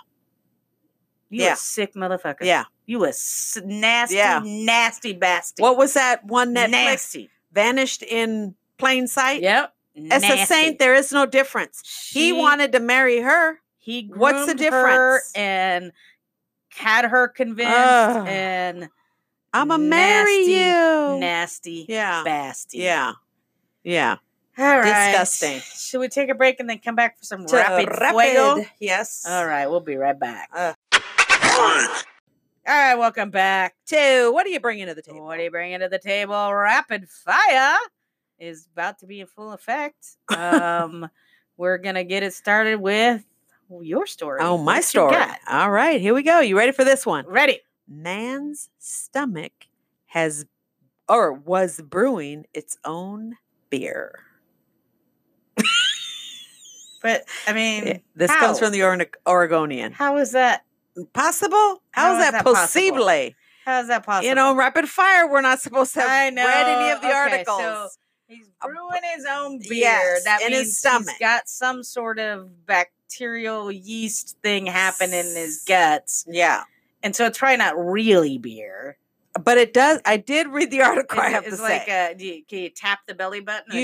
You Yeah. a sick motherfucker. yeah. You a s- nasty Yeah. nasty bastard. What was that one Netflix nasty. vanished in plain sight? Yep. As a saint, there is no difference. he She- wanted to marry her. he groomed what's the her difference? and had her convinced Ugh. and I'm gonna marry Nasty, you. nasty Yeah. bastard. Yeah. Yeah. All right. Disgusting. Should we take a break and then come back for some To rapid, fuego? rapid, Yes. All right, we'll be right back. Uh. All right, welcome back. Two. What are you bringing to the table? What are you bringing to the table? Rapid fire is about to be in full effect. Um, we're gonna get it started with your story. oh, What my you story. got? Mm. All right. Here we go. You ready for this one? Ready? Man's stomach has or was brewing its own beer. But I mean, Eh, This comes how? from the Oregon- Oregonian. how is that? Possible? How How is is that, that possible? possible? How is that possible? You know, rapid fire, we're not supposed to have I read any know. of the Okay, so- articles. He's brewing his own beer. Yes, that in means his stomach. he's got some sort of bacterial yeast thing happening in his guts, yeah. and so it's probably not really beer. But it does. I did read the article. I It's, have it's to like say, A, do you, can you tap the belly button? and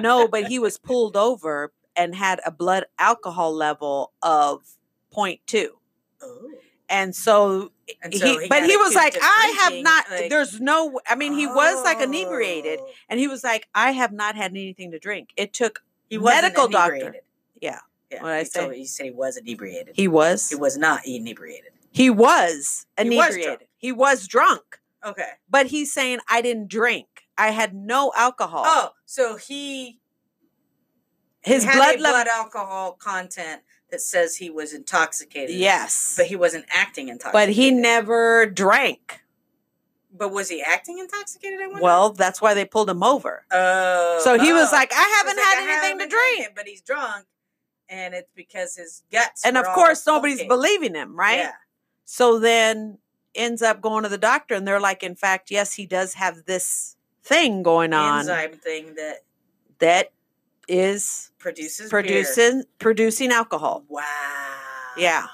no. But he was pulled over and had a blood alcohol level of 0.2. Oh. and so, And he, so but got he was like, addicted to I have drinking, not. like, there's no. w- I mean, he was like inebriated, oh. and he was like, I have not had anything to drink. It took. He wasn't medical doctor. inebriated. Yeah. yeah. What'd I you say? told- you said he was inebriated. He was. He was not inebriated. He was He was drunk. inebriated. He was drunk, Okay. but he's saying I didn't drink. I had no alcohol. Oh, so he his had blood a level. blood alcohol content that says he was intoxicated. Yes, but he wasn't acting intoxicated. but he never drank. But was he acting intoxicated? I wonder? Well, that's why they pulled him over. oh, So he was oh. like, I He was haven't like, had "I anything to haven't drink. it," but he's drunk, and it's because his guts. And were of all course, nobody's funky. believing him, right? Yeah. So then ends up going to the doctor, and they're like, in fact, yes, he does have this thing going on enzyme thing that that is produces beer. producing producing alcohol. Wow. Yeah.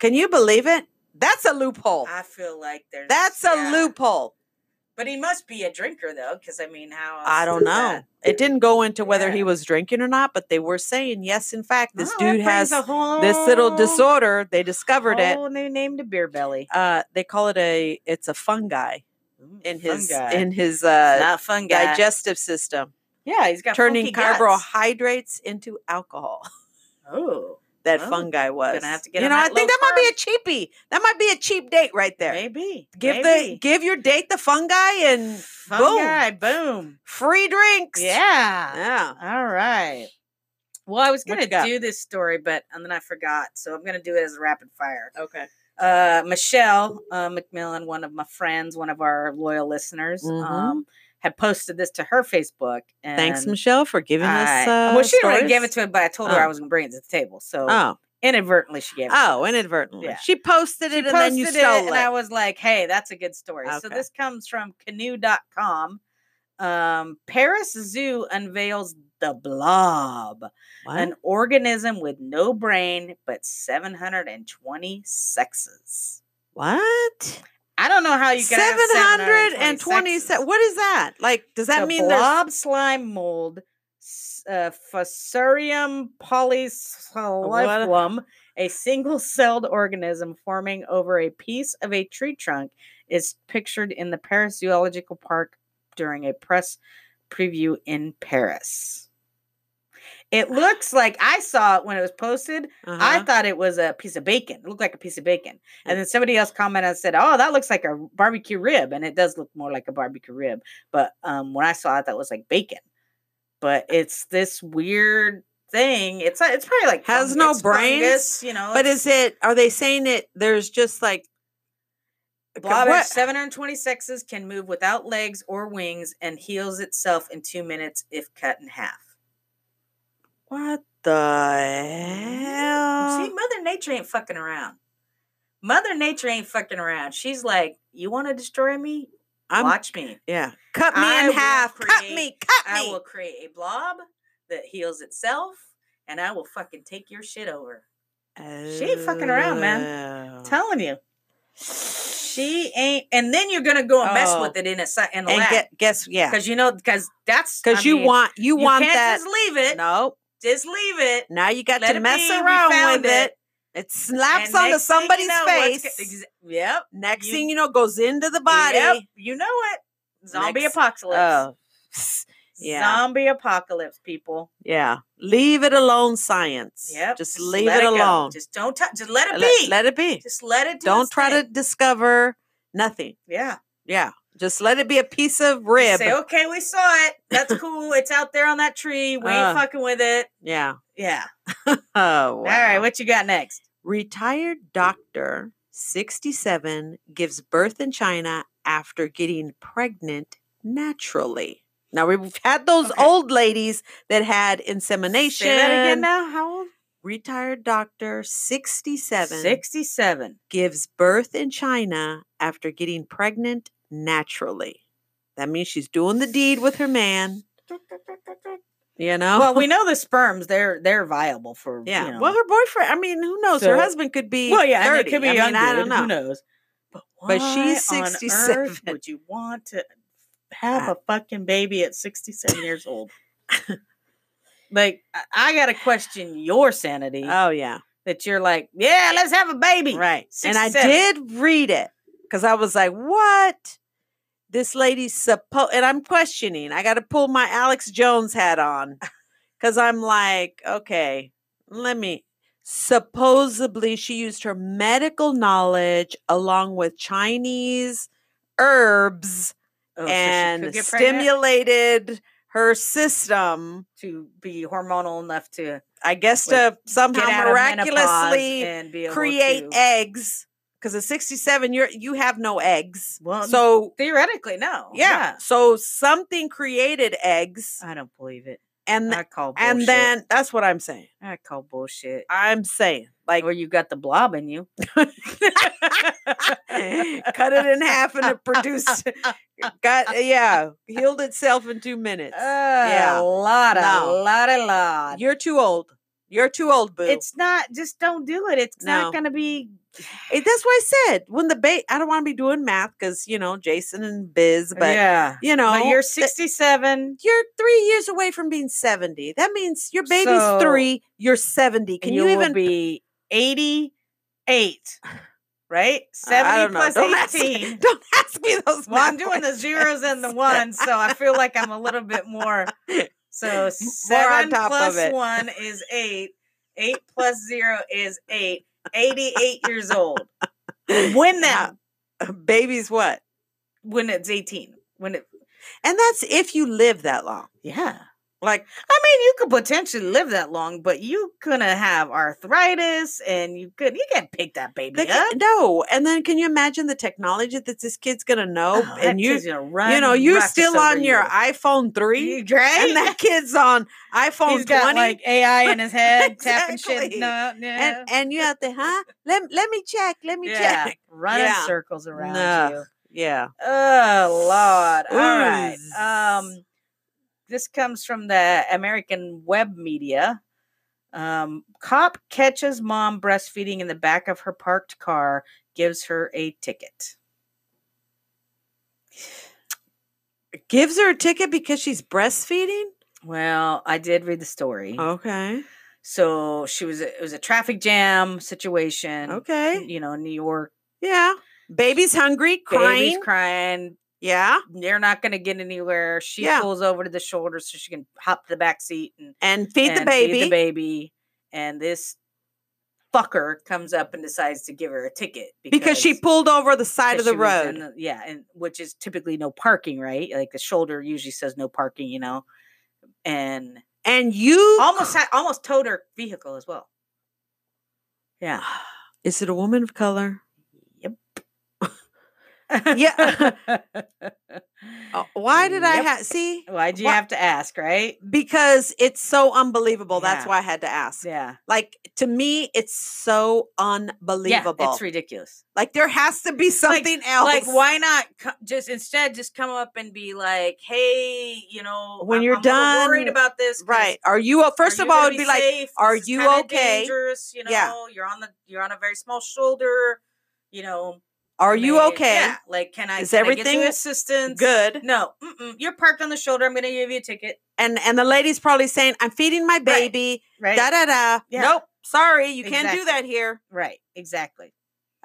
Can you believe it? That's a loophole. I feel like there's That's a yeah. loophole. But he must be a drinker though, because I mean, how? I else don't is know. that? It didn't go into whether Yeah. he was drinking or not, but they were saying, yes, in fact, this Oh, that dude has brings a whole, this little disorder. They discovered it. Whole new name to beer belly. Uh, they call it a. It's a fungi Ooh, in his fungi. in his uh, not fun guy. digestive system, yeah, he's got turning funky guts. carbohydrates into alcohol. Oh, That Well, fungi was. have to get you on know, I that think low that might be a cheapie. That might be a cheap date right there. maybe Give the maybe. give your date the fungi and fungi boom. free drinks. Yeah. Yeah. All right. Well, I was What gonna you got? do this story, but and then I forgot, so I'm gonna do it as a rapid fire. Okay. Uh, Michelle uh, McMillan, one of my friends, one of our loyal listeners, Mhm. um, had posted this to her Facebook. And Thanks, Michelle, for giving us. I- Uh, well, she didn't really give stories. it to me, but I told her I Oh. was gonna bring it to the table. So Oh, inadvertently, she gave. it to oh, us. inadvertently. Yeah. She posted it She and then you posted stole it. and I was like, hey, that's a good story. So Okay. this comes from canoe.com. Um, Paris Zoo unveils the blob, What? an organism with no brain but 720 sexes. what? I don't know how you can have 720 se- sexes. what is that like does that The mean there's blob slime mold s- uh, Fusarium polycephalum, a single-celled organism forming over a piece of a tree trunk, is pictured in the Paris Zoological Park during a press preview in Paris. It looks like I saw it when it was posted. I Uh-huh. Mm. thought it was a piece of bacon. It looked like a piece of bacon. And then somebody else commented and said, Oh, that looks like a barbecue rib. And it does look more like a barbecue rib. But um, when I saw it, that was like bacon. But it's this weird thing. It's a- it's probably like Has no fungus- fungus, brains, you know. but is it are they saying it there's just like blob what- has 720 sexes, can move without legs or wings, and heals itself in two minutes if cut in half. what the hell See, Mother Nature ain't fucking around. Mother Nature ain't fucking around. She's like, you want to destroy me? I'm- Watch me. yeah cut me I in will half cut create- me cut I me will create a blob that heals itself, and I will fucking take your shit over. She ain't fucking around, man telling you, she ain't. And then you're gonna go and mess Oh. with it in a si- in a and lab get, guess yeah because you know because that's I because you mean, want you, you, want can't that just leave it. no Just leave it. now you got Let to it mess be, we around found with it it. it slaps and onto next thing you somebody's know what's face go- exa- yep, next you- thing you know goes into the body Yep, you know it. Zombie Next- apocalypse. Oh, yeah. Zombie apocalypse, people. yeah. Leave it alone, science. Yep. Just, leave let it, go. alone. Just don't touch. Just let it Let- be. let it be. just let it. Do Don't its try thing. to discover nothing. Yeah. Yeah. Just let it be a piece of Just rib. Say "Oh." okay, we saw it. That's cool. It's out there on that tree. We Uh, ain't fucking with it. yeah. Yeah. Oh, All right. wow. What you got next? Retired doctor, 67, gives birth in China after getting pregnant naturally. Now, we've had those Okay. old ladies that had insemination. Say that again. Now, how old? Retired doctor, 67. Sixty-seven. gives birth in China after getting pregnant naturally. That means she's doing the deed with her man. You know? Well, we know the sperms. They're they're viable for. yeah. You know. Well, her boyfriend, I mean, who knows? her So- husband could be. Well, yeah, and 30. it could be I a mean, young I dude, don't know. Who knows? But why she's on earth 67. Would you want to have a fucking baby at 67 years old? like, I, I got to question your sanity Oh, yeah. that you're like, yeah, let's have a baby. Right. And I 67. did read it because I was like, what? This lady's supposed, and I'm questioning. I got to pull my Alex Jones hat on because I'm like, okay, let me. Supposedly, she used her medical knowledge along with Chinese herbs Oh, so she could and get pregnant stimulated her system, to be hormonal enough to I guess, Like, to get somehow out of menopause miraculously and be able create to- eggs because at 67 you're you have no eggs. Well, so Theoretically, no. yeah, so something created eggs, I don't believe it. and th- I call bullshit. and then that's what I'm saying. I call bullshit. I'm saying like Or you got the blob in you. cut it in half and it produced got yeah healed itself in two minutes. Oh, yeah, lot, No. lot, a lot. You're too old. You're too old, boo. It's not just don't do it. It's No. not gonna be. It- that's why I said when the bait. I don't want to be doing math because you know Jason and Biz, but yeah, you know eh, but you're th- 67. You're three years away from being seventy. That means your baby's So- three. You're seventy. Can Can you, you, even? will be 88? Right, I 70 don't know. plus Don't ask- 18. don't ask me those. Well, I'm math doing the questions. zeros and the ones, so I feel like I'm a little bit more. So seven top of plus it. one is eight. Eight plus zero is eight. 88 years old. When that baby's what? when it's 18. When it And that's if you live that long. yeah. Like I mean, you could potentially live that long, but you gonna have arthritis, and you could you can't pick that baby the ki- up. no. And then can you imagine the technology that this kid's gonna know? Oh, that and you, kid's gonna you know, run you're ruckus still over on your you. iPhone You- three. right? and that kid's on iPhone He's 20 got like AI in his head, tapping shit. Exactly. No, no. and and you have to huh let, let me check let me yeah, check running Yeah. circles around No. you. yeah Oh Lord! All right. Ooze. Um, this comes from the American web media. Um, cop catches mom breastfeeding in the back of her parked car, gives her a ticket. gives her a ticket because she's breastfeeding Well, I did read the story. Oh. okay So she was it was a traffic jam situation. okay You know, New York yeah baby's hungry crying baby's crying. yeah They're not going to get anywhere. She Yeah. pulls over to the shoulder so she can hop to the back seat and and feed the and feed baby the baby, and this fucker comes up and decides to give her a ticket because, she pulled over the side of because the she was in road the- yeah, and which is typically no parking, right? Like the shoulder usually says no parking, you know, and and you almost had, almost towed her vehicle as well. Yeah. is it a woman of color Yep. Yeah. Uh, why did i Yep. have see Why'd you wha- have to ask, right? because it's so unbelievable that's Yeah. why i had to ask Yeah. like to me it's so Yeah, unbelievable it's ridiculous. Like there has to be something else. Like, Oh, why not co- just instead just come up and be like, "Hey, you know, When I'm- you're I'm a little worried done, about this, 'cause Right? Are you? o- First are of you all, gonna it'd be like, safe? are This is you kinda okay?" Dangerous, you know, Yeah. you're on the you're on a very small shoulder, you know. "Are you may- okay? Yeah, like, can I? Is can I get you everything assistance? Good." No, mm-mm, you're parked on the shoulder. I'm going to give you a ticket. And and the lady's probably saying, "I'm feeding my baby." Right. Da da da. Yeah. Nope. Sorry, you can't do Exactly. that here. right. Exactly.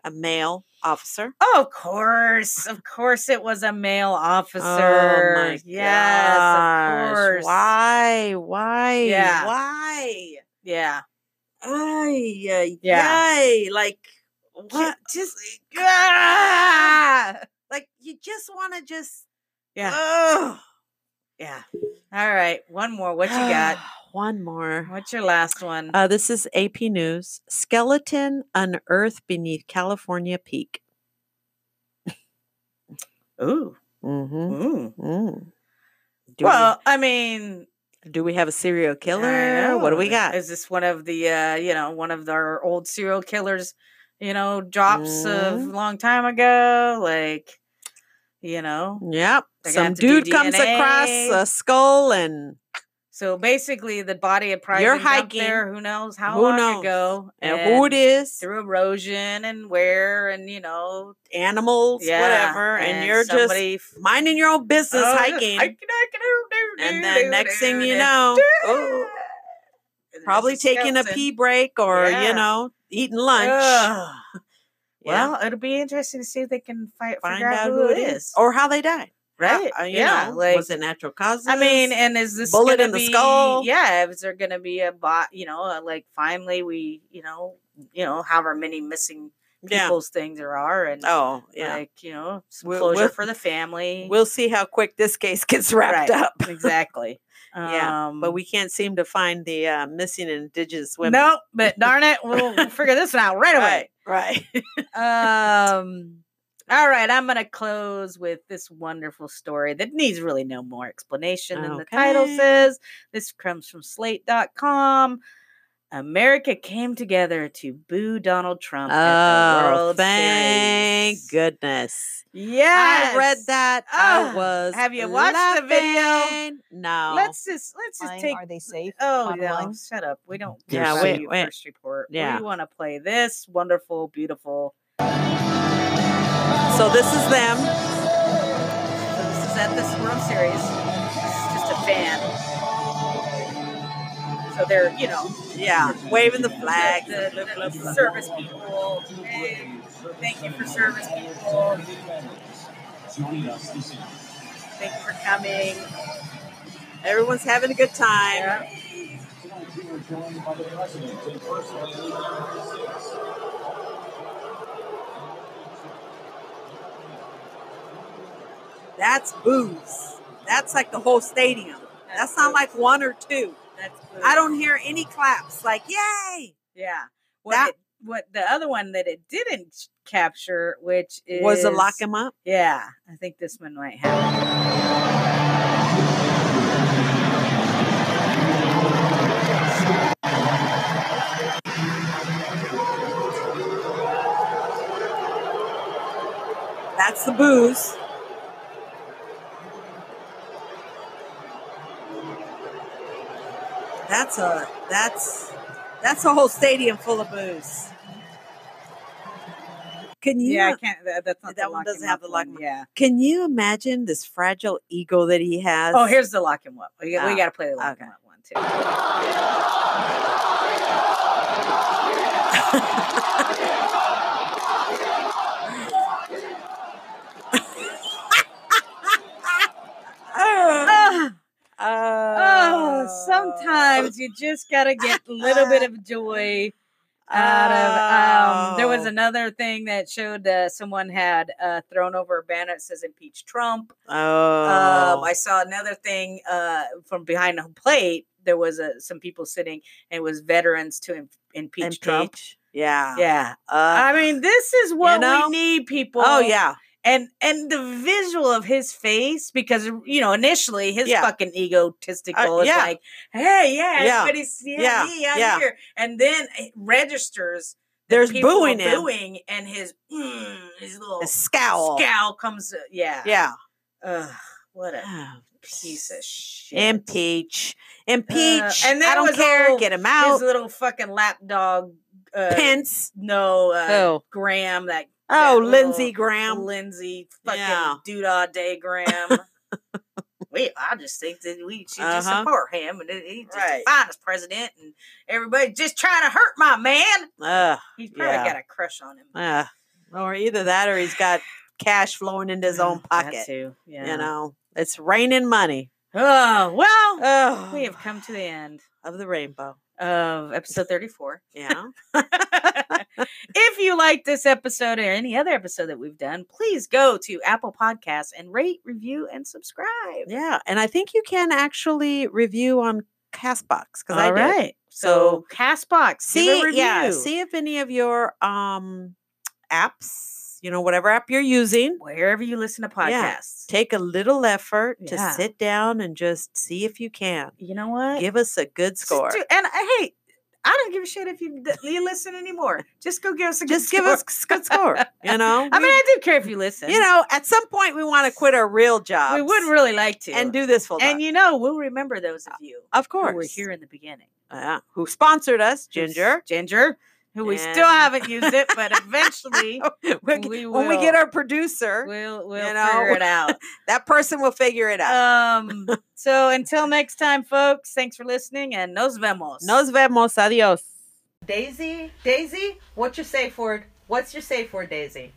A male officer. Oh, of course. Of course it was a male officer. Oh my yes, gosh. of course. Why? Why? Yeah. Why? Yeah. Ay, ay, Yeah. ay. Like what? what? Just ah! Like you just want to just. Yeah. Ugh. yeah. All right, one more. What you got? One more. What's your last one? Uh, this is AP News. Skeleton unearthed beneath California peak. ooh, Mm-hmm. ooh. Do, well, I mean, we, do we have a serial I killer? What do know. we got? Is this one of the uh, you know one of our old serial killers? You know, drops of Mhm. long time ago. Like, you know. Yep. They're gonna Some have to do dude comes across DNA. a skull and So basically, the body of probably You're been dumped hiking. there. Who knows how Who long knows? ago? and who it is, Through erosion and wear, and you know, animals, yeah, whatever. And, you're somebody f- just minding your own business Oh, just hiking. hiking, hiking, doo, doo, doo, and then doo, next thing doo, you doo, know, doo, oh, and there's probably a taking a skeleton. pee break or, Yeah. you know, eating lunch. Ugh. Yeah. Well, it'll be interesting to see if they can fi- find figure out, who, it is. or how they died. How- right? uh, you yeah. know, like was it natural causes? I mean, and is this bullet gonna in the be- skull? Yeah, is there going to be a bot? You know, uh, like finally we, you know, you know, however many missing Yeah. people's things there are, and Oh, yeah. like you know, some We'll- closure we'll- for the family. We'll see how quick this case gets wrapped Right. up. exactly. Yeah, um, But we can't seem to find the uh, missing indigenous women. no, but darn it, we'll, we'll figure this one out right away. Right. Right. um all right i'm gonna close with this wonderful story that needs really no more explanation than the title Okay. says this comes from slate.com america came together to boo donald trump at the Oh, world thank Series. goodness. yes I read that. Ah, I was. have you watched the video? laughing. No. let's just let's just Fine, take are they safe? Oh no! online? Shut up. We don't. Yeah, Yeah, wait, wait, wait. First report. Yeah. we want to play this wonderful, beautiful. so this is them. So this is at this World Series. This is just a fan. So they're, you know, Yeah, waving the flag. the, the, the service people. Hey, thank you for service people. Thank you for coming. Everyone's having a good time. Yeah. That's booze. That's like the whole stadium. That's not like one or two. That's good. I don't hear any claps. Like, yay! Yeah. What That- it- what the other one that it didn't capture, which is Was the lock him up? Yeah, I think this one might happen. That's the booze. That's a that's that's a whole stadium full of booze. Can you Yeah, I can't. That, that's not That the one lock doesn't him have up the lock him one, up. Yeah. can you imagine this fragile ego that he has? Oh, here's the lock him up. We, we Oh, got to play the lock him okay. up one too. Oh, Oh, oh, sometimes you just got to get a little bit of joy Ah. out of. Um, there was Oh. another thing that showed uh, someone had uh, thrown over a banner that says "Impeach Trump." Oh, Um, I saw another thing uh, from behind the plate. There was uh, some people sitting, and it was veterans to im- impeach, and Trump. peach. Yeah. Yeah, Uh, I mean, this is what know? we need, people. oh yeah. and and the visual of his face because you know initially his Yeah. Uh, fucking egotistical is yeah. like, hey, yeah, Yeah. everybody's yeah, Yeah. me, I'm Yeah. here, and then it registers. that There's people are booing him. booing, and his mm, his little A scowl. scowl comes. uh, Yeah, Yeah. Ugh, what a Oh, piece of shit. Impeach. Impeach. Uh, and and that I don't was care. all Get him his out. little fucking lapdog. Uh, Pence. No, uh, Oh. Graham. That Oh, that Lindsey little- Graham. Lindsay fucking Yeah. doodah day Graham. we, I just think that we should just Uh-huh. support him, and that he's just Right. the finest president, and everybody just trying to hurt my man. Ugh. He's probably Yeah. got a crush on him. Ugh. or either that or he's got cash flowing into his own Mm, That pocket. too. Yeah. You know, it's raining money. Oh well, Oh, we have come to the end of the rainbow. of episode thirty-four. Yeah. if you like this episode or any other episode that we've done, please go to Apple Podcasts and rate, review, and subscribe. yeah. And I think you can actually review on Castbox because I All did. right. So, Castbox, see give a yeah review. see if any of your um apps you know whatever app you're using wherever you listen to Yeah. podcasts. take a little effort Yeah. to sit down and just see if you can You know what? give us a good Just score do- and I, hey, I don't give a shit if you d- you listen anymore. Just go give us a good just give us a good score you know I mean, We- I do care if you listen. you know at some point we want to quit our real jobs we would really like to. and do this full and time. you know, we'll remember those of you of who course were here in the beginning. Yeah. who sponsored us Who's- ginger Ginger, who we still And- haven't used it, but eventually When- we when we get will. our producer we'll we'll know, figure it out. that person will figure it out Um. So until next time, folks. Thanks for listening, and nos vemos. nos vemos adios Daisy, Daisy, what's your safe word? What's your safe word, Daisy?